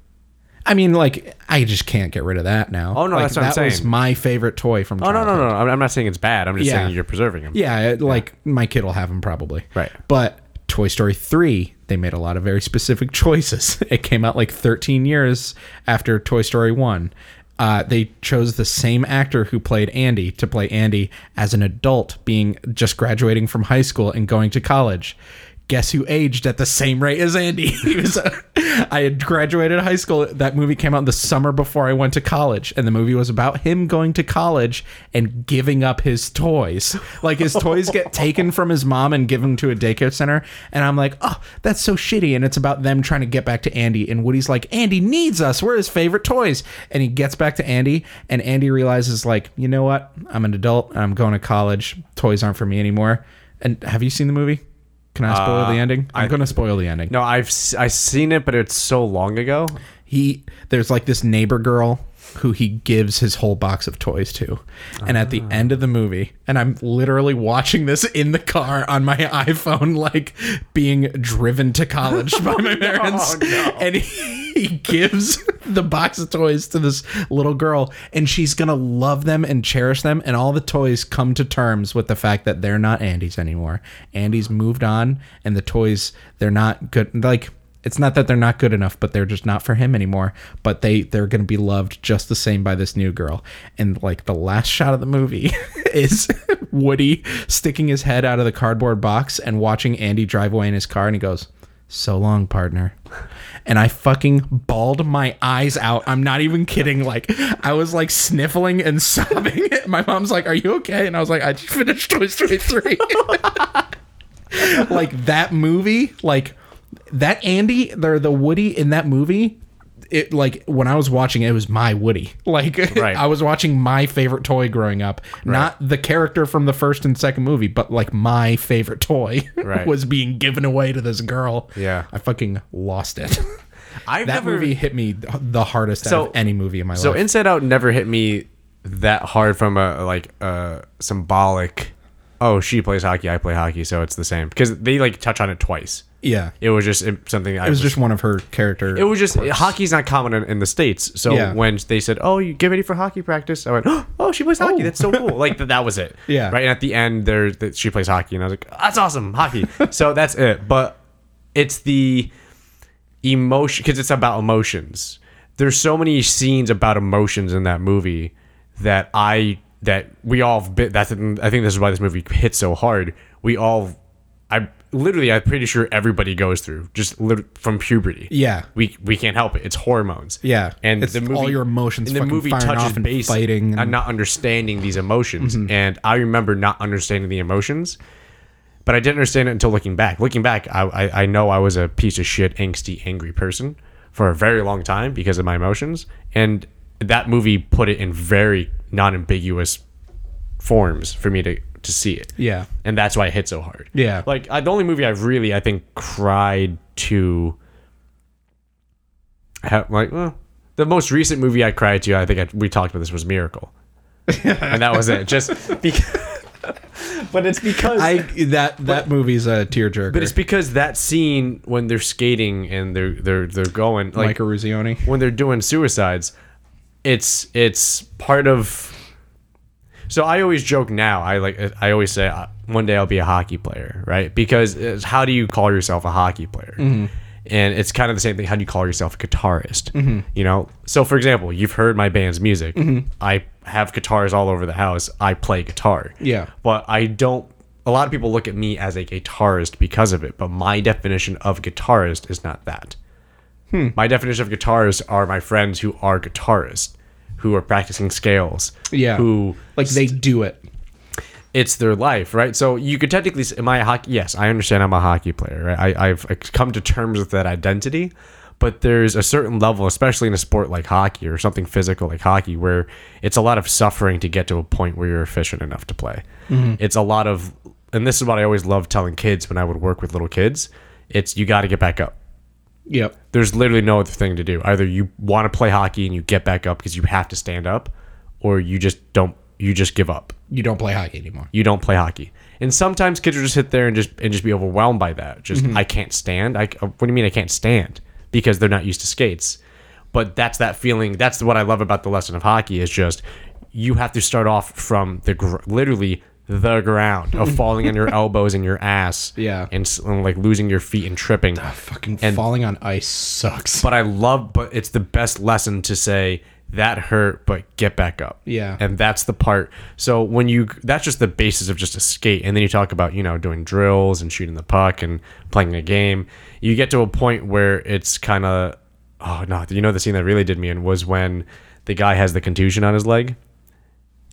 Speaker 2: I mean, like, I just can't get rid of that now.
Speaker 1: Oh, no,
Speaker 2: Like,
Speaker 1: that's what I'm
Speaker 2: that was
Speaker 1: saying.
Speaker 2: my favorite toy from.
Speaker 1: Oh no,
Speaker 2: childhood.
Speaker 1: no, no, no! I'm I'm not saying it's bad. I'm just
Speaker 2: Yeah.
Speaker 1: saying you're preserving them.
Speaker 2: Yeah, it- like my kid will have them probably.
Speaker 1: Right.
Speaker 2: But Toy Story 3, they made a lot of very specific [LAUGHS] choices. It came out like 13 years after Toy Story 1. Uh, they chose the same actor who played Andy to play Andy as an adult, being just graduating from high school and going to college. Guess who aged at the same rate as Andy? [LAUGHS] he was. uh, I had graduated high school. That movie came out the summer before I went to college, and the movie was about him going to college and giving up his toys. Like his toys get taken from his mom and given to a daycare center, and I'm like, oh, that's so shitty. And it's about them trying to get back to Andy, and Woody's like, Andy needs us. We're his favorite toys, and he gets back to Andy, and Andy realizes, like, you know what? I'm an adult. and I'm going to college. Toys aren't for me anymore. And have you seen the movie? Can I spoil the ending? I'm going to spoil the ending
Speaker 1: No, I've s- I seen it, but it's so long ago.
Speaker 2: he there's like this neighbor girl who he gives his whole box of toys to and at the end of the movie and i'm literally watching this in the car on my iphone like being driven to college by my parents and he, he gives the box of toys to this little girl and she's gonna love them and cherish them and all the toys come to terms with the fact that they're not andy's anymore andy's moved on and the toys they're not good like it's not that they're not good enough, but they're just not for him anymore. But they they're gonna be loved just the same by this new girl. And like the last shot of the movie [LAUGHS] is Woody sticking his head out of the cardboard box and watching Andy drive away in his car, and he goes, "So long, partner." And I fucking bawled my eyes out. I'm not even kidding. Like I was like sniffling and [LAUGHS] sobbing. My mom's like, "Are you okay?" And I was like, "I just finished Toy Story [LAUGHS] 3. [LAUGHS] like that movie, like that Andy, or the Woody in that movie. It like when I was watching it, it was my Woody. [LAUGHS] Like
Speaker 1: Right.
Speaker 2: I was watching my favorite toy growing up, not the character from the first and second movie, but like my favorite toy [LAUGHS]
Speaker 1: Right.
Speaker 2: was being given away to this girl.
Speaker 1: Yeah.
Speaker 2: I fucking lost it.
Speaker 1: [LAUGHS] I've
Speaker 2: that
Speaker 1: never,
Speaker 2: movie hit me th- the hardest out
Speaker 1: So-
Speaker 2: of any movie in my
Speaker 1: So
Speaker 2: life.
Speaker 1: Inside Out never hit me that hard from a like a symbolic. Oh, she plays hockey. I play hockey, so it's the same because they like touch on it twice.
Speaker 2: yeah, it
Speaker 1: It was just it- something. I
Speaker 2: was just one of her character.
Speaker 1: It was just hockey's not common in, in the states. So
Speaker 2: Yeah.
Speaker 1: when they said, "Oh, you get ready for hockey practice," I went, [GASPS] "Oh, she plays hockey.
Speaker 2: Oh.
Speaker 1: That's so cool!" Like th- that was it.
Speaker 2: [LAUGHS] Yeah.
Speaker 1: Right. And at the end, there that she plays hockey, and I was like, "That's awesome, hockey." so that's it. But it's the emotion because it's about emotions. There's so many scenes about emotions in that movie that I that we all have been, that's I think this is why this movie hit so hard. We all I literally I'm pretty sure everybody goes through just lit- from puberty.
Speaker 2: Yeah.
Speaker 1: we we can't help it. It's hormones.
Speaker 2: Yeah.
Speaker 1: and
Speaker 2: It's
Speaker 1: the movie,
Speaker 2: all your emotions
Speaker 1: And the
Speaker 2: fucking
Speaker 1: movie
Speaker 2: firing
Speaker 1: touches
Speaker 2: off and
Speaker 1: base
Speaker 2: fighting
Speaker 1: on
Speaker 2: and- Mm-hmm.
Speaker 1: not understanding these emotions. And I remember not understanding the emotions But I didn't understand it until looking back. Looking back, I, I, I know I was a piece of shit, angsty, angry person for a very long time because of my emotions. And that movie put it in very non ambiguous forms for me to, to see it.
Speaker 2: Yeah.
Speaker 1: And that's why it hit so hard.
Speaker 2: Yeah.
Speaker 1: Like, I, the only movie I've really, I think, cried to. Ha- like, well, the most recent movie I cried to, I think I, we talked about this, was
Speaker 2: [LAUGHS]
Speaker 1: Miracle. and that was it. Just because. but it's because.
Speaker 2: I that that movie's a tearjerker.
Speaker 1: But it's because that scene when they're skating and they're they're they're going like
Speaker 2: Mike Ruzioni.
Speaker 1: when they're doing suicides, it's it's part of. So I always joke now. I like I always say uh, one day I'll be a hockey player, right? Because it's, how do you call yourself a hockey player? And it's kind of the same thing. How do you call yourself a guitarist? You know. So for example, you've heard my band's music. I have guitars all over the house. I play guitar.
Speaker 2: Yeah.
Speaker 1: But I don't. A lot of people look at me as a guitarist because of it, but my definition of guitarist is not that. My definition of guitarists are my friends who are guitarists, who are practicing scales.
Speaker 2: Yeah.
Speaker 1: Who
Speaker 2: Like they do it.
Speaker 1: it's their life, right? So you could technically, s- am I a hockey? Yes, I understand I'm a hockey player, right? I, I've come to terms with that identity, but there's a certain level, especially in a sport like hockey or something physical like hockey, where it's a lot of suffering to get to a point where you're efficient enough to play. It's a lot of, and this is what I always love telling kids when I would work with little kids. It's you got to get back up
Speaker 2: Yep.
Speaker 1: there's literally no other thing to do. Either you want to play hockey and you get back up because you have to stand up, or you just don't. You just give up.
Speaker 2: You don't play hockey anymore.
Speaker 1: You don't play hockey. And sometimes kids will just sit there and just and just be overwhelmed by that. Just I can't stand. I uh, what do you mean I can't stand? Because they're not used to skates. But that's that feeling. That's what I love about the lesson of hockey is just you have to start off from the gr- literally the ground of falling on your elbows and your ass.
Speaker 2: Yeah.
Speaker 1: And, s- and like losing your feet and tripping.
Speaker 2: Ah, Fucking falling on ice sucks.
Speaker 1: but I love, but it's the best lesson to say that hurt, but get back up.
Speaker 2: Yeah.
Speaker 1: And that's the part. So when you, that's just the basis of just a skate. And then you talk about, you know, doing drills and shooting the puck and playing a game. You get to a point where it's kind of, oh, no, you know, the scene that really did me in was when the guy has the contusion on his leg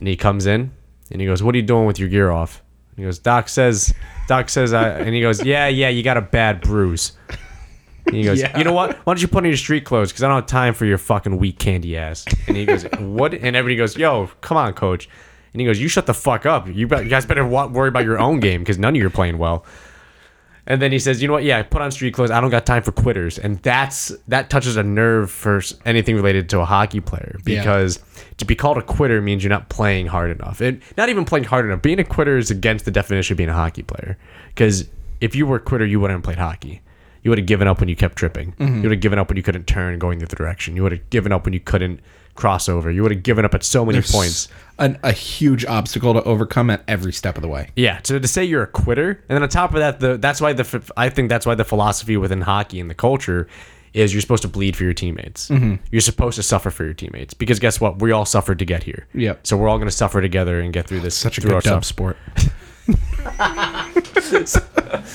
Speaker 1: and he comes in and he goes, "What are you doing with your gear off?" And he goes, "Doc says, Doc says," I, and he goes, "Yeah, yeah, you got a bad bruise." And he goes,
Speaker 2: Yeah.
Speaker 1: "You know what? Why don't you put on your street clothes? Because I don't have time for your fucking weak candy ass." And he goes, [LAUGHS] "What?" And everybody goes, "Yo, come on, coach." And he goes, "You shut the fuck up. You, bet- you guys better wa- worry about your own game because none of you are playing well." And then he says, "You know what? Yeah, put on street clothes. I don't got time for quitters." And that's that touches a nerve for s- anything related to a hockey player
Speaker 2: Yeah.
Speaker 1: because to be called a quitter means you're not playing hard enough. And not even playing hard enough. Being a quitter is against the definition of being a hockey player because if you were a quitter, you wouldn't have played hockey. You would have given up when you kept tripping. You would have given up when you couldn't turn going the other direction. You would have given up when you couldn't cross over. You would have given up at so many points.
Speaker 2: An, a huge obstacle to overcome at every step of the way.
Speaker 1: Yeah, so to say you're a quitter, and then on top of that, the that's why the ph- I think that's why the philosophy within hockey and the culture is you're supposed to bleed for your teammates.
Speaker 2: Mm-hmm.
Speaker 1: You're supposed to suffer for your teammates because guess what? We all suffered to get here.
Speaker 2: Yep.
Speaker 1: So we're all going to suffer together and get through this.
Speaker 2: Such a
Speaker 1: through
Speaker 2: good
Speaker 1: our
Speaker 2: dub
Speaker 1: suffering. [LAUGHS]
Speaker 2: sport.
Speaker 1: [LAUGHS]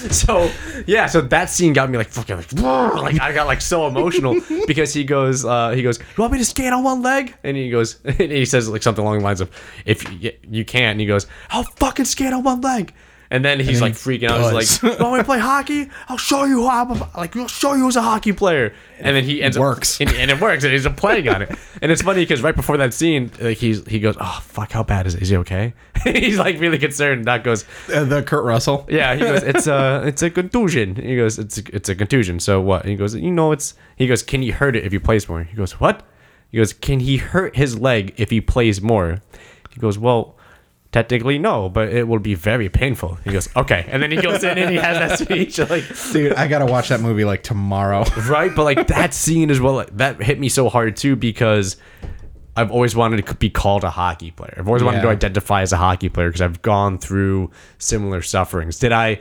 Speaker 1: So yeah, so that scene got me like fucking like, "Whoa," like I got like so [LAUGHS] emotional because he goes uh, he goes you want me to skate on one leg and he goes [LAUGHS] and he says like something along the lines of if you, you can't and he goes I'll fucking skate on one leg and then he's like freaking out he's
Speaker 2: does.
Speaker 1: like you want me to play hockey I'll show you how I'm a, like I'll show you who's a hockey player and then he ends up-
Speaker 2: works.
Speaker 1: and, and it works and he's playing on it and it's funny because right before that scene like he's he goes oh fuck how bad is it is he okay [LAUGHS] he's like really concerned and Doc goes
Speaker 2: Uh, the Kurt Russell.
Speaker 1: yeah, he goes, it's a it's a contusion. He goes, it's a, it's a contusion. So what? he goes, you know, it's. He goes, can he hurt it if he plays more? He goes, what? He goes, can he hurt his leg if he plays more? He goes, well, technically no, but it will be very painful. He goes, okay, and then he goes in and he has that speech like.
Speaker 2: Dude, I gotta watch that movie like tomorrow.
Speaker 1: [LAUGHS]
Speaker 2: [LAUGHS]
Speaker 1: Right, but like that scene as well, like, that hit me so hard too because I've always wanted to be called a hockey player. I've always wanted to
Speaker 2: Yeah.
Speaker 1: identify as a hockey player because I've gone through similar sufferings. Did I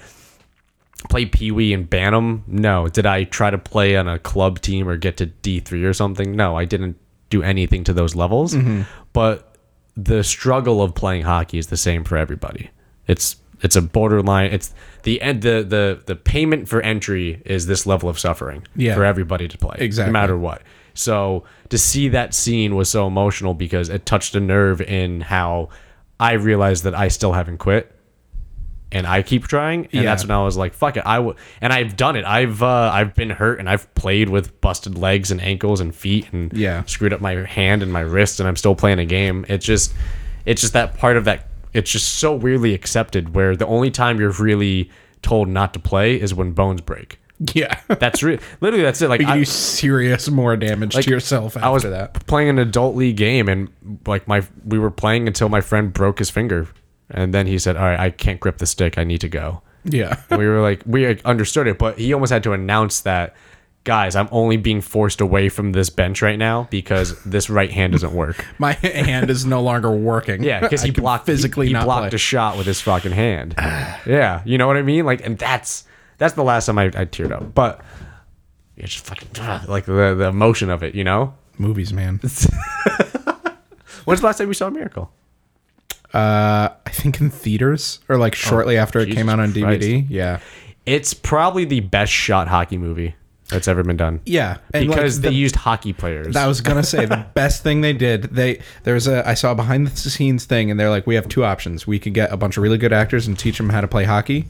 Speaker 1: play Pee Wee and Bantam? No. Did I try to play on a club team or get to D3 or something? No, I didn't do anything to those levels.
Speaker 2: Mm-hmm.
Speaker 1: But the struggle of playing hockey is the same for everybody. It's it's a borderline. It's the end. The, the the payment for entry is this level of suffering
Speaker 2: Yeah.
Speaker 1: for everybody to play,
Speaker 2: Exactly.
Speaker 1: no matter what. So to see that scene was so emotional because it touched a nerve in how I realized that I still haven't quit and I keep trying, and
Speaker 2: Yeah.
Speaker 1: that's when I was like, "Fuck it!" I w-. and I've done it. I've uh, I've been hurt, and I've played with busted legs and ankles and feet, and
Speaker 2: Yeah.
Speaker 1: screwed up my hand and my wrist, and I'm still playing a game. It's just, it's just that part of that. It's just so weirdly accepted, where the only time you're really told not to play is when bones break.
Speaker 2: Yeah.
Speaker 1: That's real. Literally, that's it. Like
Speaker 2: you
Speaker 1: I-
Speaker 2: do serious more damage to yourself after
Speaker 1: I was
Speaker 2: that.
Speaker 1: playing an adult league game, and like my we were playing until my friend broke his finger, and then he said, "All right, I can't grip the stick. I need to go."
Speaker 2: Yeah. [LAUGHS]
Speaker 1: And we were like, we like, understood it, but he almost had to announce that, guys, I'm only being forced away from this bench right now because this right hand doesn't work.
Speaker 2: My hand is no longer working.
Speaker 1: [LAUGHS] Yeah, because
Speaker 2: I
Speaker 1: he
Speaker 2: can
Speaker 1: blocked
Speaker 2: physically
Speaker 1: He, he
Speaker 2: not
Speaker 1: blocked
Speaker 2: play.
Speaker 1: a shot with his fucking hand. [SIGHS] yeah, you know what I mean. Like, and that's that's the last time I, I teared up, but. It's just fucking [SIGHS] like the, the emotion of it, you know. [LAUGHS]
Speaker 2: movies, man.
Speaker 1: When's the last time we saw a miracle?
Speaker 2: Uh, I think in theaters or like shortly after it
Speaker 1: Oh, Jesus
Speaker 2: came out on DVD.
Speaker 1: Christ.
Speaker 2: Yeah.
Speaker 1: It's probably the best shot hockey movie that's ever been done.
Speaker 2: Yeah. And
Speaker 1: because
Speaker 2: like,
Speaker 1: they
Speaker 2: the-
Speaker 1: used hockey players.
Speaker 2: I was gonna say [LAUGHS] the best thing they did. They there's a I saw a behind the scenes thing, and they're like, we have two options. We could get a bunch of really good actors and teach them how to play hockey,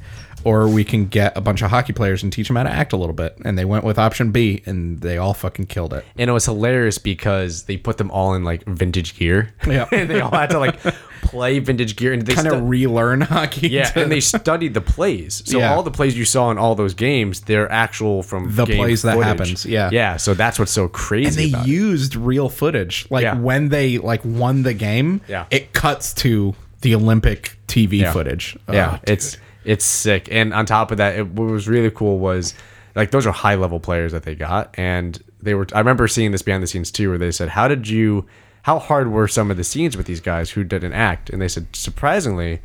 Speaker 2: or we can get a bunch of hockey players and teach them how to act a little bit. And they went with option B, and they all fucking killed it.
Speaker 1: and it was hilarious because they put them all in like vintage gear.
Speaker 2: Yeah.
Speaker 1: and [LAUGHS] they all had to like play vintage gear and they
Speaker 2: Kind
Speaker 1: stu-
Speaker 2: of relearn [LAUGHS] hockey.
Speaker 1: yeah,
Speaker 2: to
Speaker 1: and they studied the plays. So
Speaker 2: Yeah.
Speaker 1: all the plays you saw in all those games, they're actual from
Speaker 2: The
Speaker 1: game
Speaker 2: plays that
Speaker 1: footage.
Speaker 2: happens, yeah.
Speaker 1: yeah. So that's what's so crazy.
Speaker 2: and they
Speaker 1: about it.
Speaker 2: used real footage like
Speaker 1: Yeah.
Speaker 2: when they like won the game
Speaker 1: Yeah.
Speaker 2: it cuts to the olympic tv footage
Speaker 1: yeah
Speaker 2: Oh,
Speaker 1: it's it's sick and on top of that it, what was really cool was like those are high level players that they got and they were i remember seeing this behind the scenes too where they said how did you how hard were some of the scenes with these guys who didn't act and they said surprisingly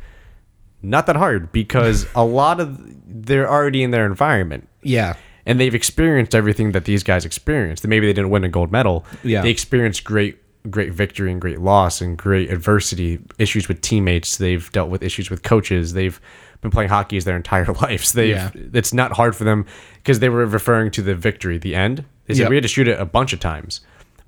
Speaker 1: not that hard because a lot of they're already in their environment
Speaker 2: yeah
Speaker 1: and they've experienced everything that these guys experienced. Maybe they didn't win a gold medal.
Speaker 2: Yeah.
Speaker 1: They experienced great great victory and great loss and great adversity, issues with teammates. They've dealt with issues with coaches. They've been playing hockey as their [LAUGHS] entire lives. They
Speaker 2: Yeah.
Speaker 1: have it's not hard for them because they were referring to the victory, the end. They said
Speaker 2: Yep.
Speaker 1: we had to shoot it a bunch of times.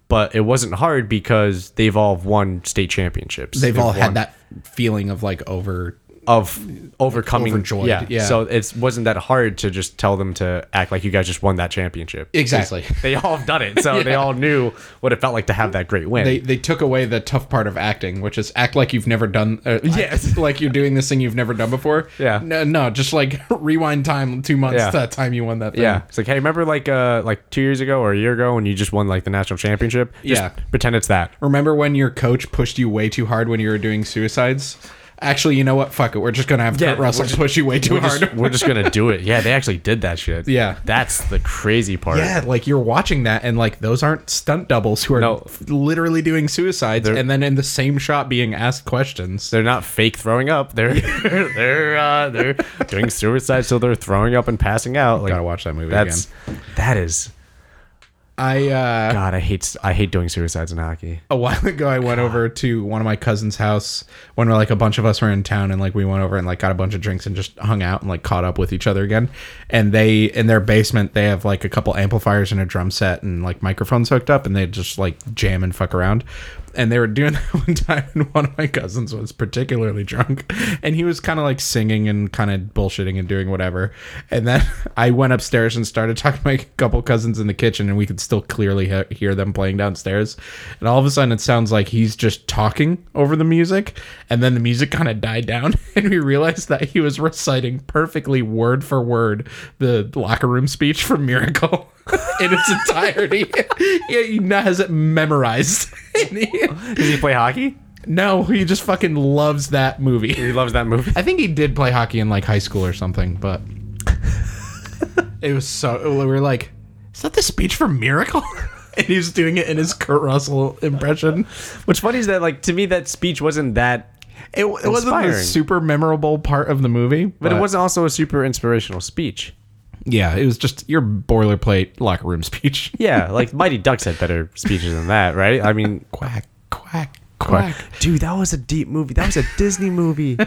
Speaker 1: But it wasn't hard because they've all won state championships.
Speaker 2: they've all
Speaker 1: won-
Speaker 2: had that feeling of like over
Speaker 1: of overcoming
Speaker 2: Overjoyed,
Speaker 1: Yeah.
Speaker 2: yeah.
Speaker 1: So it wasn't that hard to just tell them to act like you guys just won that championship.
Speaker 2: Exactly.
Speaker 1: They all have done it. So
Speaker 2: [LAUGHS]
Speaker 1: they all knew what it felt like to have that great win.
Speaker 2: they they took away the tough part of acting which is act like you've never done uh,
Speaker 1: Yes.
Speaker 2: act [LAUGHS] like you're doing this thing you've never done before
Speaker 1: Yeah.
Speaker 2: no no just like [LAUGHS] rewind time two months
Speaker 1: Yeah.
Speaker 2: to that time you won that thing
Speaker 1: yeah. It's like, hey, remember like uh like two years ago or a year ago when you just won like the national championship? Just
Speaker 2: Yeah.
Speaker 1: Pretend it's that.
Speaker 2: Remember when your coach pushed you way too hard when you were doing suicides? Actually, you know what? Fuck it. We're just gonna have
Speaker 1: Yeah,
Speaker 2: Kurt Russell
Speaker 1: we're just-
Speaker 2: push you way too
Speaker 1: We're
Speaker 2: hard. [LAUGHS]
Speaker 1: just, we're just gonna do it. Yeah, they actually did that shit.
Speaker 2: Yeah.
Speaker 1: That's the crazy part.
Speaker 2: yeah, like you're watching that, and like those aren't stunt doubles who are
Speaker 1: No.
Speaker 2: f- literally doing suicides, and then in the same shot being asked questions.
Speaker 1: They're not fake throwing up. They're [LAUGHS] they're uh, they're doing suicide, so they're throwing up and passing out. Like,
Speaker 2: Gotta watch that movie
Speaker 1: that's, That is
Speaker 2: I uh,
Speaker 1: God, I hate I hate doing suicides in hockey.
Speaker 2: a while ago I went over to one of my cousin's house when like a bunch of us were in town and like we went over and like got a bunch of drinks and just hung out and like caught up with each other again. And they in their basement they have like a couple amplifiers and a drum set and like microphones hooked up and they just like jam and fuck around. And they were doing [LAUGHS] that one time and one of my cousins was particularly drunk and he was kind of like singing and kind of bullshitting and doing whatever. And then [LAUGHS] I went upstairs and started talking to my couple cousins in the kitchen, and we could still clearly he- hear them playing downstairs. And all of a sudden, it sounds like he's just talking over the music. And then the music kind of died down, [LAUGHS] and we realized that he was reciting perfectly word for word the locker room speech from Miracle. [LAUGHS] in its entirety, [LAUGHS] he, he now has it memorized. [LAUGHS] And he-
Speaker 1: Does he play hockey?
Speaker 2: no, he just fucking loves that movie. [LAUGHS]
Speaker 1: He loves that movie. [LAUGHS]
Speaker 2: I think he did play hockey in like high school or something, but [LAUGHS] it was so we were like, is that the speech from Miracle? [LAUGHS] and he's doing it in his Kurt Russell impression.
Speaker 1: What's funny is that like to me that speech wasn't that,
Speaker 2: It, w- it wasn't the
Speaker 1: Inspiring.
Speaker 2: super memorable part of the movie, but,
Speaker 1: but it wasn't also a super inspirational speech.
Speaker 2: Yeah, it was just your boilerplate locker room speech.
Speaker 1: Yeah, like Mighty Ducks had better speeches than that, right? I mean,
Speaker 2: [LAUGHS] Quack, quack, quack.
Speaker 1: dude, that was a deep movie. That was a Disney [LAUGHS] movie,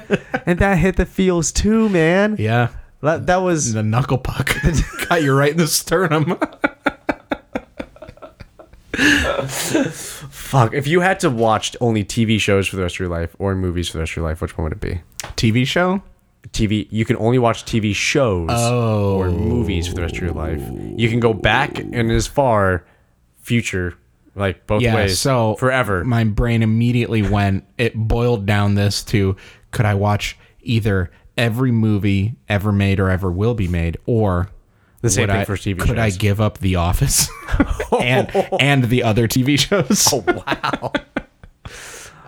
Speaker 1: and that hit the feels too, man.
Speaker 2: Yeah,
Speaker 1: That, that was
Speaker 2: the knuckle puck [LAUGHS] got you right in the [LAUGHS] sternum.
Speaker 1: fuck. If you had to watch only TV shows for the rest of your life or movies for the rest of your life, which one would it be?
Speaker 2: TV show.
Speaker 1: TV. You can only watch TV shows
Speaker 2: Oh.
Speaker 1: or movies for the rest of your life. You can go back and as far future, like both
Speaker 2: Yeah,
Speaker 1: ways,
Speaker 2: so
Speaker 1: forever.
Speaker 2: My brain immediately went. It boiled down this to: could I watch either every movie ever made or ever will be made, or
Speaker 1: The same
Speaker 2: would
Speaker 1: thing
Speaker 2: I-
Speaker 1: for TV
Speaker 2: Could I
Speaker 1: shows.
Speaker 2: give up The Office [LAUGHS]
Speaker 1: [LAUGHS]
Speaker 2: and and the other TV shows?
Speaker 1: Oh,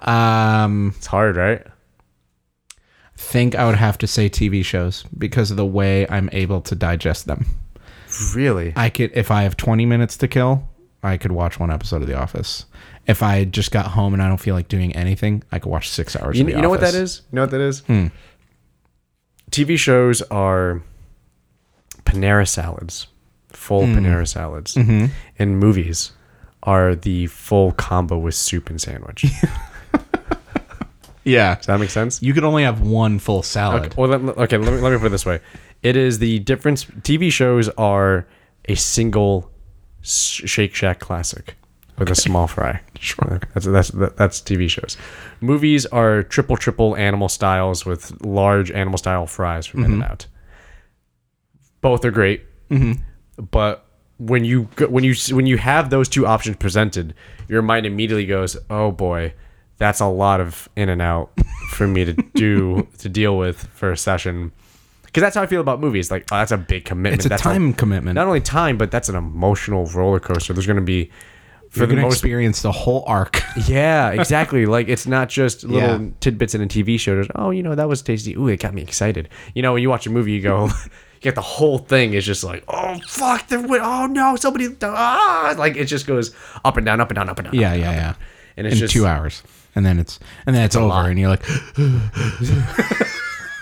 Speaker 1: wow,
Speaker 2: [LAUGHS] Um,
Speaker 1: it's hard, right?
Speaker 2: think I would have to say TV shows because of the way I'm able to digest them.
Speaker 1: Really?
Speaker 2: I could if I have 20 minutes to kill, I could watch one episode of The Office. If I just got home and I don't feel like doing anything, I could watch six hours.
Speaker 1: You,
Speaker 2: of The
Speaker 1: you know what that
Speaker 2: Office. Hmm.
Speaker 1: is? You know what that is? TV shows are Panera salads, full
Speaker 2: Hmm.
Speaker 1: Panera salads,
Speaker 2: Mm-hmm.
Speaker 1: and movies are the full combo with soup and
Speaker 2: [LAUGHS]
Speaker 1: sandwich. Does
Speaker 2: Yeah,
Speaker 1: that make sense?
Speaker 2: you could only have one full salad.
Speaker 1: Okay, well, let, let- okay. Let me let me put it this way: it is the difference. TV shows are a single Sh- Shake Shack classic with a small fry. Sure, that's that's that's TV shows. Movies are triple triple animal styles with large animal style fries from In and Out. Both are great,
Speaker 2: Mm-hmm.
Speaker 1: but when you go- when you when you have those two options presented, your mind immediately goes, "Oh boy, that's a lot of in and out for me to
Speaker 2: [LAUGHS]
Speaker 1: do to deal with for a session." Because that's how I feel about movies. Like, oh, that's a big commitment.
Speaker 2: It's a
Speaker 1: That's
Speaker 2: time commitment.
Speaker 1: Not only time, but that's an emotional roller coaster. There's going to be for
Speaker 2: You're
Speaker 1: the
Speaker 2: gonna
Speaker 1: most.
Speaker 2: experience the whole arc.
Speaker 1: [LAUGHS] Yeah, exactly. like it's not just little
Speaker 2: Yeah.
Speaker 1: tidbits in a TV show. There's, oh, you know that was tasty. Ooh, it got me excited. You know, when you watch a movie, you go, [LAUGHS] you get the whole thing is just like, oh fuck, there went, oh no, somebody, ah, like it just goes up and down, up and down, up and down.
Speaker 2: yeah,
Speaker 1: up and
Speaker 2: yeah,
Speaker 1: down, up
Speaker 2: yeah.
Speaker 1: And it's
Speaker 2: In
Speaker 1: just-
Speaker 2: two hours, and then it's and then it's over,
Speaker 1: lot.
Speaker 2: and you're like, [GASPS]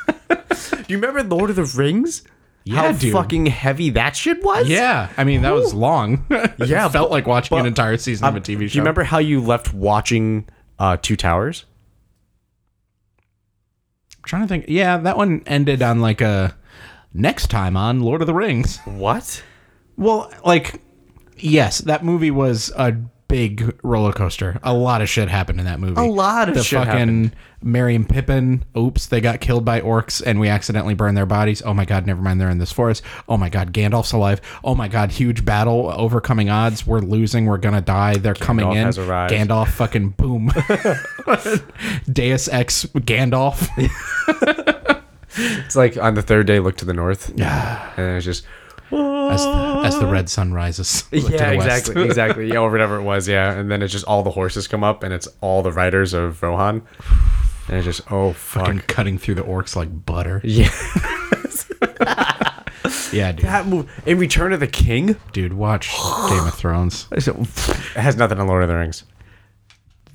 Speaker 1: and down. Do you remember Lord of the Rings?
Speaker 2: Yeah,
Speaker 1: How
Speaker 2: dude.
Speaker 1: fucking heavy that shit was.
Speaker 2: yeah. [GASPS] I mean, that was long. [LAUGHS] It
Speaker 1: Yeah,
Speaker 2: felt like watching an
Speaker 1: but-
Speaker 2: entire season of a
Speaker 1: Do
Speaker 2: TV show.
Speaker 1: you remember how you left watching uh, Two Towers?
Speaker 2: I'm trying to think. Yeah, that one ended on like a next time on Lord of the Rings.
Speaker 1: What?
Speaker 2: Well, like, yes, that movie was a big roller coaster. A lot of shit happened in that movie. A
Speaker 1: lot of
Speaker 2: the
Speaker 1: shit
Speaker 2: fucking
Speaker 1: happened.
Speaker 2: Merry and Pippin. Oops, they got killed by orcs, and we accidentally burned their bodies. Oh my god, never mind. They're in this forest. Oh my god, Gandalf's alive. Oh my god, huge battle, overcoming odds. We're losing. We're gonna die. They're coming in.
Speaker 1: has arrived.
Speaker 2: Gandalf, fucking boom. [LAUGHS] Deus ex
Speaker 1: [LAUGHS]
Speaker 2: Gandalf.
Speaker 1: It's like on the third day, look to the north. Yeah, and it's just.
Speaker 2: as the, as the red sun rises. to the
Speaker 1: yeah,
Speaker 2: west.
Speaker 1: exactly, exactly. Yeah, or whatever it was. Yeah, and then it's just all the horses come up, and it's all the riders of Rohan, and it's just oh fuck.
Speaker 2: Fucking cutting through the orcs like butter.
Speaker 1: Yeah,
Speaker 2: [LAUGHS] Yeah, dude.
Speaker 1: that move in Return of the King
Speaker 2: Dude, watch Game of Thrones.
Speaker 1: It's- it has nothing on Lord of the Rings.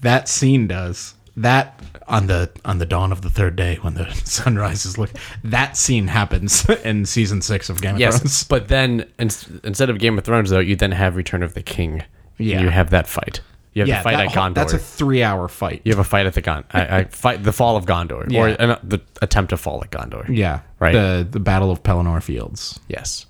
Speaker 2: That scene does. That on the on the dawn of the third day when the [LAUGHS] sun rises look that scene happens [LAUGHS] in season 6 of Game of
Speaker 1: Yes, [LAUGHS]
Speaker 2: Thrones.
Speaker 1: but then in, instead of Game of Thrones, though, you then have Return of the King.
Speaker 2: Yeah.
Speaker 1: you have that fight. You have
Speaker 2: Yeah,
Speaker 1: the fight at
Speaker 2: that whole-
Speaker 1: Gondor.
Speaker 2: that's a 3-hour fight.
Speaker 1: you have a fight at the Gon. I, [LAUGHS] I fight the fall of Gondor, or
Speaker 2: Yeah.
Speaker 1: uh, the attempt to fall at Gondor.
Speaker 2: Yeah.
Speaker 1: Right.
Speaker 2: The the Battle of Pelennor Fields.
Speaker 1: Yes.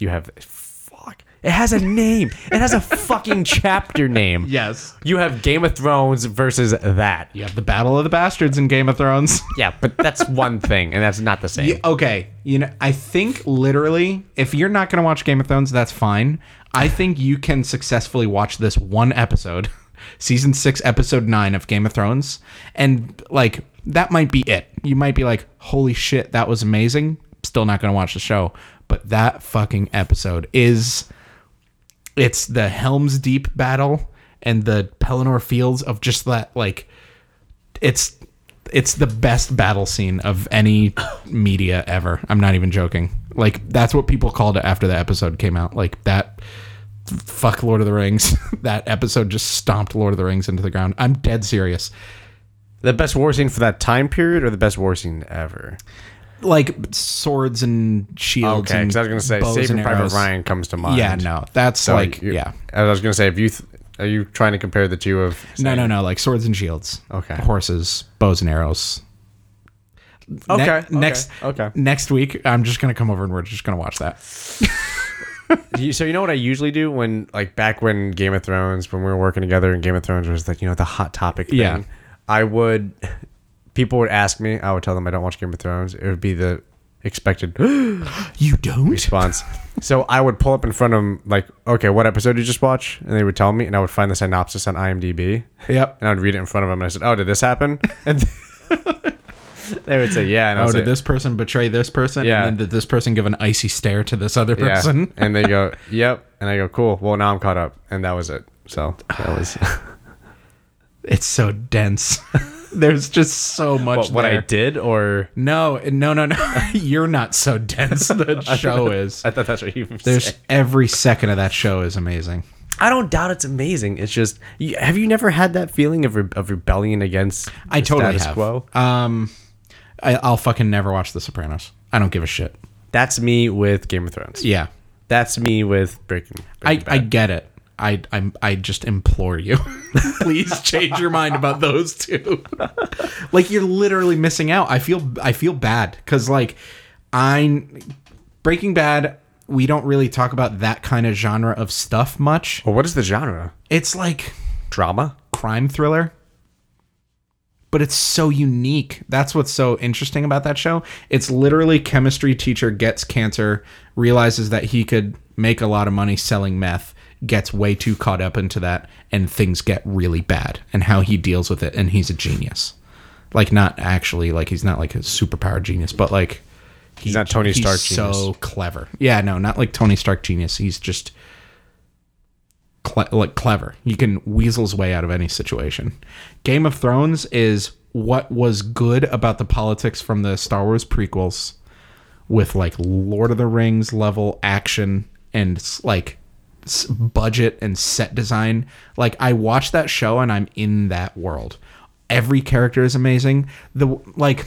Speaker 1: You have fuck. It has a name. It has a fucking chapter name.
Speaker 2: Yes.
Speaker 1: You have Game of Thrones versus that.
Speaker 2: You have the Battle of the Bastards in Game of Thrones. [LAUGHS]
Speaker 1: Yeah, but [LAUGHS] that's one thing, and that's not the same.
Speaker 2: Y- okay, you know, I think literally, if you're not going to watch Game of Thrones, that's fine. I think you can successfully watch this one episode, [LAUGHS] season six, episode nine of Game of Thrones, and like that might be it. You might be like, "Holy shit, that was amazing!" Still not going to watch the show, but that fucking episode is it's the Helm's Deep battle and the Pelennor Fields of just that like it's it's the best battle scene of any media ever. I'm not even joking. Like that's what people called it after the episode came out. Like that fuck Lord of the Rings. [LAUGHS] that episode just stomped Lord of the Rings into the ground. I'm dead serious.
Speaker 1: The best war scene for that time period, or the best war scene ever.
Speaker 2: Like swords and shields.
Speaker 1: Okay,
Speaker 2: and
Speaker 1: because I was gonna say
Speaker 2: bows
Speaker 1: Saving
Speaker 2: and
Speaker 1: Private
Speaker 2: arrows.
Speaker 1: Ryan comes to mind.
Speaker 2: Yeah, no, that's
Speaker 1: So
Speaker 2: like
Speaker 1: you-
Speaker 2: yeah.
Speaker 1: I was gonna say, if you th- are you trying to compare the two of?
Speaker 2: No, no, no. Like swords and shields.
Speaker 1: Okay.
Speaker 2: Horses, bows and arrows. Ne-
Speaker 1: Okay, okay,
Speaker 2: Next.
Speaker 1: okay.
Speaker 2: Next week, I'm just gonna come over and we're just gonna watch that.
Speaker 1: [LAUGHS] You- so you know what I usually do when, like, back when Game of Thrones, when we were working together, and Game of Thrones was like, you know, the hot topic. Thing,
Speaker 2: Yeah.
Speaker 1: I would [LAUGHS] people would ask me, I would tell them I don't watch Game of Thrones. It would be the expected [GASPS]
Speaker 2: You don't?
Speaker 1: response. so I would pull up in front of them, like, okay, what episode did you just watch? And they would tell me, and I would find the synopsis on IMDb,
Speaker 2: Yep.
Speaker 1: and I'd read it in front of them, and I said, oh, did this happen? [LAUGHS] And they would say, yeah. And I
Speaker 2: Oh,
Speaker 1: would say,
Speaker 2: did this person betray this person?
Speaker 1: Yeah.
Speaker 2: And then did this person give an icy stare to this other person? [LAUGHS]
Speaker 1: and they go, yep. And I go, cool. Well, now I'm caught up. And that was it. So that was
Speaker 2: [SIGHS] It's so dense. [LAUGHS] There's just so much
Speaker 1: what, what I
Speaker 2: there.
Speaker 1: did, or
Speaker 2: No, no, no, no. [LAUGHS] You're not so dense. The show is.
Speaker 1: [LAUGHS] I thought that's what you were
Speaker 2: There's
Speaker 1: saying.
Speaker 2: every second of that show is amazing.
Speaker 1: I don't doubt it's amazing. It's just, you- have you never had that feeling of, re- of rebellion against
Speaker 2: I
Speaker 1: the
Speaker 2: totally
Speaker 1: status
Speaker 2: have.
Speaker 1: quo?
Speaker 2: Um, I, I'll fucking never watch The Sopranos. I don't give a shit.
Speaker 1: That's me with Game of Thrones.
Speaker 2: Yeah,
Speaker 1: That's me with Breaking.
Speaker 2: I, I get it. I I'm, I just implore you, [LAUGHS] please change your mind about those two. [LAUGHS] like you're literally missing out. I feel I feel bad because like I Breaking Bad. We don't really talk about that kind of genre of stuff much.
Speaker 1: well, what is the genre?
Speaker 2: It's like
Speaker 1: Drama.
Speaker 2: crime thriller. But it's so unique. That's what's so interesting about that show. It's literally chemistry teacher gets cancer, realizes that he could make a lot of money selling meth, gets way too caught up into that, and things get really bad and how he deals with it and he's a genius. Like not actually like he's not like a superpower genius, but like
Speaker 1: He's not Tony Stark
Speaker 2: so
Speaker 1: genius.
Speaker 2: clever. Yeah, no, not like Tony Stark genius. He's just cle- like clever. You can weasel his way out of any situation. Game of Thrones is what was good about the politics from the Star Wars prequels, with like Lord of the Rings level action and s- like s- budget and set design. Like I watch that show and I'm in that world. Every character is amazing. The w- like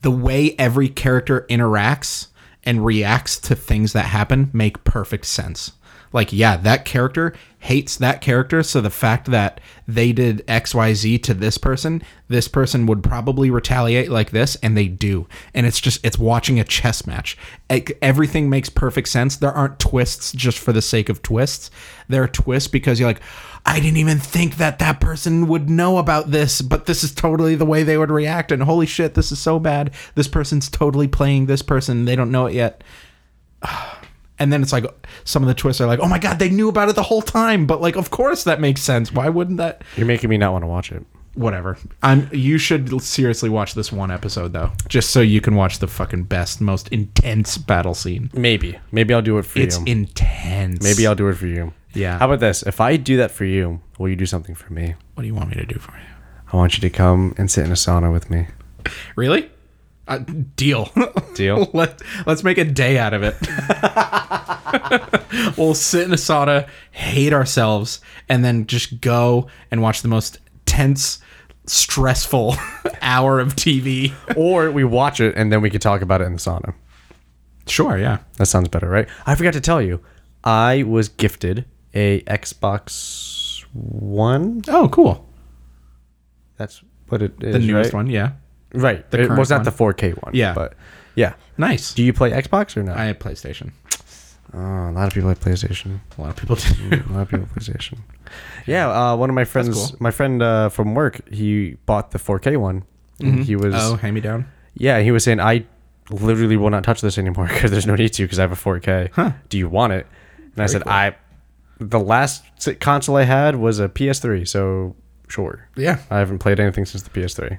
Speaker 2: the way every character interacts and reacts to things that happen make perfect sense. Like, yeah, that character hates that character, so the fact that they did XYZ to this person, this person would probably retaliate like this, and they do. And it's just, it's watching a chess match. E- Everything makes perfect sense. There aren't twists just for the sake of twists. There are twists because you're like, I didn't even think that that person would know about this, but this is totally the way they would react. And holy shit, this is so bad. This person's totally playing this person. They don't know it yet. [SIGHS] And then it's like some of the twists are like, oh my God, they knew about it the whole time. But like, of course that makes sense. Why wouldn't that?
Speaker 1: You're making me not want to watch it.
Speaker 2: Whatever. I'm. You should seriously watch this one episode though, just so you can watch the fucking best, most intense battle scene.
Speaker 1: Maybe. Maybe I'll do it for
Speaker 2: It's
Speaker 1: you.
Speaker 2: intense.
Speaker 1: Maybe I'll do it for you.
Speaker 2: Yeah.
Speaker 1: How about this? If I do that for you, will you do something for me?
Speaker 2: What do you want me to do for you?
Speaker 1: I want you to come and sit in a sauna with me.
Speaker 2: Really? Uh, deal. [LAUGHS]
Speaker 1: Deal?
Speaker 2: Let, let's make a day out
Speaker 1: [LAUGHS]
Speaker 2: of it. we'll sit in a sauna, hate ourselves, and then just go and watch the most tense, stressful [LAUGHS] hour of TV.
Speaker 1: or we watch it and then we could talk about it in the sauna.
Speaker 2: Sure, yeah.
Speaker 1: That sounds better, right? I forgot to tell you, I was gifted a Xbox One.
Speaker 2: Oh, cool.
Speaker 1: That's what it is.
Speaker 2: The newest
Speaker 1: right?
Speaker 2: one, yeah.
Speaker 1: Right.
Speaker 2: The
Speaker 1: it was
Speaker 2: current
Speaker 1: not
Speaker 2: one.
Speaker 1: the 4K one.
Speaker 2: Yeah.
Speaker 1: But yeah.
Speaker 2: Nice.
Speaker 1: Do you play Xbox or not?
Speaker 2: I have PlayStation.
Speaker 1: oh, a lot of people have
Speaker 2: [LAUGHS]
Speaker 1: PlayStation.
Speaker 2: A lot of people [LAUGHS] do.
Speaker 1: A lot of people have PlayStation. Yeah, uh, one of my friends,
Speaker 2: cool.
Speaker 1: my friend uh, from work, he bought the 4K one. and He was,
Speaker 2: Oh, hand me down.
Speaker 1: yeah, he was saying, I literally will not touch this anymore [LAUGHS] because there's no need to because I have a 4K. Do you want it? And I said, I, the last s- console I had was a PS3, so sure.
Speaker 2: Yeah.
Speaker 1: I haven't played anything since the PS3.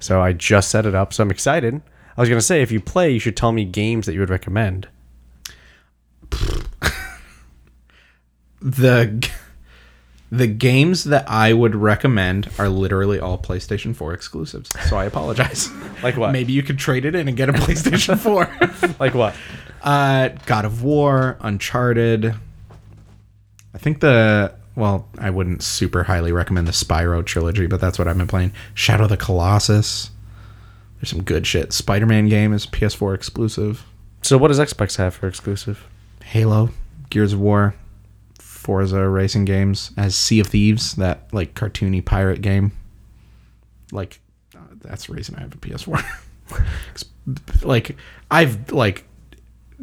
Speaker 1: So I just set it up, so I'm excited. I was going to say, if you play, you should tell me games that you would recommend.
Speaker 2: the the games that I would recommend are literally all PlayStation 4 exclusives. So I [LAUGHS] apologize.
Speaker 1: Like what?
Speaker 2: Maybe you could trade it in and get a PlayStation 4.
Speaker 1: Like what?
Speaker 2: [LAUGHS] uh God of War, Uncharted. I think the well, I wouldn't super highly recommend the Spyro trilogy, but that's what I've been playing. Shadow of the Colossus. There's some good shit. Spider-Man game is PS4 exclusive.
Speaker 1: So what does Xbox have for exclusive?
Speaker 2: Halo, Gears of War, Forza racing games, as Sea of Thieves, that like cartoony pirate game. Like uh, [LAUGHS] that's the reason I have a PS4. 'Cause, like I've like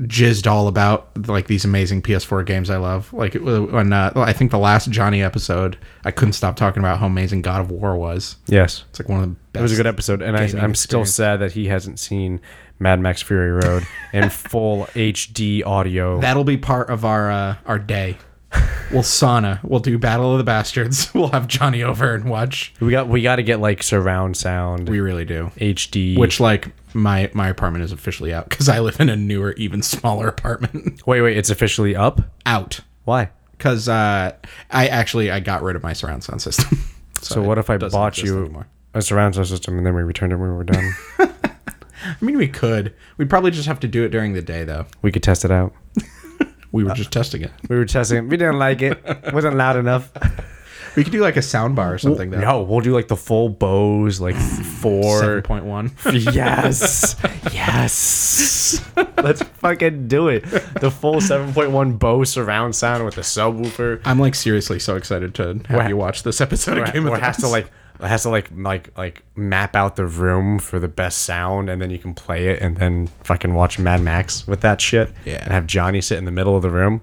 Speaker 2: jizzed all about like these amazing PS4 games I love. Like it was when uh, I think the last Johnny episode, I couldn't stop talking about how amazing God of War was.
Speaker 1: Yes.
Speaker 2: It's like one of the best.
Speaker 1: It was a good episode, and I,
Speaker 2: gaming
Speaker 1: I'm still
Speaker 2: experience.
Speaker 1: sad that he hasn't seen Mad Max Fury Road [LAUGHS] in full HD audio.
Speaker 2: That'll be part of our uh, our day. We'll sauna. We'll do Battle of the Bastards. [LAUGHS] We'll have Johnny over and watch.
Speaker 1: we got we got to get like surround sound,
Speaker 2: We really do.
Speaker 1: HD.
Speaker 2: Which like my my apartment is officially out because I live in a newer, even smaller apartment. [LAUGHS]
Speaker 1: wait wait, it's officially up.
Speaker 2: out
Speaker 1: Why?
Speaker 2: because uh, I actually I got rid of my surround sound system. [LAUGHS]
Speaker 1: So, what if I
Speaker 2: doesn't
Speaker 1: bought
Speaker 2: exist
Speaker 1: you
Speaker 2: anymore.
Speaker 1: a surround sound system and then we returned it when we were [LAUGHS] done?
Speaker 2: I mean, we could. We'd probably just have to do it during the day, though.
Speaker 1: we could test it out.
Speaker 2: We
Speaker 1: Uh,
Speaker 2: were just testing it.
Speaker 1: We were testing. it. We didn't like it. Wasn't loud enough.
Speaker 2: We could do like a sound bar or something, though.
Speaker 1: [LAUGHS] No, we'll do like the full Bose, [LAUGHS] like four.
Speaker 2: Seven point one. [LAUGHS]
Speaker 1: yes, yes. Let's fucking do it. The full 7.1 Bose surround sound with the subwoofer.
Speaker 2: I'm like seriously so excited to have
Speaker 1: Wha-
Speaker 2: you watch this episode of Game of
Speaker 1: Or
Speaker 2: Thrones.
Speaker 1: has to like has to like like like map out the room for the best sound, and then you can play it, and then fucking watch Mad Max with that shit.
Speaker 2: Yeah.
Speaker 1: And have Johnny sit in the middle of the room,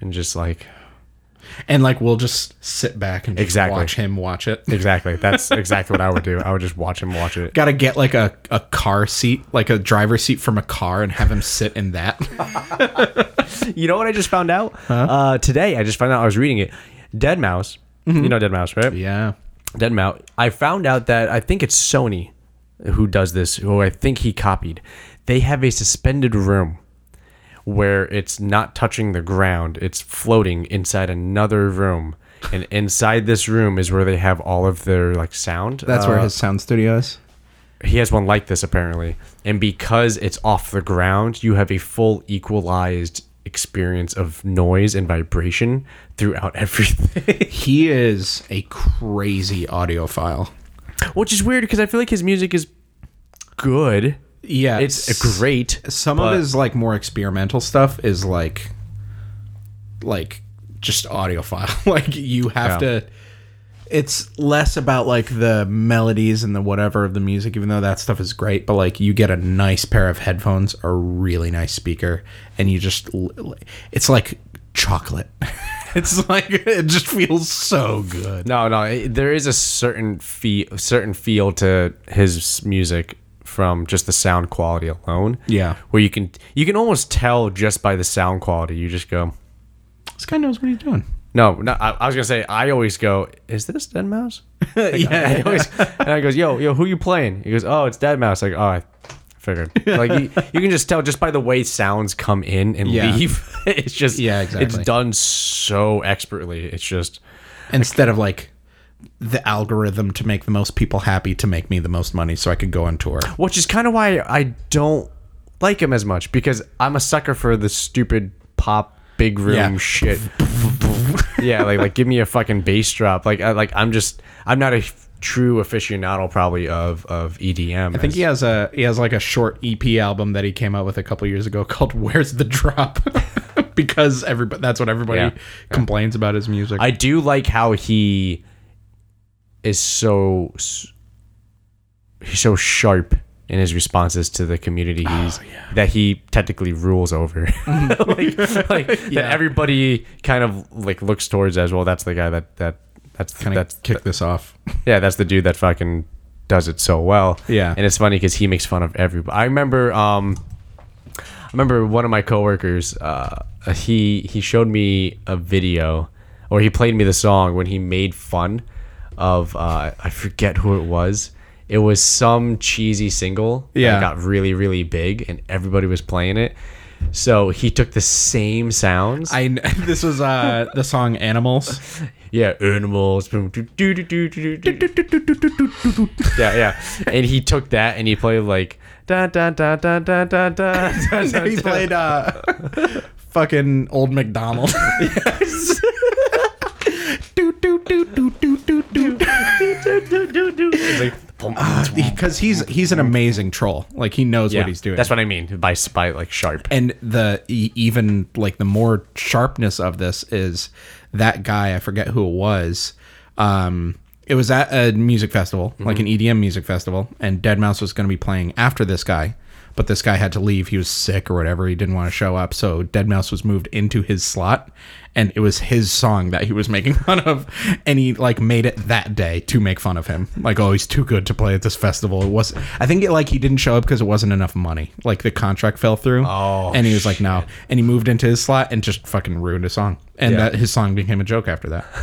Speaker 1: and just like
Speaker 2: and like we'll just sit back and just
Speaker 1: Exactly.
Speaker 2: watch him watch it.
Speaker 1: exactly. That's exactly what I would do. I would just watch him watch it.
Speaker 2: Got to get like a, a car seat, like a driver's seat from a car, and have him sit in that. [LAUGHS]
Speaker 1: You know what I just found out? Uh, today, I just found out I was reading it. Dead Mouse. You know Dead Mouse, right?
Speaker 2: yeah.
Speaker 1: Dead Mouse. I found out that I think it's Sony who does this, who I think he copied. They have a suspended room where it's not touching the ground, it's floating inside another room. And inside this room is where they have all of their like sound.
Speaker 2: That's where
Speaker 1: Uh,
Speaker 2: his sound studio is.
Speaker 1: he has one like this apparently. And because it's off the ground, you have a full equalized experience of noise and vibration throughout [LAUGHS] everything.
Speaker 2: He is a crazy audiophile.
Speaker 1: Which is weird because I feel like his music is good.
Speaker 2: Yeah,
Speaker 1: It's great.
Speaker 2: some
Speaker 1: but-
Speaker 2: of his like more experimental stuff is like like just audiophile [LAUGHS] like you have
Speaker 1: Yeah.
Speaker 2: to it's less about like the melodies and the whatever of the music even though that stuff is great but like you get a nice pair of headphones a really nice speaker and you just l- l- it's like chocolate [LAUGHS] it's like it just feels so good
Speaker 1: No, no, it- there is a certain feel, certain feel to his music from just the sound quality alone.
Speaker 2: Yeah.
Speaker 1: where you can you can almost tell just by the sound quality. You just go,
Speaker 2: this guy knows what he's doing
Speaker 1: no, no. I, I was gonna say I always go, is this Dead Mouse?
Speaker 2: [LAUGHS]
Speaker 1: [LAUGHS]
Speaker 2: yeah
Speaker 1: I always, and I goes, yo, yo, who you playing? He goes, oh, it's Dead Mouse. Like, oh, I figured. Like, you, you can just tell just by the way sounds come in and
Speaker 2: Yeah.
Speaker 1: leave. [LAUGHS] It's just,
Speaker 2: Yeah,
Speaker 1: It's
Speaker 2: exactly.
Speaker 1: done so expertly. It's just,
Speaker 2: instead of like the algorithm to make the most people happy to make me the most money so I could go on tour.
Speaker 1: which is kind of why I don't like him as much because I'm a sucker for the stupid pop big room
Speaker 2: Yeah.
Speaker 1: shit. yeah, like like give me a fucking bass drop. Like I, like I'm just I'm not a f- true aficionado probably of of E EDM.
Speaker 2: I think he has a he has like a short EP album that he came out with a couple years ago [LAUGHS] called "Where's the Drop," [LAUGHS] because everybody that's what everybody
Speaker 1: Yeah.
Speaker 2: complains about his music.
Speaker 1: I do like how he is so s- he's so sharp in his responses to the community he's that he technically rules over. [LAUGHS] like like that everybody kind of like looks towards as well. That's the guy that that that's
Speaker 2: kind
Speaker 1: that's
Speaker 2: of kick this off.
Speaker 1: yeah, that's the dude that fucking does it so well.
Speaker 2: Yeah.
Speaker 1: and it's funny because he makes fun of everybody. I remember, um, I remember one of my coworkers. Uh, he he showed me a video, or he played me the song when he made fun of uh, I forget who it was. It was some cheesy single
Speaker 2: Yeah.
Speaker 1: that got really really big, and everybody was playing it. So he took the same sounds.
Speaker 2: I kn- [LAUGHS] this was uh the song "Animals."
Speaker 1: Yeah, animals. boom, doo, doo, doo, doo, doo, doo, doo, doo, doo, doo, doo, doo, doo. Yeah, yeah. And he took that and he played like da da da da da da
Speaker 2: [LAUGHS]
Speaker 1: da. da, da,
Speaker 2: [LAUGHS] he
Speaker 1: da.
Speaker 2: played uh [LAUGHS] fucking old [LAUGHS] McDonald. do do do do do do do.
Speaker 1: It's like,
Speaker 2: Ah,
Speaker 1: boom, boom.
Speaker 2: [LAUGHS] because he's he's an amazing troll. Like he knows
Speaker 1: Yeah,
Speaker 2: what he's doing.
Speaker 1: That's what I mean by spy like sharp.
Speaker 2: and the e- even like the more sharpness of this is that guy. I forget who it was. Um, it was E at a music festival, like an EDM music festival, and Dead Mouse was going to be playing after this guy. but this guy had to leave. He was sick or whatever. He didn't want to show up. So Dead Mouse was moved into his slot, and it was his song that he was making [LAUGHS] fun of. And he like made it that day to make fun of him. Like, oh, he's too good to play at this festival. It was. I think it like he didn't show up because it wasn't enough money. Like the contract fell through.
Speaker 1: Oh,
Speaker 2: and he was like, no. And he moved into his slot and just fucking ruined his song. And
Speaker 1: Yeah.
Speaker 2: that his song became a joke after that. [LAUGHS]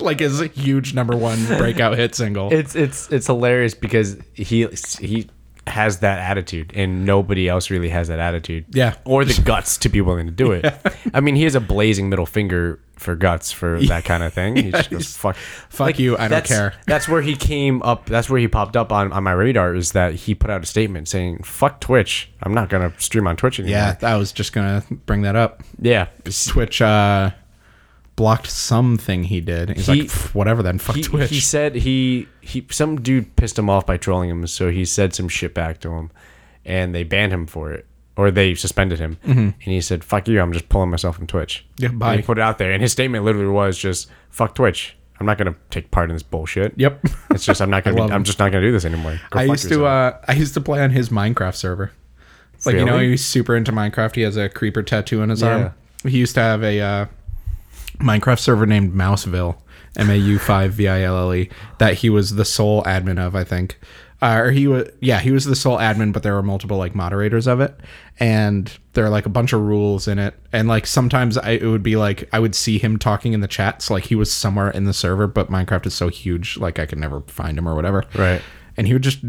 Speaker 2: like his huge number one breakout hit single.
Speaker 1: It's it's it's hilarious because he he has that attitude and nobody else really has that attitude.
Speaker 2: Yeah.
Speaker 1: Or the guts to be willing to do
Speaker 2: [LAUGHS]
Speaker 1: it. I mean, he has a blazing middle finger for guts
Speaker 2: [LAUGHS]
Speaker 1: for that kind of thing. He just goes, fuck
Speaker 2: Fuck you, I don't
Speaker 1: that's-
Speaker 2: care.
Speaker 1: [LAUGHS] That's where he came up that's where he popped up on, on my radar is that he put out a statement saying, Fuck Twitch. I'm not gonna stream on Twitch anymore.
Speaker 2: yeah, I was just gonna bring that up.
Speaker 1: Yeah.
Speaker 2: Twitch uh, blocked something he did. He's
Speaker 1: He-
Speaker 2: like, "Pff, whatever then, fuck
Speaker 1: He,
Speaker 2: Twitch.
Speaker 1: he said he he some dude pissed him off by trolling him, so he said some shit back to him, and they banned him for it, or they suspended him. And he said, "Fuck you, I'm just pulling myself from Twitch."
Speaker 2: Mm-hmm. Yeah,
Speaker 1: And
Speaker 2: bye.
Speaker 1: he put it out there, and his statement literally was just "fuck Twitch." I'm not gonna take part in this bullshit.
Speaker 2: Yep.
Speaker 1: it's just
Speaker 2: [LAUGHS]
Speaker 1: I'm not gonna.
Speaker 2: love
Speaker 1: Be, I'm
Speaker 2: him.
Speaker 1: just not gonna do this anymore. Go
Speaker 2: I
Speaker 1: fuck
Speaker 2: used to
Speaker 1: yourself.
Speaker 2: uh, I used to play on his Minecraft server. Like you know,
Speaker 1: Really?
Speaker 2: he's super into Minecraft. He has a creeper tattoo on his
Speaker 1: Yeah.
Speaker 2: arm. He used to have a uh, Minecraft server named Mouseville, M A U five V I L L E, that he was the sole admin of, I think. Uh, or he was, yeah, he was the sole admin, but there were multiple like moderators of it, and there are like a bunch of rules in it. And like sometimes I, it would be like I would see him talking in the chats, like he was somewhere in the server, but Minecraft is so huge, like I could never find him or whatever.
Speaker 1: Right.
Speaker 2: And he would just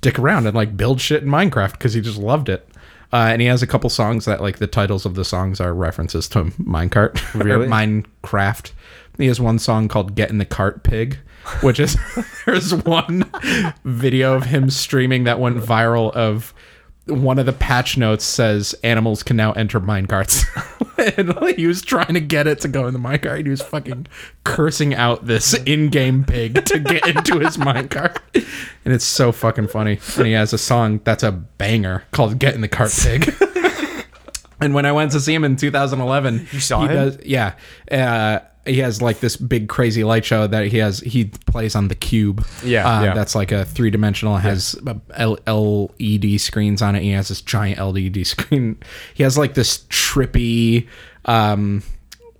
Speaker 2: dick around and like build shit in Minecraft because he just loved it. Uh, and he has a couple songs that like the titles of the songs are references to minecart [LAUGHS] or
Speaker 1: Really?
Speaker 2: Minecraft. He has one song called "Get in the Cart, Pig," which is [LAUGHS] there's one [LAUGHS] video of him streaming that went viral of one of the patch notes says animals can now enter minecarts. [LAUGHS] and like, he was trying to get it to go in the minecart and he was fucking cursing out this in-game pig to get into his minecart. And it's so fucking funny. And he has a song that's a banger called Get in the Cart Pig. And when I went to see him in 2011, you
Speaker 1: saw him?
Speaker 2: yeah, uh, he has like this big crazy light show that he has. He plays on the cube.
Speaker 1: Yeah,
Speaker 2: uh,
Speaker 1: yeah.
Speaker 2: that's like a three dimensional. Has uh, L- LED screens on it. He has this giant LED screen. He has like this trippy. Um,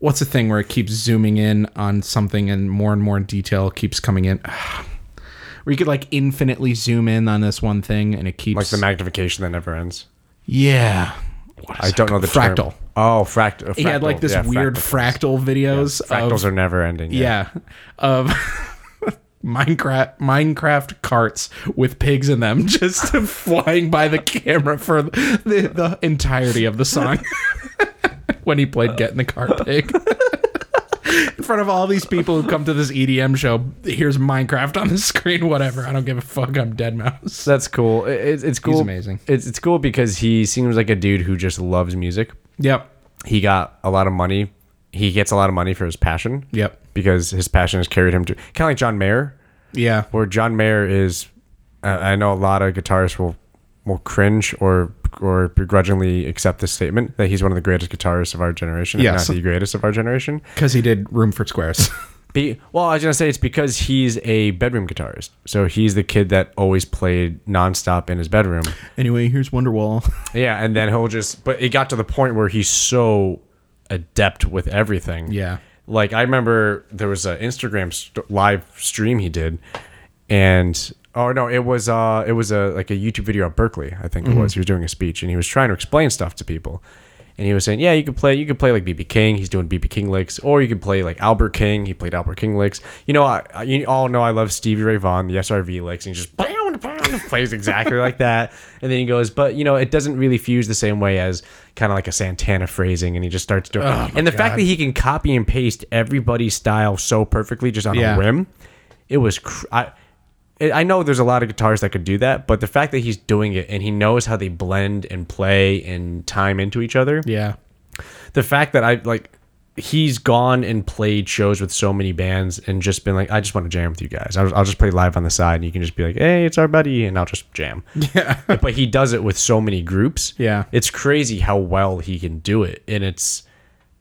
Speaker 2: what's the thing where it keeps zooming in on something and more and more detail keeps coming in. [SIGHS] Where you could like infinitely zoom in on this one thing and it keeps
Speaker 1: like the magnification that never ends.
Speaker 2: yeah. What is
Speaker 1: I
Speaker 2: that
Speaker 1: don't know the term.
Speaker 2: fractal
Speaker 1: Oh, fract- fractal.
Speaker 2: he had like this
Speaker 1: yeah,
Speaker 2: weird
Speaker 1: fractal.
Speaker 2: fractal, videos
Speaker 1: Fractals
Speaker 2: of
Speaker 1: are never ending.
Speaker 2: yeah of [LAUGHS] Minecraft Minecraft carts with pigs in them [LAUGHS] just flying by the camera for the, the entirety of the song [LAUGHS] when he played Get in the Cart Pig. [LAUGHS] In front of all these people who come to this EDM show, here's Minecraft on the screen, whatever. I don't give a fuck. I'm dead mouse. [LAUGHS]
Speaker 1: That's cool. It- It's, it's cool.
Speaker 2: amazing.
Speaker 1: It's, it's cool because he seems like a dude who just loves music.
Speaker 2: Yep.
Speaker 1: He got a lot of money. He gets a lot of money for his passion.
Speaker 2: Yep.
Speaker 1: Because his passion has carried him to kind of like John Mayer,
Speaker 2: Yeah.
Speaker 1: where John Mayer is. Uh, I know a lot of guitarists will will cringe or or begrudgingly accept this statement that he's one of the greatest guitarists of our generation,
Speaker 2: Yes.
Speaker 1: if not the greatest of our generation.
Speaker 2: Because he did Room for Squares. [LAUGHS]
Speaker 1: Be, well, I was gonna say it's because he's a bedroom guitarist, so he's the kid that always played nonstop in his bedroom.
Speaker 2: anyway, here's Wonderwall. [LAUGHS]
Speaker 1: Yeah, and then he'll just. But it got to the point where he's so adept with everything.
Speaker 2: Yeah.
Speaker 1: Like I remember there was an Instagram st- live stream he did, and oh no, it was uh it was a like a YouTube video at Berkeley, I think it was. He was doing a speech and he was trying to explain stuff to people. And he was saying, yeah, you could play, you could play like BB King. He's doing BB King licks, or you could play like Albert King. He played Albert King licks. You know, I, I you all know I love Stevie Ray Vaughan, the SRV licks, and he just pound, pound, plays exactly like that. And then he goes, but you know, it doesn't really fuse the same way as kind of like a Santana phrasing. And he just starts doing. and the fact that he can copy and paste everybody's style so perfectly just on
Speaker 2: Yeah.
Speaker 1: a whim, it was. Cr- I, I I know there's a lot of guitarists that could do that, but the fact that he's doing it and he knows how they blend and play and time into each other
Speaker 2: Yeah.
Speaker 1: the fact that I like he's gone and played shows with so many bands and just been like, I just want to jam with you guys. I'll, I'll just play live on the side and you can just be like, hey, it's our buddy, and I'll just
Speaker 2: [LAUGHS]
Speaker 1: jam. Yeah. but he does it with so many groups.
Speaker 2: Yeah.
Speaker 1: It's crazy how well he can do it, and it's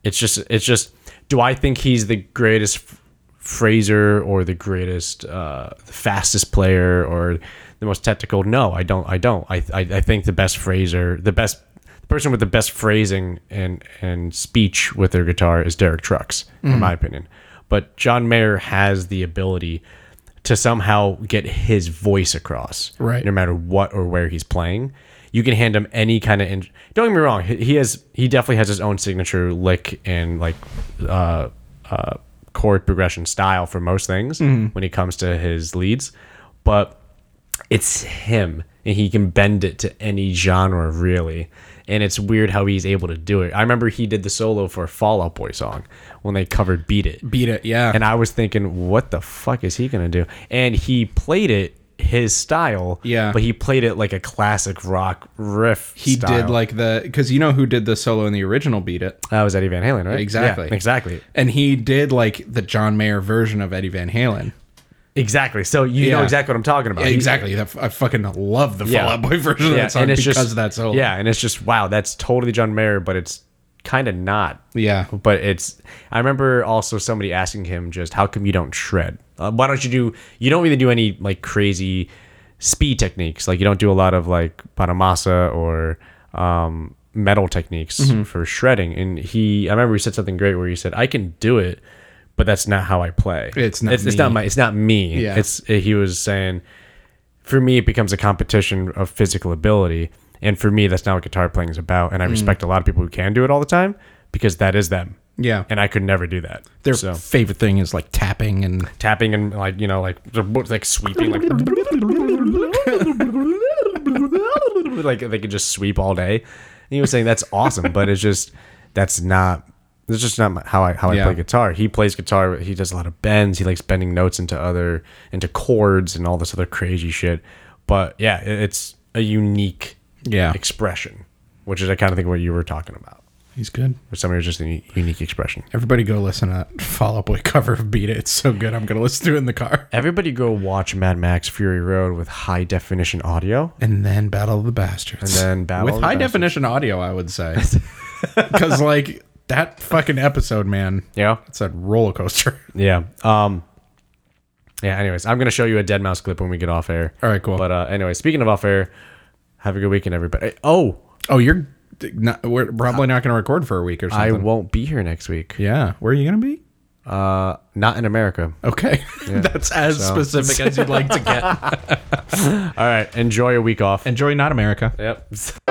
Speaker 1: it's just it's just. Do I think he's the greatest Fraser or the greatest uh, fastest player or the most technical. No, I don't. I don't. I I, I think the best phraser, the best the person with the best phrasing and and speech with their guitar is Derek Trucks,
Speaker 2: Mm-hmm.
Speaker 1: in my opinion. But John Mayer has the ability to somehow get his voice across,
Speaker 2: Right.
Speaker 1: No matter what or where he's playing. You can hand him any kind of. In- Don't get me wrong. He he has. He definitely has his own signature lick and like uh, uh, chord progression style for most things when it comes to his leads, but it's him and he can bend it to any genre really and it's weird how he's able to do it i remember he did the solo for a fall out boy song when they covered beat it
Speaker 2: Beat it, yeah.
Speaker 1: and i was thinking what the fuck is he gonna do and he played it his style
Speaker 2: Yeah.
Speaker 1: but he played it like a classic rock riff
Speaker 2: he did
Speaker 1: style.
Speaker 2: like the because you know who did the solo in the original Beat It.
Speaker 1: that was eddie van halen right
Speaker 2: Exactly.
Speaker 1: Yeah, exactly
Speaker 2: And he did like the John Mayer version of Eddie Van Halen.
Speaker 1: exactly so you know
Speaker 2: Yeah.
Speaker 1: exactly what i'm talking about He-
Speaker 2: Exactly. That, I fucking love the Fall Out Boy version of that song
Speaker 1: and it's
Speaker 2: because
Speaker 1: just,
Speaker 2: of that solo.
Speaker 1: Yeah, and it's just wow, that's totally John Mayer, but it's kind of not.
Speaker 2: Yeah.
Speaker 1: But it's. I remember also somebody asking him just how come you don't shred? Uh, why don't you do? You don't really do any like crazy speed techniques. Like you don't do a lot of like panamasa or um, metal techniques
Speaker 2: Mm-hmm.
Speaker 1: for shredding. And he, I remember he said something great where he said, "I can do it." But that's not how I play.
Speaker 2: It's not
Speaker 1: It's, it's
Speaker 2: me.
Speaker 1: not my. It's not me.
Speaker 2: Yeah.
Speaker 1: It's eh, he was saying for me it becomes a competition of physical ability and for me that's not what guitar playing is about
Speaker 2: Mm.
Speaker 1: and i respect a lot of people who can do it all the time because that is them
Speaker 2: Yeah.
Speaker 1: and i could never do that
Speaker 2: Their
Speaker 1: so
Speaker 2: favorite thing is like tapping and
Speaker 1: tapping and like you know like like sweeping like [LAUGHS] like they could just sweep all day and he was saying that's awesome but it's just that's not that's just not my- how I how I
Speaker 2: Yeah.
Speaker 1: play guitar. He plays guitar. He does a lot of bends. He likes bending notes into other into chords and all this other crazy shit. But yeah, it- it's a unique
Speaker 2: Yeah.
Speaker 1: expression, which is I kind of think what you were talking about.
Speaker 2: he's good.
Speaker 1: With somebody who's just a u- unique expression.
Speaker 2: Everybody go listen to that Fall Out Boy cover of Beat It. It's so good. I'm gonna listen to it in the car.
Speaker 1: Everybody go watch Mad Max Fury Road with high definition audio.
Speaker 2: And then Battle of the Bastards.
Speaker 1: And then Battle
Speaker 2: [LAUGHS] with
Speaker 1: of the
Speaker 2: high
Speaker 1: Bastards.
Speaker 2: definition audio, I
Speaker 1: [LAUGHS]
Speaker 2: would say. [LAUGHS] Because like that fucking episode, man.
Speaker 1: Yeah.
Speaker 2: It's a roller coaster. [LAUGHS]
Speaker 1: Yeah. Um Yeah, anyways, I'm gonna show you a dead mouse clip when we get off air.
Speaker 2: All right, cool.
Speaker 1: But uh anyway, speaking of off air, have a good weekend, everybody. Oh,
Speaker 2: oh, you're not, we're probably not gonna record for a week or
Speaker 1: I
Speaker 2: something.
Speaker 1: won't be here next week.
Speaker 2: yeah. Where are you gonna be?
Speaker 1: Uh not in America.
Speaker 2: Okay. [LAUGHS] That's as specific as you'd like to get.
Speaker 1: All right, enjoy your week off.
Speaker 2: Enjoy Not America.
Speaker 1: Yep. [LAUGHS]